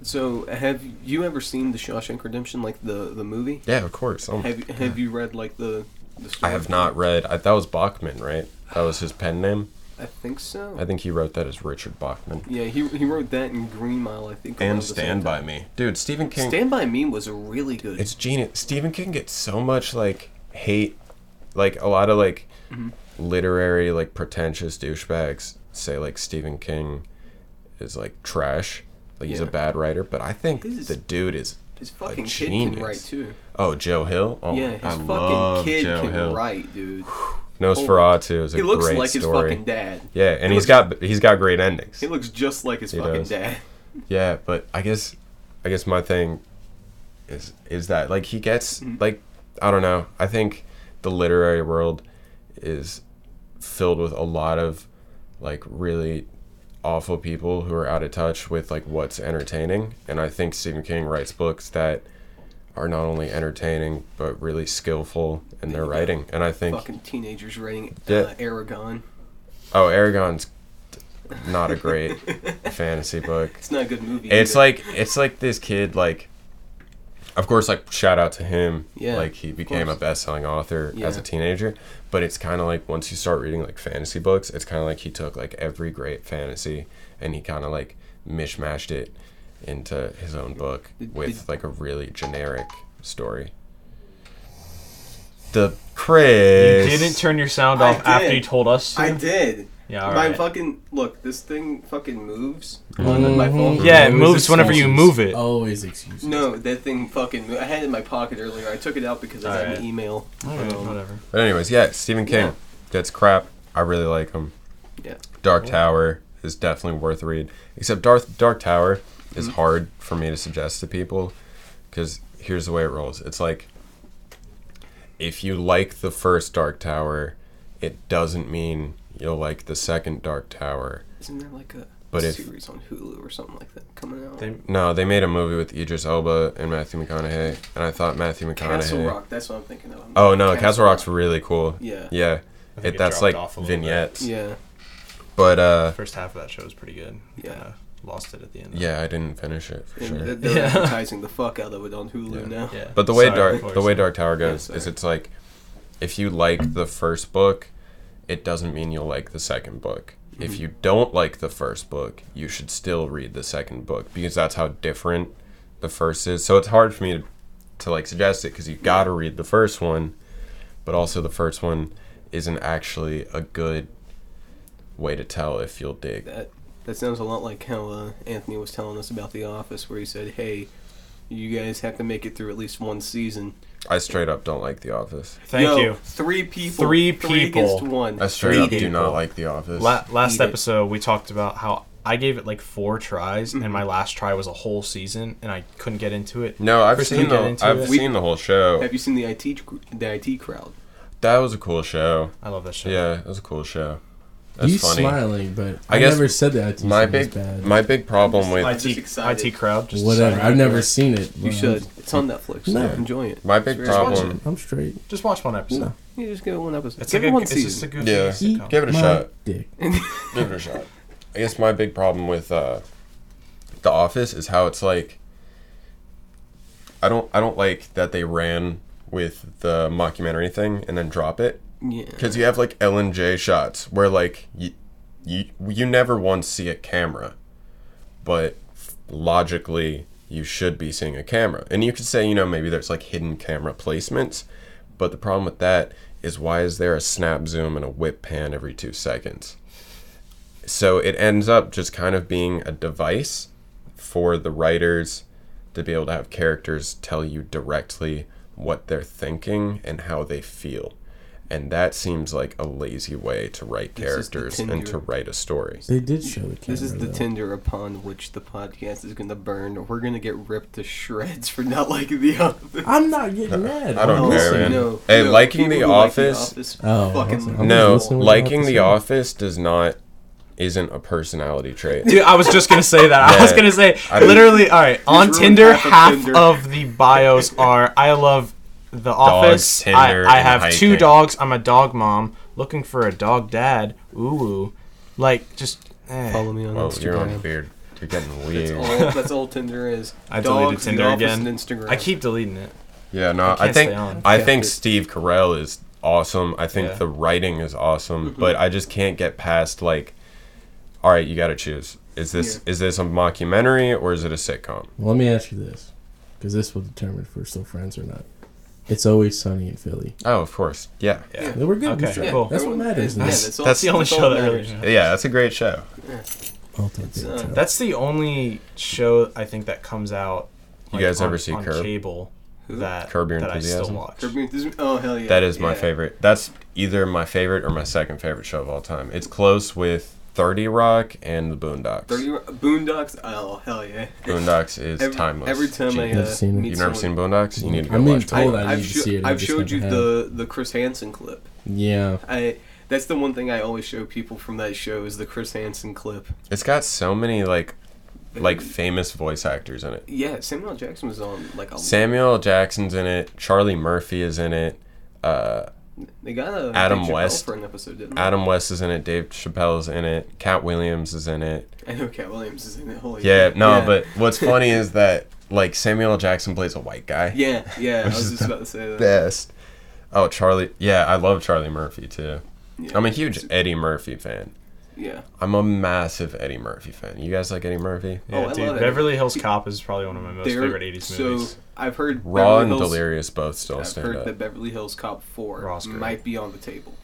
[SPEAKER 3] So, have you ever seen The Shawshank Redemption, like the the movie?
[SPEAKER 2] yeah of course um,
[SPEAKER 3] Have Have you read like the? the
[SPEAKER 2] i
[SPEAKER 3] story?
[SPEAKER 2] have not read I, that was bachman right that was his pen name
[SPEAKER 3] I think so.
[SPEAKER 2] i think he wrote that as richard bachman
[SPEAKER 3] yeah, he he wrote that in Green Mile, I think. around
[SPEAKER 2] and
[SPEAKER 3] the same
[SPEAKER 2] stand by
[SPEAKER 3] time.
[SPEAKER 2] me dude stephen king
[SPEAKER 3] Stand by Me was a really good.
[SPEAKER 2] it's genius. Stephen King gets so much like hate, like a lot of like
[SPEAKER 3] Mm-hmm.
[SPEAKER 2] literary like pretentious douchebags say like Stephen King is like trash, like he's a
[SPEAKER 3] Yeah.
[SPEAKER 2] bad writer. But I think
[SPEAKER 3] This is-
[SPEAKER 2] the dude is
[SPEAKER 3] his fucking
[SPEAKER 2] a
[SPEAKER 3] kid can
[SPEAKER 2] genius.
[SPEAKER 3] write too.
[SPEAKER 2] oh Joe Hill. Oh,
[SPEAKER 3] yeah, his
[SPEAKER 2] I
[SPEAKER 3] fucking
[SPEAKER 2] love
[SPEAKER 3] kid
[SPEAKER 2] Joe
[SPEAKER 3] can
[SPEAKER 2] Hill.
[SPEAKER 3] write, dude.
[SPEAKER 2] Nosferatu is a
[SPEAKER 3] He looks
[SPEAKER 2] great
[SPEAKER 3] like
[SPEAKER 2] story.
[SPEAKER 3] his fucking dad.
[SPEAKER 2] yeah, and
[SPEAKER 3] he
[SPEAKER 2] he's got he's got great endings.
[SPEAKER 3] He looks just like his
[SPEAKER 2] He
[SPEAKER 3] fucking
[SPEAKER 2] does.
[SPEAKER 3] dad.
[SPEAKER 2] Yeah, but I guess I guess my thing is is that like he gets like I don't know. I think the literary world is filled with a lot of like really awful people who are out of touch with like what's entertaining and I think Stephen King writes books that are not only entertaining but really skillful in their
[SPEAKER 3] Yeah.
[SPEAKER 2] writing and I think
[SPEAKER 3] Fucking teenagers writing uh,
[SPEAKER 2] Yeah.
[SPEAKER 3] Aragon.
[SPEAKER 2] oh Aragon's not a great fantasy book
[SPEAKER 3] It's not a good movie.
[SPEAKER 2] it's
[SPEAKER 3] either.
[SPEAKER 2] like it's like this kid like of course like shout out to him
[SPEAKER 3] Yeah,
[SPEAKER 2] like he became a
[SPEAKER 3] course.
[SPEAKER 2] best-selling author as
[SPEAKER 3] Yeah.
[SPEAKER 2] a teenager but it's kind of like once you start reading like fantasy books it's kind of like he took like every great fantasy and he kind of like mishmashed it into his own book
[SPEAKER 3] Did-
[SPEAKER 2] with
[SPEAKER 3] did-
[SPEAKER 2] like a really generic story the Chris
[SPEAKER 4] Didn't turn your sound
[SPEAKER 3] I
[SPEAKER 4] off after
[SPEAKER 3] did.
[SPEAKER 4] you told us to.
[SPEAKER 3] I did.
[SPEAKER 4] Yeah,
[SPEAKER 3] my
[SPEAKER 4] alright.
[SPEAKER 3] fucking look. This thing fucking moves
[SPEAKER 2] Mm-hmm.
[SPEAKER 3] on my phone.
[SPEAKER 4] Yeah, it
[SPEAKER 1] Mm-hmm. Always
[SPEAKER 4] moves whenever you
[SPEAKER 1] excuses.
[SPEAKER 4] move it.
[SPEAKER 1] Always excuses.
[SPEAKER 3] No, that thing fucking. Mo- I had it in my pocket earlier. I took it out because I had
[SPEAKER 4] Alright.
[SPEAKER 3] an email.
[SPEAKER 4] Alright,
[SPEAKER 3] Um,
[SPEAKER 4] whatever.
[SPEAKER 2] But anyways, yeah, Stephen King
[SPEAKER 3] Yeah.
[SPEAKER 2] gets crap. I really like him.
[SPEAKER 3] Yeah.
[SPEAKER 2] Dark Tower is definitely worth a read. Except Darth Dark Tower is
[SPEAKER 3] Mm-hmm.
[SPEAKER 2] hard for me to suggest to people because here's the way it rolls. It's like if you like the first Dark Tower, it doesn't mean you'll like the second Dark Tower.
[SPEAKER 3] Isn't there like a
[SPEAKER 2] But if
[SPEAKER 3] series on Hulu or something like that coming out.
[SPEAKER 4] They,
[SPEAKER 2] no, they made a movie with Idris Elba and Matthew McConaughey, and I thought Matthew McConaughey.
[SPEAKER 3] Castle Rock. That's what I'm thinking of.
[SPEAKER 2] Oh no, Castle Rock's really cool.
[SPEAKER 3] Yeah.
[SPEAKER 2] Yeah,
[SPEAKER 4] I think
[SPEAKER 2] it,
[SPEAKER 4] it
[SPEAKER 2] that's
[SPEAKER 4] dropped
[SPEAKER 2] like
[SPEAKER 4] off a little bit.
[SPEAKER 2] vignettes.
[SPEAKER 3] Yeah.
[SPEAKER 2] But uh,
[SPEAKER 4] First half of that show was pretty good.
[SPEAKER 3] Yeah.
[SPEAKER 4] Kinda lost it at the end. though.
[SPEAKER 2] yeah, I didn't finish it for
[SPEAKER 3] And
[SPEAKER 2] sure.
[SPEAKER 3] they're- They're
[SPEAKER 4] Yeah.
[SPEAKER 3] advertising the fuck out of it on Hulu
[SPEAKER 2] Yeah.
[SPEAKER 3] now.
[SPEAKER 4] Yeah.
[SPEAKER 2] But the way
[SPEAKER 4] Sorry,
[SPEAKER 2] Dark
[SPEAKER 4] before
[SPEAKER 2] the
[SPEAKER 4] you
[SPEAKER 2] way
[SPEAKER 4] say-
[SPEAKER 2] Dark Tower goes
[SPEAKER 3] Yeah,
[SPEAKER 2] is
[SPEAKER 3] sorry.
[SPEAKER 2] it's like if you like the first book, it doesn't mean you'll like the second book.
[SPEAKER 4] Mm-hmm.
[SPEAKER 2] If you don't like the first book, you should still read the second book because that's how different the first is. So it's hard for me to, to like suggest it because you got to read the first one, but also the first one isn't actually a good way to tell if you'll dig.
[SPEAKER 3] That that sounds a lot like how uh, Anthony was telling us about The Office, where he said, "Hey, you guys have to make it through at least one season."
[SPEAKER 2] I straight up don't like The Office.
[SPEAKER 4] Thank
[SPEAKER 3] Yo,
[SPEAKER 4] you.
[SPEAKER 3] Three people.
[SPEAKER 4] Three
[SPEAKER 3] against
[SPEAKER 4] people.
[SPEAKER 3] one.
[SPEAKER 2] I straight
[SPEAKER 3] Read
[SPEAKER 2] up
[SPEAKER 3] it.
[SPEAKER 2] do not like The Office.
[SPEAKER 4] La- last
[SPEAKER 3] Eat it.
[SPEAKER 4] episode, we talked about how I gave it like four tries, and
[SPEAKER 3] Mm-hmm.
[SPEAKER 4] my last try was a whole season, and I couldn't get into it.
[SPEAKER 2] No, I've
[SPEAKER 4] Chris, can
[SPEAKER 2] seen
[SPEAKER 4] you get
[SPEAKER 2] the
[SPEAKER 4] into
[SPEAKER 2] I've
[SPEAKER 4] it?
[SPEAKER 2] seen the whole show.
[SPEAKER 3] Have you seen the IT cr- the IT crowd?
[SPEAKER 2] That was a cool show.
[SPEAKER 4] I love that show.
[SPEAKER 2] Yeah, that was a cool show. That's
[SPEAKER 1] you
[SPEAKER 2] funny.
[SPEAKER 1] smiling, but I,
[SPEAKER 2] I guess
[SPEAKER 1] never said that.
[SPEAKER 2] My big
[SPEAKER 1] bad.
[SPEAKER 2] my big problem
[SPEAKER 3] I'm
[SPEAKER 2] with
[SPEAKER 3] just
[SPEAKER 4] IT,
[SPEAKER 3] excited.
[SPEAKER 4] IT crowd. Just
[SPEAKER 1] whatever.
[SPEAKER 4] decided-
[SPEAKER 1] I've never seen it.
[SPEAKER 3] You should. It's on Netflix.
[SPEAKER 1] No.
[SPEAKER 3] Enjoy it.
[SPEAKER 2] my big
[SPEAKER 3] Just watch
[SPEAKER 2] problem.
[SPEAKER 1] I'm straight.
[SPEAKER 4] Just watch one episode.
[SPEAKER 1] No.
[SPEAKER 3] You just give it one episode.
[SPEAKER 4] It's
[SPEAKER 3] give
[SPEAKER 4] like
[SPEAKER 3] it
[SPEAKER 4] a,
[SPEAKER 3] one
[SPEAKER 4] it's just a
[SPEAKER 3] season.
[SPEAKER 4] goofy
[SPEAKER 2] Yeah.
[SPEAKER 4] sitcom.
[SPEAKER 2] Give it a
[SPEAKER 1] My
[SPEAKER 2] shot.
[SPEAKER 1] Dick.
[SPEAKER 2] Give it a shot. I guess my big problem with uh, the Office is how it's like. I don't I don't like that they ran with the mockumentary thing and then drop it
[SPEAKER 3] Yeah.
[SPEAKER 2] because you have like L and J shots where like you, you you never once see a camera, but logically you should be seeing a camera, and you could say you know maybe there's like hidden camera placements, but the problem with that is why is there a snap zoom and a whip pan every two seconds? So it ends up just kind of being a device for the writers to be able to have characters tell you directly what they're thinking and how they feel. And that seems like a lazy way to write
[SPEAKER 3] This is the
[SPEAKER 2] characters and to
[SPEAKER 3] Tinder.
[SPEAKER 2] write a story.
[SPEAKER 1] They did show the camera.
[SPEAKER 3] This is the
[SPEAKER 1] though.
[SPEAKER 3] tinder upon which the podcast is going to burn. We're going to get ripped to shreds for not liking The Office. Oh,
[SPEAKER 1] I'm not getting mad.
[SPEAKER 2] Uh, I don't
[SPEAKER 1] I'm
[SPEAKER 2] care,
[SPEAKER 1] listening.
[SPEAKER 2] man. Hey, liking
[SPEAKER 3] people
[SPEAKER 2] The
[SPEAKER 3] who like
[SPEAKER 2] Office-
[SPEAKER 1] Oh,
[SPEAKER 3] fucking
[SPEAKER 1] okay.
[SPEAKER 3] love
[SPEAKER 2] No,
[SPEAKER 1] listening
[SPEAKER 3] it.
[SPEAKER 1] to
[SPEAKER 2] liking
[SPEAKER 1] The
[SPEAKER 2] The
[SPEAKER 1] Office.
[SPEAKER 2] Office does not isn't a personality trait.
[SPEAKER 4] Dude, I was just gonna say that. I
[SPEAKER 2] Yeah.
[SPEAKER 4] was gonna say
[SPEAKER 2] I don't-
[SPEAKER 4] literally. All right, on
[SPEAKER 3] ruined
[SPEAKER 4] Tinder,
[SPEAKER 3] half of
[SPEAKER 4] half
[SPEAKER 3] Tinder.
[SPEAKER 4] of the bios are I love the office.
[SPEAKER 2] Tinder,
[SPEAKER 4] I, I
[SPEAKER 2] and
[SPEAKER 4] have two
[SPEAKER 2] hiking."
[SPEAKER 4] dogs. I'm a dog mom looking for a dog dad. Ooh, ooh. like just. eh.
[SPEAKER 3] Follow me on
[SPEAKER 2] Oh,
[SPEAKER 3] Instagram.
[SPEAKER 2] you're on weird. You're getting
[SPEAKER 3] That's
[SPEAKER 2] weird.
[SPEAKER 3] all, that's all Tinder is.
[SPEAKER 4] I deleted
[SPEAKER 3] Dogs,
[SPEAKER 4] Tinder
[SPEAKER 3] the Office,
[SPEAKER 4] again.
[SPEAKER 3] And Instagram.
[SPEAKER 4] I keep deleting it.
[SPEAKER 2] Yeah, no,
[SPEAKER 4] can't
[SPEAKER 2] I, think
[SPEAKER 4] stay on.
[SPEAKER 2] I
[SPEAKER 3] Yeah.
[SPEAKER 2] think Steve Carell is awesome. I think
[SPEAKER 4] Yeah.
[SPEAKER 2] the writing is awesome,
[SPEAKER 3] Mm-hmm.
[SPEAKER 2] but I just can't get past like, all right, you got to choose. Is this is this a mockumentary or is it a sitcom?
[SPEAKER 1] Well, let me ask you this, because this will determine if we're still friends or not. It's always sunny in Philly.
[SPEAKER 2] Oh, of course, yeah, yeah,
[SPEAKER 4] Yeah.
[SPEAKER 1] They We're good.
[SPEAKER 4] Okay,
[SPEAKER 1] Mr.
[SPEAKER 4] cool.
[SPEAKER 1] That's what
[SPEAKER 3] everyone-
[SPEAKER 1] matters. in
[SPEAKER 3] yeah,
[SPEAKER 1] this
[SPEAKER 3] that's, all,
[SPEAKER 2] That's the
[SPEAKER 4] only
[SPEAKER 3] that's all
[SPEAKER 4] show that really
[SPEAKER 3] matters.
[SPEAKER 2] that's a great show.
[SPEAKER 1] ultimate
[SPEAKER 3] uh,
[SPEAKER 1] detail.
[SPEAKER 4] That's the only show I think that comes out.
[SPEAKER 2] You
[SPEAKER 4] like,
[SPEAKER 2] guys
[SPEAKER 4] on,
[SPEAKER 2] ever see
[SPEAKER 4] on
[SPEAKER 2] Curb?
[SPEAKER 4] cable? That
[SPEAKER 2] Curb Your
[SPEAKER 4] that I still
[SPEAKER 2] Enthusiasm?
[SPEAKER 4] watch.
[SPEAKER 3] Curb Your Enthusiasm- Oh hell yeah.
[SPEAKER 2] That is my
[SPEAKER 3] Yeah.
[SPEAKER 2] favorite. That's either my favorite or my second favorite show of all time. It's close with Thirty Rock and The Boondocks.
[SPEAKER 3] Thirty Rock- Boondocks. Oh hell yeah.
[SPEAKER 2] Boondocks is
[SPEAKER 3] Every-
[SPEAKER 2] timeless.
[SPEAKER 3] Every time I
[SPEAKER 2] Genius.
[SPEAKER 3] uh,
[SPEAKER 1] Never seen it.
[SPEAKER 3] meet
[SPEAKER 2] you've never
[SPEAKER 3] someone-
[SPEAKER 2] seen Boondocks, you need to go
[SPEAKER 1] I'm being
[SPEAKER 2] watch
[SPEAKER 1] told
[SPEAKER 2] that.
[SPEAKER 1] I
[SPEAKER 3] I've,
[SPEAKER 1] need to see it, I
[SPEAKER 3] I've
[SPEAKER 1] just
[SPEAKER 3] showed you
[SPEAKER 1] never
[SPEAKER 3] the the Chris Hansen clip.
[SPEAKER 1] yeah.
[SPEAKER 3] I that's the one thing I always show people from that show is the Chris Hansen clip.
[SPEAKER 2] It's got so many like like famous voice actors in it.
[SPEAKER 3] yeah, Samuel L. Jackson was on like a
[SPEAKER 2] Samuel L. Jackson's in it. Charlie Murphy is in it. Uh,
[SPEAKER 3] they got a
[SPEAKER 2] Adam
[SPEAKER 3] Dave Chappelle
[SPEAKER 2] West.
[SPEAKER 3] for an episode, didn't they?
[SPEAKER 2] Adam West is in it. Dave Chappelle's in it. Cat Williams is in it.
[SPEAKER 3] I know Cat Williams is in it. Holy
[SPEAKER 2] Yeah,
[SPEAKER 3] shit.
[SPEAKER 2] no, but what's funny is that like Samuel L. Jackson plays a white guy.
[SPEAKER 3] yeah, yeah, I was just about to say that.
[SPEAKER 2] Best. Oh, Charlie. Yeah, I love Charlie Murphy too.
[SPEAKER 3] Yeah.
[SPEAKER 2] I'm a huge Eddie Murphy fan.
[SPEAKER 3] yeah.
[SPEAKER 2] I'm a massive Eddie Murphy fan. You guys like Eddie Murphy?
[SPEAKER 4] Yeah,
[SPEAKER 3] Oh, I love
[SPEAKER 4] dude,
[SPEAKER 3] it.
[SPEAKER 4] Beverly Hills Cop is probably one of my most
[SPEAKER 3] They're-
[SPEAKER 4] favorite '80s movies.
[SPEAKER 3] So I've heard
[SPEAKER 2] Raw
[SPEAKER 3] Beverly
[SPEAKER 2] and
[SPEAKER 3] Hills-
[SPEAKER 2] Delirious both still
[SPEAKER 3] I've
[SPEAKER 2] stand
[SPEAKER 3] heard
[SPEAKER 2] up.
[SPEAKER 3] that Beverly Hills Cop Four
[SPEAKER 4] Raw's great.
[SPEAKER 3] might be on the table.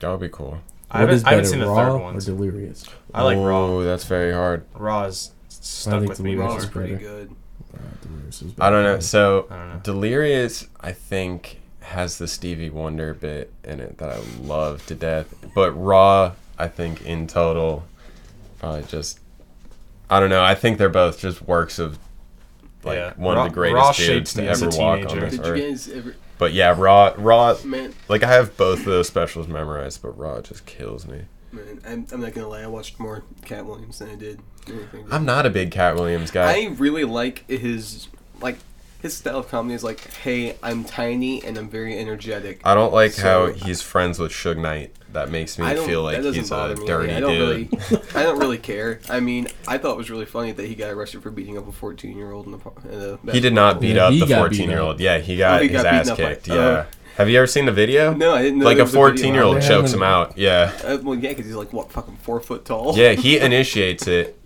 [SPEAKER 2] That would be cool.
[SPEAKER 4] I
[SPEAKER 1] What is
[SPEAKER 4] haven't, I haven't
[SPEAKER 1] better,
[SPEAKER 4] seen the
[SPEAKER 1] raw
[SPEAKER 4] third
[SPEAKER 1] or
[SPEAKER 4] one.
[SPEAKER 1] delirious?
[SPEAKER 4] I like Raw.
[SPEAKER 2] Oh, that's very hard.
[SPEAKER 4] Raw is
[SPEAKER 1] I
[SPEAKER 4] stuck
[SPEAKER 1] think
[SPEAKER 4] with
[SPEAKER 1] the
[SPEAKER 4] me
[SPEAKER 1] Raw
[SPEAKER 4] more.
[SPEAKER 3] Raw's
[SPEAKER 1] is
[SPEAKER 3] pretty
[SPEAKER 1] better.
[SPEAKER 3] good.
[SPEAKER 1] Uh, delirious is
[SPEAKER 2] I don't know.
[SPEAKER 1] better.
[SPEAKER 2] So
[SPEAKER 4] I don't know.
[SPEAKER 2] Delirious, I think, has the Stevie Wonder bit in it that I love to death. But Raw, I think, in total, probably just. I don't know. I think they're both just works of, like
[SPEAKER 4] Yeah.
[SPEAKER 2] one
[SPEAKER 4] Raw-
[SPEAKER 2] of the greatest
[SPEAKER 4] Raw
[SPEAKER 2] dudes
[SPEAKER 4] shaped
[SPEAKER 2] to
[SPEAKER 4] me as
[SPEAKER 2] ever
[SPEAKER 4] a
[SPEAKER 2] walk on
[SPEAKER 4] teenager.
[SPEAKER 2] this
[SPEAKER 3] Did
[SPEAKER 2] earth.
[SPEAKER 3] you guys ever?
[SPEAKER 2] But yeah, Raw, Raw,
[SPEAKER 3] Man,
[SPEAKER 2] like I have both of those specials memorized, but Raw just kills me.
[SPEAKER 3] Man, I'm, I'm not gonna lie. I watched more Cat Williams than I did anything.
[SPEAKER 2] I'm not a big Cat Williams guy.
[SPEAKER 3] I really like his like his style of comedy is like, hey, I'm tiny and I'm very energetic.
[SPEAKER 2] I don't like
[SPEAKER 3] So-
[SPEAKER 2] how he's friends with Suge Knight. That makes me
[SPEAKER 3] I don't
[SPEAKER 2] feel like
[SPEAKER 3] that doesn't
[SPEAKER 2] he's
[SPEAKER 3] bother
[SPEAKER 2] a
[SPEAKER 3] me.
[SPEAKER 2] dirty
[SPEAKER 3] I
[SPEAKER 2] dude.
[SPEAKER 3] don't really, I don't really care. I mean, I thought it was really funny that he got arrested for beating up a 14 year old in the. par- In the
[SPEAKER 2] He did not beat
[SPEAKER 1] Yeah,
[SPEAKER 2] up
[SPEAKER 1] he
[SPEAKER 2] the
[SPEAKER 1] got beat
[SPEAKER 2] 14 year old. Yeah, he got
[SPEAKER 3] Oh, he got
[SPEAKER 2] his
[SPEAKER 3] beaten
[SPEAKER 2] ass
[SPEAKER 3] up by-
[SPEAKER 2] kicked.
[SPEAKER 3] oh.
[SPEAKER 2] yeah. Have you ever seen the video?
[SPEAKER 3] No, I didn't know.
[SPEAKER 2] like
[SPEAKER 3] there
[SPEAKER 2] a
[SPEAKER 3] was video.
[SPEAKER 2] 14 year old
[SPEAKER 1] They
[SPEAKER 2] chokes
[SPEAKER 1] haven't-
[SPEAKER 2] him out. Yeah.
[SPEAKER 3] Uh, well, yeah, because he's like what, fucking four foot tall.
[SPEAKER 2] Yeah, he initiates it.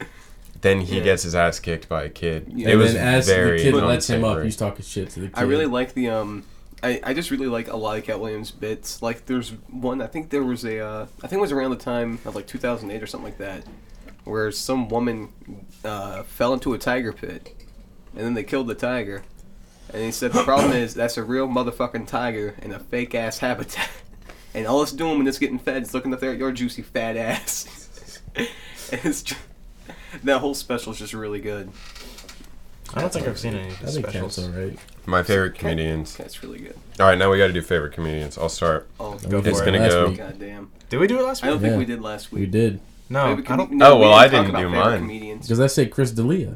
[SPEAKER 2] Then he
[SPEAKER 3] Yeah.
[SPEAKER 2] gets his ass kicked by a kid.
[SPEAKER 3] Yeah.
[SPEAKER 2] It
[SPEAKER 1] and
[SPEAKER 2] was
[SPEAKER 1] then as
[SPEAKER 2] very
[SPEAKER 1] the kid lets him up,
[SPEAKER 2] unsavory.
[SPEAKER 1] he's talking shit to the kid.
[SPEAKER 3] I really like the um. I, I just really like a lot of Cat Williams bits. Like there's one I think there was a uh, I think it was around the time of like 2008 or something like that, where some woman uh, fell into a tiger pit, and then they killed the tiger, and he said the problem is that's a real motherfucking tiger in a fake ass habitat, and all it's doing when it's getting fed is looking up there at your juicy fat ass. and it's ju- that whole special's just really good.
[SPEAKER 4] I don't think I've seen any of
[SPEAKER 1] I
[SPEAKER 4] his
[SPEAKER 1] think
[SPEAKER 4] specials.
[SPEAKER 1] Cat's alright.
[SPEAKER 2] My favorite comedians.
[SPEAKER 3] That's really good.
[SPEAKER 2] All right, now we got to do favorite comedians. I'll start.
[SPEAKER 3] Oh,
[SPEAKER 1] We did
[SPEAKER 2] It's
[SPEAKER 1] it
[SPEAKER 2] gonna
[SPEAKER 1] last
[SPEAKER 2] go-
[SPEAKER 1] week.
[SPEAKER 3] goddamn.
[SPEAKER 4] Did we do it last
[SPEAKER 3] I
[SPEAKER 4] week?
[SPEAKER 3] don't think
[SPEAKER 1] Yeah.
[SPEAKER 3] we did last
[SPEAKER 1] We
[SPEAKER 3] week.
[SPEAKER 1] did
[SPEAKER 4] No,
[SPEAKER 3] Maybe
[SPEAKER 4] I
[SPEAKER 3] com-
[SPEAKER 4] don't.
[SPEAKER 3] no,
[SPEAKER 2] Oh,
[SPEAKER 3] we
[SPEAKER 2] well, I
[SPEAKER 3] talk
[SPEAKER 2] didn't
[SPEAKER 3] about
[SPEAKER 2] do
[SPEAKER 3] favorite
[SPEAKER 2] mine.
[SPEAKER 3] Comedians.
[SPEAKER 1] because I said Chris D'Elia.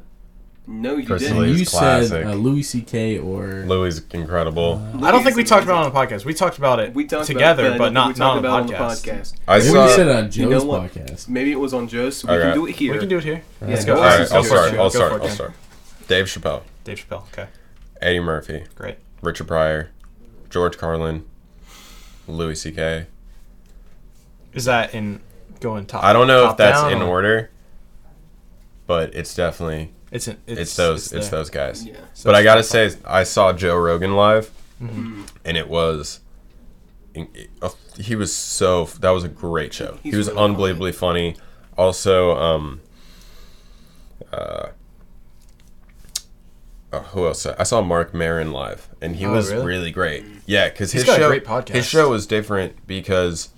[SPEAKER 3] No, you
[SPEAKER 2] Chris
[SPEAKER 3] didn't.
[SPEAKER 2] D'Elia.
[SPEAKER 1] And
[SPEAKER 2] D'Elia's
[SPEAKER 1] you
[SPEAKER 2] Oh, classic.
[SPEAKER 1] said uh, Louis C.K. or
[SPEAKER 2] Louis incredible.
[SPEAKER 1] Uh,
[SPEAKER 4] I don't think we talked about it on the podcast. We talked about it
[SPEAKER 3] We talked
[SPEAKER 4] together,
[SPEAKER 3] about, it, I
[SPEAKER 4] but
[SPEAKER 3] don't
[SPEAKER 4] not
[SPEAKER 3] think we talked
[SPEAKER 4] not
[SPEAKER 3] about
[SPEAKER 4] on
[SPEAKER 3] it
[SPEAKER 4] the
[SPEAKER 3] on
[SPEAKER 4] podcast.
[SPEAKER 3] the podcast.
[SPEAKER 2] I
[SPEAKER 1] Maybe
[SPEAKER 2] saw.
[SPEAKER 1] we said uh, it on Joe's
[SPEAKER 3] You know what?
[SPEAKER 1] podcast.
[SPEAKER 3] Maybe it was on Joe's. So we
[SPEAKER 2] Okay.
[SPEAKER 3] can do it here.
[SPEAKER 4] We can do it here.
[SPEAKER 1] All
[SPEAKER 4] Let's
[SPEAKER 1] right.
[SPEAKER 4] go.
[SPEAKER 2] All right,
[SPEAKER 4] Let's
[SPEAKER 2] I'll
[SPEAKER 4] go.
[SPEAKER 2] start.
[SPEAKER 4] Go
[SPEAKER 2] I'll
[SPEAKER 4] for it,
[SPEAKER 2] start. I'll
[SPEAKER 4] Ken.
[SPEAKER 2] start. Dave Chappelle,
[SPEAKER 4] Dave Chappelle. Okay,
[SPEAKER 2] Eddie Murphy,
[SPEAKER 4] great.
[SPEAKER 2] Richard Pryor, George Carlin, Louis C.K.
[SPEAKER 4] Is that in going top?
[SPEAKER 2] I don't know if
[SPEAKER 4] top
[SPEAKER 2] that's
[SPEAKER 4] down
[SPEAKER 2] in
[SPEAKER 4] or-
[SPEAKER 2] order, but it's definitely
[SPEAKER 4] It's in,
[SPEAKER 2] it's, those it's,
[SPEAKER 4] there.
[SPEAKER 2] those guys.
[SPEAKER 3] Yeah.
[SPEAKER 2] but I gotta
[SPEAKER 4] it's
[SPEAKER 2] say, I saw Joe Rogan live,
[SPEAKER 4] Mm-hmm.
[SPEAKER 2] and it was. it- uh, He was so. That was a great show.
[SPEAKER 3] He's
[SPEAKER 2] he was
[SPEAKER 3] really
[SPEAKER 2] unbelievably funny. Also, um, uh, uh, who else? I saw Mark Marin live, and he
[SPEAKER 4] Oh,
[SPEAKER 2] was
[SPEAKER 4] really?
[SPEAKER 2] really, great. Yeah, because his
[SPEAKER 4] got a
[SPEAKER 2] show,
[SPEAKER 4] great podcast.
[SPEAKER 2] his show was different because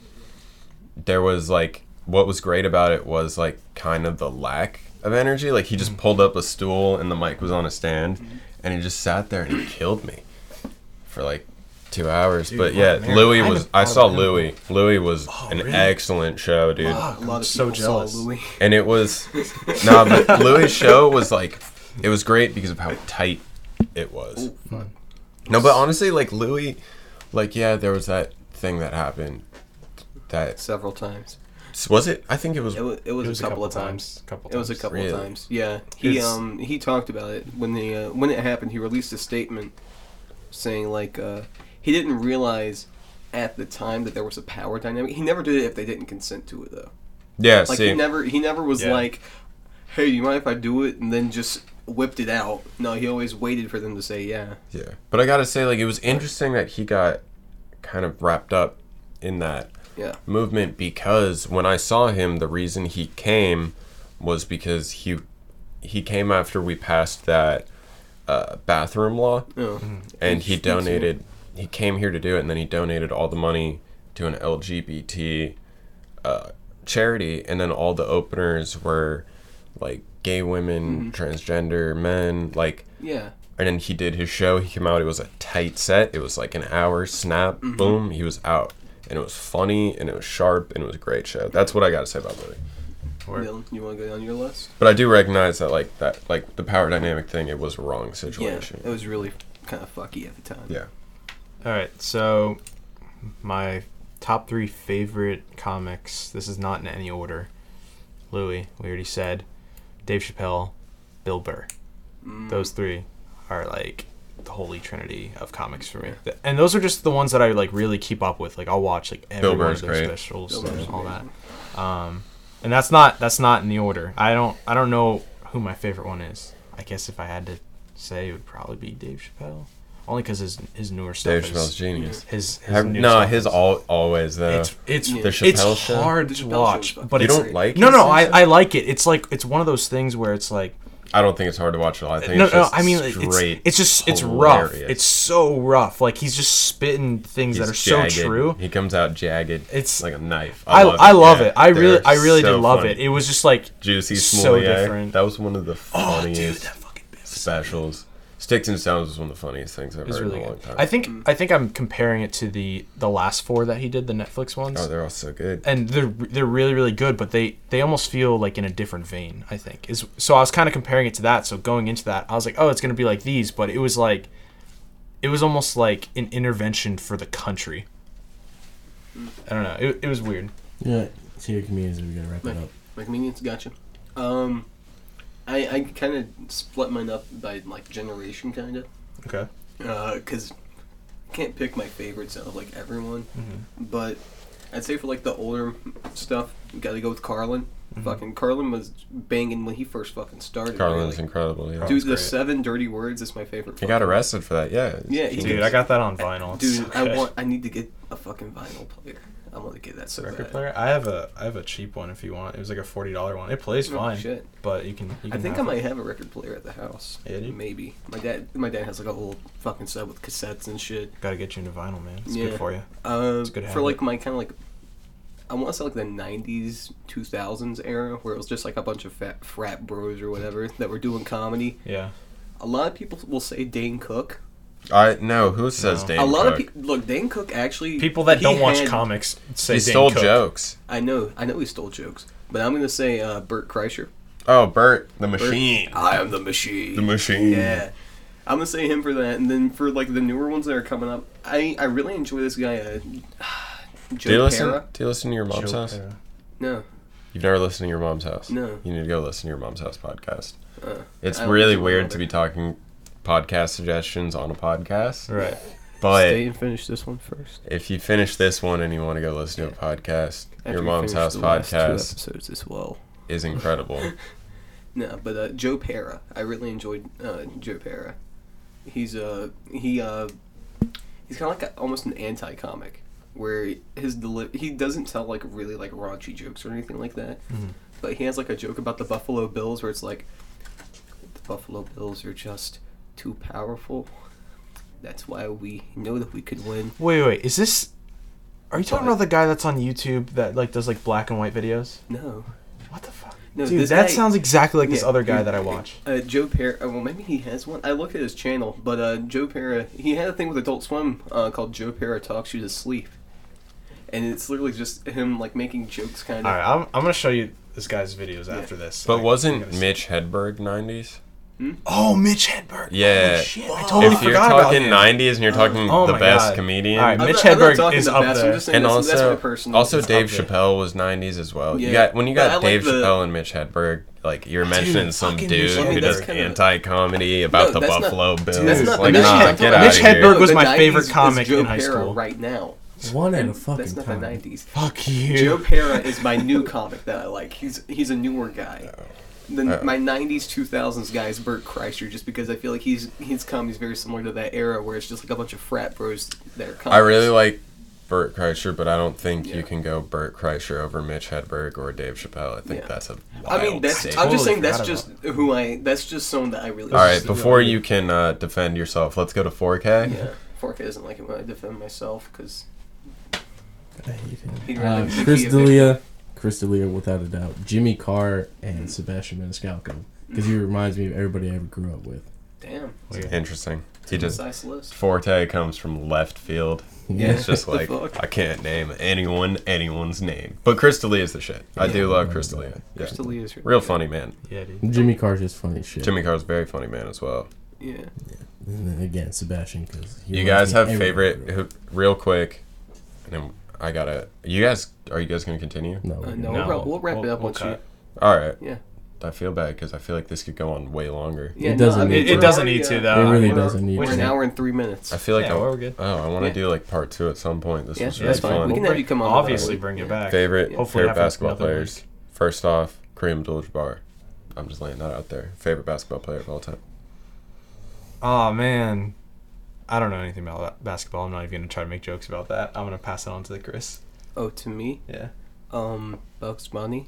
[SPEAKER 2] there was like what was great about it was like kind of the lack of energy. Like he
[SPEAKER 4] Mm-hmm.
[SPEAKER 2] just pulled up a stool and the mic was on a stand, and he just sat there and he killed me for like two hours.
[SPEAKER 4] Dude,
[SPEAKER 2] but
[SPEAKER 4] Mark
[SPEAKER 2] yeah,
[SPEAKER 4] Maron. I
[SPEAKER 2] Louis
[SPEAKER 4] haven't
[SPEAKER 2] was. I
[SPEAKER 4] thought
[SPEAKER 2] saw
[SPEAKER 4] about him.
[SPEAKER 2] Louis. Louis was an
[SPEAKER 4] Oh, really?
[SPEAKER 2] excellent show, dude.
[SPEAKER 4] Fuck,
[SPEAKER 3] A lot
[SPEAKER 4] I'm
[SPEAKER 3] of
[SPEAKER 4] so
[SPEAKER 3] people saw
[SPEAKER 4] jealous.
[SPEAKER 3] Louis.
[SPEAKER 2] And it was nah, but Louis' show was like it was great because of how tight it was. No, but honestly, like Louis, like yeah, there was that thing that happened. That
[SPEAKER 3] Several times.
[SPEAKER 2] was it. I think it was
[SPEAKER 3] It was, it was, a couple, of times.
[SPEAKER 4] Couple
[SPEAKER 3] It was a
[SPEAKER 4] times.
[SPEAKER 3] couple
[SPEAKER 2] Really?
[SPEAKER 3] of times. Yeah. He
[SPEAKER 4] It's-
[SPEAKER 3] um he talked about it when the uh, when it happened. He released a statement saying like uh, he didn't realize at the time that there was a power dynamic. He never did it if they didn't consent to it though.
[SPEAKER 2] yeah.
[SPEAKER 3] Like
[SPEAKER 2] see,
[SPEAKER 3] he never he never was
[SPEAKER 4] Yeah.
[SPEAKER 3] like, "Hey, you mind if I do it?" and then just whipped it out. No, he always waited for them to say yeah.
[SPEAKER 2] Yeah. But I gotta say, like, it was interesting that he got kind of wrapped up in that
[SPEAKER 3] Yeah.
[SPEAKER 2] movement because when I saw him, the reason he came was because he he came after we passed that uh, bathroom law
[SPEAKER 3] No.
[SPEAKER 4] Mm-hmm.
[SPEAKER 2] and he donated he came here to do it and then he donated all the money to an lgbt uh, charity and then all the openers were like gay women transgender men like
[SPEAKER 3] Yeah.
[SPEAKER 2] and then he did his show. He came out. It was a tight set. It was like an hour snap.
[SPEAKER 4] Mm-hmm.
[SPEAKER 2] Boom. He was out, and it was funny, and it was sharp, and it was a great show. That's what I got to say about Louis.
[SPEAKER 4] Word.
[SPEAKER 3] Dylan, you want to go down your list?
[SPEAKER 2] But I do recognize that like that like the power dynamic thing. It was a wrong
[SPEAKER 3] Yeah.
[SPEAKER 2] situation.
[SPEAKER 3] It was really kind of fucky at the time.
[SPEAKER 2] Yeah.
[SPEAKER 4] All right, so my top three favorite comics. This is not in any order. Louis, we already said. Dave Chappelle, Bill Burr.
[SPEAKER 3] Mm.
[SPEAKER 4] Those three are like the holy trinity of comics for me. Th- And those are just the ones that I like really keep up with. Like I'll watch like every
[SPEAKER 2] Bill
[SPEAKER 4] one
[SPEAKER 2] Burr's
[SPEAKER 4] of their
[SPEAKER 2] great.
[SPEAKER 4] specials
[SPEAKER 3] Bill Burr's
[SPEAKER 4] and all that. Um, and that's not that's not in the order. I don't I don't know who my favorite one is. I guess if I had to say, it would probably be Dave Chappelle. Only because his his newer stuff.
[SPEAKER 2] Dave
[SPEAKER 4] is-
[SPEAKER 2] Chappelle's genius.
[SPEAKER 4] his, his
[SPEAKER 2] Have,
[SPEAKER 4] new
[SPEAKER 2] no,
[SPEAKER 4] stuff
[SPEAKER 2] his
[SPEAKER 4] is-
[SPEAKER 2] all always though.
[SPEAKER 4] It's it's
[SPEAKER 3] Yeah.
[SPEAKER 2] The Chappelle
[SPEAKER 4] it's
[SPEAKER 2] show?
[SPEAKER 4] hard
[SPEAKER 3] The
[SPEAKER 4] to
[SPEAKER 3] Chappelle
[SPEAKER 4] watch,
[SPEAKER 3] show is
[SPEAKER 4] but
[SPEAKER 2] you
[SPEAKER 4] it's
[SPEAKER 2] don't like?
[SPEAKER 4] no
[SPEAKER 2] it?
[SPEAKER 4] no I, I like it. It's like it's one of those things where it's like
[SPEAKER 2] I don't think it's hard to watch at all. I think
[SPEAKER 4] no
[SPEAKER 2] it's
[SPEAKER 4] no
[SPEAKER 2] just
[SPEAKER 4] I mean like,
[SPEAKER 2] straight.
[SPEAKER 4] it's it's just it's rough.
[SPEAKER 2] hilarious.
[SPEAKER 4] It's so rough. Like he's just spitting things that are
[SPEAKER 2] He's
[SPEAKER 4] so
[SPEAKER 2] jagged.
[SPEAKER 4] true.
[SPEAKER 2] He comes out jagged.
[SPEAKER 4] It's-
[SPEAKER 2] like a knife.
[SPEAKER 4] I I love
[SPEAKER 2] yeah.
[SPEAKER 4] it. I
[SPEAKER 2] They're
[SPEAKER 4] really I really
[SPEAKER 2] so
[SPEAKER 4] did love
[SPEAKER 2] funny.
[SPEAKER 4] it. It was just like
[SPEAKER 2] Juicy
[SPEAKER 4] so
[SPEAKER 2] Smollett.
[SPEAKER 4] different.
[SPEAKER 2] That was one of the
[SPEAKER 4] oh dude
[SPEAKER 2] funniest
[SPEAKER 4] that fucking bit was-
[SPEAKER 2] specials. Sticks and Stones is one of the funniest things I've
[SPEAKER 4] It's
[SPEAKER 2] heard
[SPEAKER 4] really
[SPEAKER 2] in a long
[SPEAKER 4] good.
[SPEAKER 2] time.
[SPEAKER 4] I think I think I'm comparing it to the the last four that he did, the Netflix ones,
[SPEAKER 2] oh, they're all so good.
[SPEAKER 4] and they're they're really really good, but they they almost feel like in a different vein. I think is so. I was kind of comparing it to that. So going into that, I was like, oh, it's gonna be like these, but it was like, it was almost like an intervention for the country. I don't know. It, it was weird.
[SPEAKER 1] Yeah, it's here, comedians. We gotta wrap it
[SPEAKER 3] Right.
[SPEAKER 1] up.
[SPEAKER 3] My convenience, gotcha. Um, I I kind of split mine up by like generation, kind of.
[SPEAKER 4] Okay.
[SPEAKER 3] because Uh, I can't pick my favorites out of like everyone,
[SPEAKER 4] Mm-hmm.
[SPEAKER 3] but I'd say for like the older stuff, you gotta go with Carlin.
[SPEAKER 4] Mm-hmm.
[SPEAKER 3] Fucking Carlin was banging when he first fucking started.
[SPEAKER 2] Carlin's
[SPEAKER 3] really.
[SPEAKER 2] incredible. Yeah.
[SPEAKER 3] dude,
[SPEAKER 4] Carlin's
[SPEAKER 3] the
[SPEAKER 4] great.
[SPEAKER 3] seven dirty words is my favorite.
[SPEAKER 2] he got
[SPEAKER 3] fucking-
[SPEAKER 2] arrested for that. Yeah.
[SPEAKER 3] Yeah, he
[SPEAKER 4] Dude, I got that on vinyl. It's
[SPEAKER 3] Dude,
[SPEAKER 4] so
[SPEAKER 3] I
[SPEAKER 4] good.
[SPEAKER 3] want. I need to get a fucking vinyl player. I want to get that so
[SPEAKER 4] record
[SPEAKER 3] bad.
[SPEAKER 4] player. I have a I have a cheap one if you want. It was like a forty dollar one. It plays
[SPEAKER 3] Oh,
[SPEAKER 4] fine,
[SPEAKER 3] shit.
[SPEAKER 4] but you can. You can
[SPEAKER 3] I think I
[SPEAKER 4] have
[SPEAKER 3] might
[SPEAKER 4] it.
[SPEAKER 3] have a record player at the house.
[SPEAKER 4] Yeah, dude.
[SPEAKER 3] Maybe my dad. My dad has like a whole fucking set with cassettes and shit.
[SPEAKER 4] Gotta get you into vinyl, man. It's
[SPEAKER 3] Yeah.
[SPEAKER 4] good for you.
[SPEAKER 3] Uh,
[SPEAKER 4] a good
[SPEAKER 3] for
[SPEAKER 4] habit.
[SPEAKER 3] like my kind of like, I want to say like the '90s, 2000s era, where it was just like a bunch of fat frat bros or whatever that were doing comedy.
[SPEAKER 4] Yeah.
[SPEAKER 3] A lot of people will say Dane Cook.
[SPEAKER 2] I no. Who says
[SPEAKER 4] No.
[SPEAKER 2] Dane?
[SPEAKER 3] a lot of
[SPEAKER 2] Cook?
[SPEAKER 3] people look Dane Cook actually.
[SPEAKER 4] People that
[SPEAKER 3] he
[SPEAKER 4] don't watch
[SPEAKER 3] had-
[SPEAKER 4] comics say
[SPEAKER 2] He
[SPEAKER 4] Dan
[SPEAKER 2] stole
[SPEAKER 4] Cook.
[SPEAKER 2] jokes.
[SPEAKER 3] I know, I know he stole jokes, but I'm gonna say uh, Bert Kreischer.
[SPEAKER 2] Oh, Bert, the
[SPEAKER 3] Bert-
[SPEAKER 2] machine.
[SPEAKER 3] I am the machine.
[SPEAKER 2] The machine.
[SPEAKER 3] Yeah. I'm gonna say him for that, and then for like the newer ones that are coming up, I, I really enjoy this guy, uh, Joe
[SPEAKER 2] Do you listen?
[SPEAKER 3] Pera.
[SPEAKER 2] Do you listen to your mom's
[SPEAKER 4] Joe
[SPEAKER 2] house?
[SPEAKER 4] Pera.
[SPEAKER 3] No,
[SPEAKER 2] You've never listened to your mom's house?
[SPEAKER 3] No.
[SPEAKER 2] You need to go listen to your mom's house podcast.
[SPEAKER 3] Uh,
[SPEAKER 2] it's
[SPEAKER 3] I don't listen to
[SPEAKER 2] really
[SPEAKER 3] my
[SPEAKER 2] weird
[SPEAKER 3] mother.
[SPEAKER 2] to be talking podcast suggestions on a podcast,
[SPEAKER 4] Right.
[SPEAKER 2] but
[SPEAKER 3] stay and finish this one first.
[SPEAKER 2] if you finish this one and you want to go listen to a podcast,
[SPEAKER 3] After
[SPEAKER 2] your
[SPEAKER 3] we
[SPEAKER 2] mom's
[SPEAKER 3] finish
[SPEAKER 2] house
[SPEAKER 3] the last two
[SPEAKER 2] podcast
[SPEAKER 3] episodes as well.
[SPEAKER 2] is incredible.
[SPEAKER 3] No, but uh, Joe Para, I really enjoyed uh, Joe Para. He's uh he uh he's kind of like a, almost an anti-comic where his deli- he doesn't tell like really like raunchy jokes or anything like that. But he has like a joke about the Buffalo Bills where it's like the Buffalo Bills are just too powerful. That's why we know that we could win.
[SPEAKER 4] Wait, wait. Is this? Are you talking
[SPEAKER 3] What?
[SPEAKER 4] about the guy that's on YouTube that like does like black and white videos?
[SPEAKER 3] No.
[SPEAKER 4] What the fuck?
[SPEAKER 3] No,
[SPEAKER 4] Dude,
[SPEAKER 3] this
[SPEAKER 4] that
[SPEAKER 3] guy-
[SPEAKER 4] sounds exactly like this
[SPEAKER 3] Yeah,
[SPEAKER 4] other guy
[SPEAKER 3] dude,
[SPEAKER 4] that I watch.
[SPEAKER 3] Uh, Joe Para. Oh, well, maybe he has one. I look at his channel, but uh, Joe Para. He had a thing with Adult Swim uh, called Joe Para Talks You to Sleep, and it's literally just him like making jokes, kind
[SPEAKER 4] All
[SPEAKER 3] of.
[SPEAKER 4] right, I'm, I'm gonna show you this guy's videos after this.
[SPEAKER 2] but
[SPEAKER 4] Like, you
[SPEAKER 2] wasn't
[SPEAKER 4] gotta see-
[SPEAKER 2] Mitch Hedberg 90s?
[SPEAKER 4] Oh, Mitch Hedberg.
[SPEAKER 2] Yeah.
[SPEAKER 4] Holy shit, I
[SPEAKER 3] Oh,
[SPEAKER 4] totally
[SPEAKER 2] if you're
[SPEAKER 4] forgot about
[SPEAKER 2] talking
[SPEAKER 4] him.
[SPEAKER 2] 90s and you're talking
[SPEAKER 4] Oh
[SPEAKER 2] the
[SPEAKER 4] my
[SPEAKER 2] best
[SPEAKER 4] God.
[SPEAKER 2] comedian,
[SPEAKER 4] All right, Mitch
[SPEAKER 3] I'm not
[SPEAKER 4] Hedberg
[SPEAKER 3] talking
[SPEAKER 4] is
[SPEAKER 3] the
[SPEAKER 4] up
[SPEAKER 3] best, I'm
[SPEAKER 4] there.
[SPEAKER 3] just saying
[SPEAKER 2] and
[SPEAKER 3] that's,
[SPEAKER 2] also,
[SPEAKER 3] that's my personal.
[SPEAKER 2] also Dave
[SPEAKER 4] It's up
[SPEAKER 2] Chappelle was '90s as well.
[SPEAKER 3] Yeah.
[SPEAKER 2] You got when you
[SPEAKER 3] But I
[SPEAKER 2] got
[SPEAKER 3] like
[SPEAKER 2] Dave
[SPEAKER 3] the-
[SPEAKER 2] Chappelle and Mitch Hedberg, like you're mentioning some
[SPEAKER 4] fucking
[SPEAKER 2] dude
[SPEAKER 4] Mitch
[SPEAKER 2] who
[SPEAKER 4] Hedberg.
[SPEAKER 2] does
[SPEAKER 3] That's kinda-
[SPEAKER 2] anti-comedy about
[SPEAKER 3] No,
[SPEAKER 2] the
[SPEAKER 3] that's not-
[SPEAKER 2] Buffalo
[SPEAKER 3] that's
[SPEAKER 2] Bills.
[SPEAKER 4] Dude,
[SPEAKER 3] not
[SPEAKER 2] like,
[SPEAKER 3] the Mitch
[SPEAKER 2] nah,
[SPEAKER 3] Hedberg.
[SPEAKER 2] get out
[SPEAKER 4] Mitch
[SPEAKER 2] of here.
[SPEAKER 4] Hedberg- was
[SPEAKER 3] the
[SPEAKER 4] my favorite
[SPEAKER 3] 90s is
[SPEAKER 4] comic
[SPEAKER 3] Joe
[SPEAKER 4] in high
[SPEAKER 3] Para
[SPEAKER 4] school.
[SPEAKER 3] Right now,
[SPEAKER 1] One at a
[SPEAKER 3] that's
[SPEAKER 1] fucking
[SPEAKER 3] not
[SPEAKER 1] time.
[SPEAKER 3] the '90s.
[SPEAKER 4] Fuck
[SPEAKER 3] Joe
[SPEAKER 4] you.
[SPEAKER 3] Para is my new comic that I like. He's he's a newer guy. The,
[SPEAKER 2] Oh.
[SPEAKER 3] my '90s, 2000s guy is Bert Kreischer, just because I feel like he's his comedy's very similar to that era, where it's just like a bunch of frat bros that are. Comics.
[SPEAKER 2] I really like Burt Kreischer, but I don't think
[SPEAKER 3] Yeah.
[SPEAKER 2] you can go Burt Kreischer over Mitch Hedberg or Dave Chappelle. I think
[SPEAKER 3] Yeah.
[SPEAKER 2] that's a wild
[SPEAKER 3] I mean, that's.
[SPEAKER 2] statement.
[SPEAKER 3] I'm just
[SPEAKER 4] Totally
[SPEAKER 3] saying that's
[SPEAKER 4] forgot
[SPEAKER 3] just who I. That's just someone that I really.
[SPEAKER 2] All right,
[SPEAKER 4] Yeah.
[SPEAKER 2] before you can uh, defend yourself, let's go to 4K.
[SPEAKER 3] Yeah, Fork isn't like it when I defend myself because
[SPEAKER 1] I hate him.
[SPEAKER 3] he'd rather
[SPEAKER 1] Uh,
[SPEAKER 3] be
[SPEAKER 1] Chris
[SPEAKER 3] a
[SPEAKER 1] D'Elia, Chris D'Elia, without a doubt. Jimmy Carr
[SPEAKER 3] Mm.
[SPEAKER 1] and Sebastian Maniscalco, because he reminds me of everybody I ever grew up with.
[SPEAKER 3] damn.
[SPEAKER 4] Weird.
[SPEAKER 2] Interesting. He just
[SPEAKER 3] Concise list.
[SPEAKER 2] forte comes from left field.
[SPEAKER 1] Yeah.
[SPEAKER 2] It's just
[SPEAKER 3] What the
[SPEAKER 2] like
[SPEAKER 3] fuck?
[SPEAKER 2] I can't name anyone anyone's name, but Crystalia is the shit. I do love Crystalia. Yeah.
[SPEAKER 3] Chris D'Elia is
[SPEAKER 2] Real funny man.
[SPEAKER 4] Yeah, dude.
[SPEAKER 1] Jimmy Carr's just funny as shit.
[SPEAKER 2] Jimmy Carr's a very funny man as well.
[SPEAKER 3] Yeah.
[SPEAKER 1] And then again, Sebastian, because
[SPEAKER 2] You guys have favorite who- real quick, and then I gotta. You guys, are you guys gonna continue?
[SPEAKER 1] No,
[SPEAKER 3] Uh,
[SPEAKER 1] we're
[SPEAKER 3] no,
[SPEAKER 1] good.
[SPEAKER 3] we'll, wrap- we'll wrap
[SPEAKER 4] We'll-
[SPEAKER 3] it up
[SPEAKER 4] we'll
[SPEAKER 3] once you.
[SPEAKER 4] cut.
[SPEAKER 2] All right.
[SPEAKER 3] Yeah.
[SPEAKER 2] I feel bad because I feel like this could go on way longer.
[SPEAKER 3] Yeah,
[SPEAKER 1] doesn't
[SPEAKER 3] I mean,
[SPEAKER 1] need
[SPEAKER 4] It,
[SPEAKER 1] to.
[SPEAKER 4] it
[SPEAKER 3] we're
[SPEAKER 4] doesn't
[SPEAKER 3] already,
[SPEAKER 4] need to
[SPEAKER 3] uh,
[SPEAKER 4] though.
[SPEAKER 1] It really
[SPEAKER 4] We're-
[SPEAKER 1] doesn't need
[SPEAKER 4] we're
[SPEAKER 3] We're
[SPEAKER 1] to.
[SPEAKER 3] an
[SPEAKER 4] now-
[SPEAKER 3] hour and three minutes.
[SPEAKER 2] I feel like
[SPEAKER 4] Yeah,
[SPEAKER 2] I'm-
[SPEAKER 4] well, we're good.
[SPEAKER 2] Oh, I want to
[SPEAKER 3] Yeah.
[SPEAKER 2] do like part two at some point. This
[SPEAKER 3] Yeah,
[SPEAKER 2] was
[SPEAKER 3] yeah,
[SPEAKER 2] really
[SPEAKER 3] it's fine.
[SPEAKER 2] fun.
[SPEAKER 3] We can have you come on another
[SPEAKER 4] Obviously,
[SPEAKER 3] week.
[SPEAKER 4] bring it
[SPEAKER 3] Yeah.
[SPEAKER 4] back.
[SPEAKER 2] Favorite
[SPEAKER 4] Hopefully
[SPEAKER 2] favorite
[SPEAKER 4] have
[SPEAKER 2] basketball
[SPEAKER 4] another
[SPEAKER 2] players. First off, Kareem Abdul-Jabbar. I'm just laying that out there. Favorite basketball player of all time.
[SPEAKER 4] Oh man, I don't know anything about that basketball. I'm not even gonna try to make jokes about that. I'm gonna pass it on to the Chris.
[SPEAKER 3] Oh, to me,
[SPEAKER 4] Yeah.
[SPEAKER 3] um, Bugs Bunny.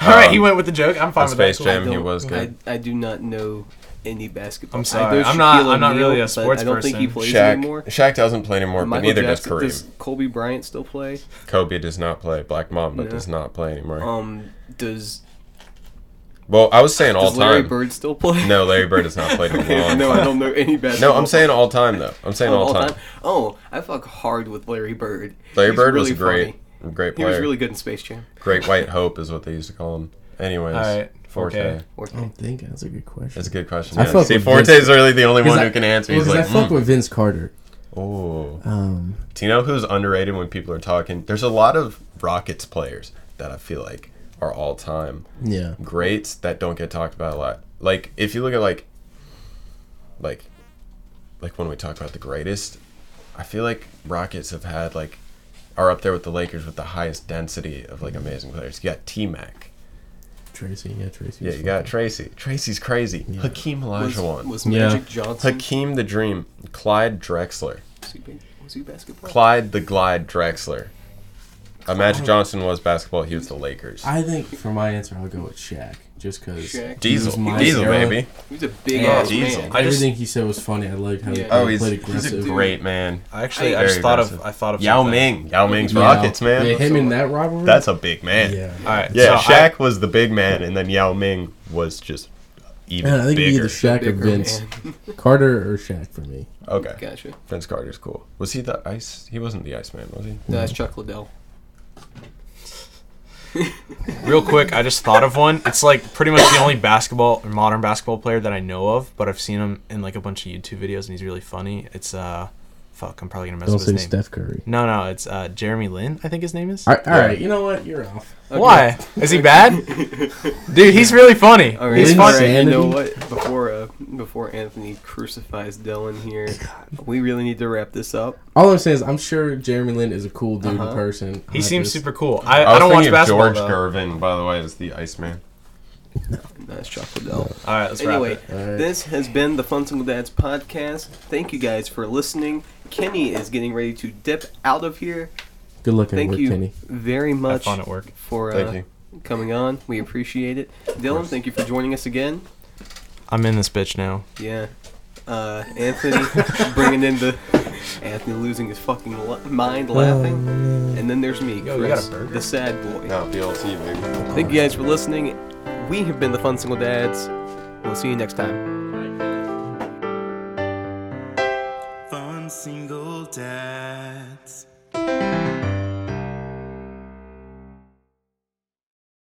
[SPEAKER 4] All right, he went with the joke. I'm fine
[SPEAKER 2] on
[SPEAKER 4] with
[SPEAKER 2] Um, Space
[SPEAKER 4] that.
[SPEAKER 2] Jam,
[SPEAKER 3] I
[SPEAKER 2] he
[SPEAKER 3] don't-
[SPEAKER 2] was
[SPEAKER 3] I,
[SPEAKER 2] good.
[SPEAKER 3] I do not know any basketball.
[SPEAKER 4] I'm
[SPEAKER 3] I
[SPEAKER 4] sorry.
[SPEAKER 3] know
[SPEAKER 4] I'm not-
[SPEAKER 3] Shaquille
[SPEAKER 4] I'm not really
[SPEAKER 3] O'Neal,
[SPEAKER 4] a
[SPEAKER 3] but
[SPEAKER 4] sports
[SPEAKER 3] I don't think he
[SPEAKER 4] person.
[SPEAKER 3] plays anymore.
[SPEAKER 2] Shaq, Shaq doesn't play anymore, but
[SPEAKER 3] Michael
[SPEAKER 2] neither
[SPEAKER 3] Jackson, does
[SPEAKER 2] does Kareem.
[SPEAKER 3] Kobe Bryant still play?
[SPEAKER 2] Kobe does not play. Black Mamba
[SPEAKER 3] No.
[SPEAKER 2] does not play anymore.
[SPEAKER 3] Um, does
[SPEAKER 2] Well, I was saying all
[SPEAKER 3] Um, Does Larry
[SPEAKER 2] time.
[SPEAKER 3] Bird still play?
[SPEAKER 2] No, Larry Bird has not played in a long
[SPEAKER 3] no, I
[SPEAKER 2] time.
[SPEAKER 3] don't know any bad.
[SPEAKER 2] No, I'm saying all time though. I'm saying all, time.
[SPEAKER 3] Oh, I fuck hard with Larry Bird.
[SPEAKER 2] Larry
[SPEAKER 3] He's
[SPEAKER 2] Bird
[SPEAKER 3] really
[SPEAKER 2] was a great,
[SPEAKER 3] funny.
[SPEAKER 2] great
[SPEAKER 3] He
[SPEAKER 2] player.
[SPEAKER 3] was really good in Space Jam.
[SPEAKER 2] Great White Hope is what they used to call him. Anyways,
[SPEAKER 4] All right,
[SPEAKER 2] Forte.
[SPEAKER 4] okay.
[SPEAKER 3] Or
[SPEAKER 1] I
[SPEAKER 2] Oh,
[SPEAKER 1] don't think that's a good question.
[SPEAKER 2] That's a good question.
[SPEAKER 1] I
[SPEAKER 2] Yeah.
[SPEAKER 1] fuck
[SPEAKER 2] See,
[SPEAKER 1] with
[SPEAKER 2] Forte's
[SPEAKER 1] Vince.
[SPEAKER 2] really the only one
[SPEAKER 1] I-
[SPEAKER 2] who can answer.
[SPEAKER 1] Well,
[SPEAKER 2] He's
[SPEAKER 1] 'cause
[SPEAKER 2] like,
[SPEAKER 1] I fuck
[SPEAKER 2] "Mm,
[SPEAKER 1] with Vince Carter.
[SPEAKER 2] oh.
[SPEAKER 1] Um,
[SPEAKER 2] Do you know who's underrated when people are talking? There's a lot of Rockets players that I feel like are all time
[SPEAKER 1] yeah.
[SPEAKER 2] greats that don't get talked about a lot. Like if you look at like, like, like when we talk about the greatest, I feel like Rockets have had like, are up there with the Lakers with the highest density of like amazing players. You got T Mac.
[SPEAKER 1] Tracy, yeah, Tracy.
[SPEAKER 2] Yeah,
[SPEAKER 1] was fun.
[SPEAKER 2] you got Tracy. Tracy's crazy. Hakeem
[SPEAKER 3] was,
[SPEAKER 2] Olajuwon.
[SPEAKER 3] was
[SPEAKER 1] Yeah.
[SPEAKER 3] Magic Johnson.
[SPEAKER 2] Hakeem the Dream. Clyde Drexler.
[SPEAKER 3] Was he, ba- was he basketball?
[SPEAKER 2] Clyde the Glide Drexler. Uh, Magic Johnson was basketball. He was the Lakers.
[SPEAKER 1] I think for my answer, I'll go with Shaq, just because
[SPEAKER 3] Shaq.
[SPEAKER 2] Diesel.
[SPEAKER 1] He was my
[SPEAKER 2] Diesel,
[SPEAKER 1] era.
[SPEAKER 2] baby.
[SPEAKER 3] He was a big
[SPEAKER 4] Yeah,
[SPEAKER 3] ass
[SPEAKER 2] Diesel.
[SPEAKER 3] man.
[SPEAKER 4] I just-
[SPEAKER 1] everything he said was funny. I liked how he
[SPEAKER 3] Yeah.
[SPEAKER 1] played,
[SPEAKER 2] Oh, he's,
[SPEAKER 1] played
[SPEAKER 2] he's
[SPEAKER 1] aggressive.
[SPEAKER 2] a great man.
[SPEAKER 4] I actually I
[SPEAKER 2] Very
[SPEAKER 4] just thought of
[SPEAKER 2] aggressive.
[SPEAKER 4] I thought of
[SPEAKER 2] Yao
[SPEAKER 4] something.
[SPEAKER 2] Ming. Yao Ming's
[SPEAKER 1] Yeah.
[SPEAKER 2] Rockets, man.
[SPEAKER 1] Yeah, him and that rivalry.
[SPEAKER 2] That's a big man. Yeah,
[SPEAKER 1] yeah.
[SPEAKER 4] All right, so I-
[SPEAKER 2] Shaq was the big man, and then Yao Ming was just even
[SPEAKER 1] Man, I think it'd be
[SPEAKER 2] bigger.
[SPEAKER 1] either Shaq or
[SPEAKER 3] Bigger
[SPEAKER 1] Vince,
[SPEAKER 3] man.
[SPEAKER 1] Carter or Shaq for me.
[SPEAKER 2] okay.
[SPEAKER 3] Gotcha.
[SPEAKER 2] Vince Carter's cool. Was he the ice? He wasn't the ice man, was he?
[SPEAKER 3] No, that's Chuck Liddell.
[SPEAKER 4] Real quick, I just thought of one. It's like pretty much the only basketball or modern basketball player that I know of, but I've seen him in like a bunch of YouTube videos and he's really funny. It's uh fuck, I'm probably going to mess
[SPEAKER 1] Don't
[SPEAKER 4] up
[SPEAKER 1] say
[SPEAKER 4] his name.
[SPEAKER 1] Steph Curry.
[SPEAKER 4] No, no, it's uh Jeremy Lin, I think his name is.
[SPEAKER 1] All right, all
[SPEAKER 2] Yeah.
[SPEAKER 1] right, you know what? You're off.
[SPEAKER 4] Why? Is he bad? Dude, he's really funny.
[SPEAKER 2] Oh,
[SPEAKER 3] All right,
[SPEAKER 4] He's
[SPEAKER 1] Lin
[SPEAKER 4] funny.
[SPEAKER 1] Ray.
[SPEAKER 3] You know
[SPEAKER 1] Insanity.
[SPEAKER 3] what? Before uh, before Anthony crucifies Dylan here, we really need to wrap this up.
[SPEAKER 1] All I'm saying is, I'm sure Jeremy Lin is a cool dude in person.
[SPEAKER 4] He
[SPEAKER 1] I
[SPEAKER 4] seems
[SPEAKER 1] just-
[SPEAKER 4] super cool.
[SPEAKER 2] I,
[SPEAKER 4] I, I,
[SPEAKER 2] was
[SPEAKER 4] don't watch
[SPEAKER 2] thinking of
[SPEAKER 4] basketball.
[SPEAKER 2] George
[SPEAKER 4] though.
[SPEAKER 2] Gervin, by the way, is the Iceman.
[SPEAKER 3] That's Chuck Liddell.
[SPEAKER 4] All right, let's
[SPEAKER 3] Anyway,
[SPEAKER 4] wrap it.
[SPEAKER 1] All right.
[SPEAKER 3] this has been the Fun Single Dads podcast. Thank you guys for listening. Kenny is getting ready to dip out of here.
[SPEAKER 1] Good luck at
[SPEAKER 3] Thank
[SPEAKER 1] work,
[SPEAKER 3] you
[SPEAKER 1] Kenny.
[SPEAKER 3] very
[SPEAKER 4] Have
[SPEAKER 3] much
[SPEAKER 4] fun at work.
[SPEAKER 3] for
[SPEAKER 2] Thank
[SPEAKER 3] uh,
[SPEAKER 2] you.
[SPEAKER 3] coming on. We appreciate it. Dylan, thank you for joining us again.
[SPEAKER 4] I'm in this bitch now.
[SPEAKER 3] Yeah. Uh, Anthony bringing in the Anthony losing his fucking la- mind laughing, and then there's me,
[SPEAKER 4] Yo, you got
[SPEAKER 3] Chris,
[SPEAKER 4] a burger?
[SPEAKER 3] the sad boy.
[SPEAKER 2] No, BLT, baby.
[SPEAKER 3] Thank you guys for listening. We have been the Fun Single Dads. We'll see you next time.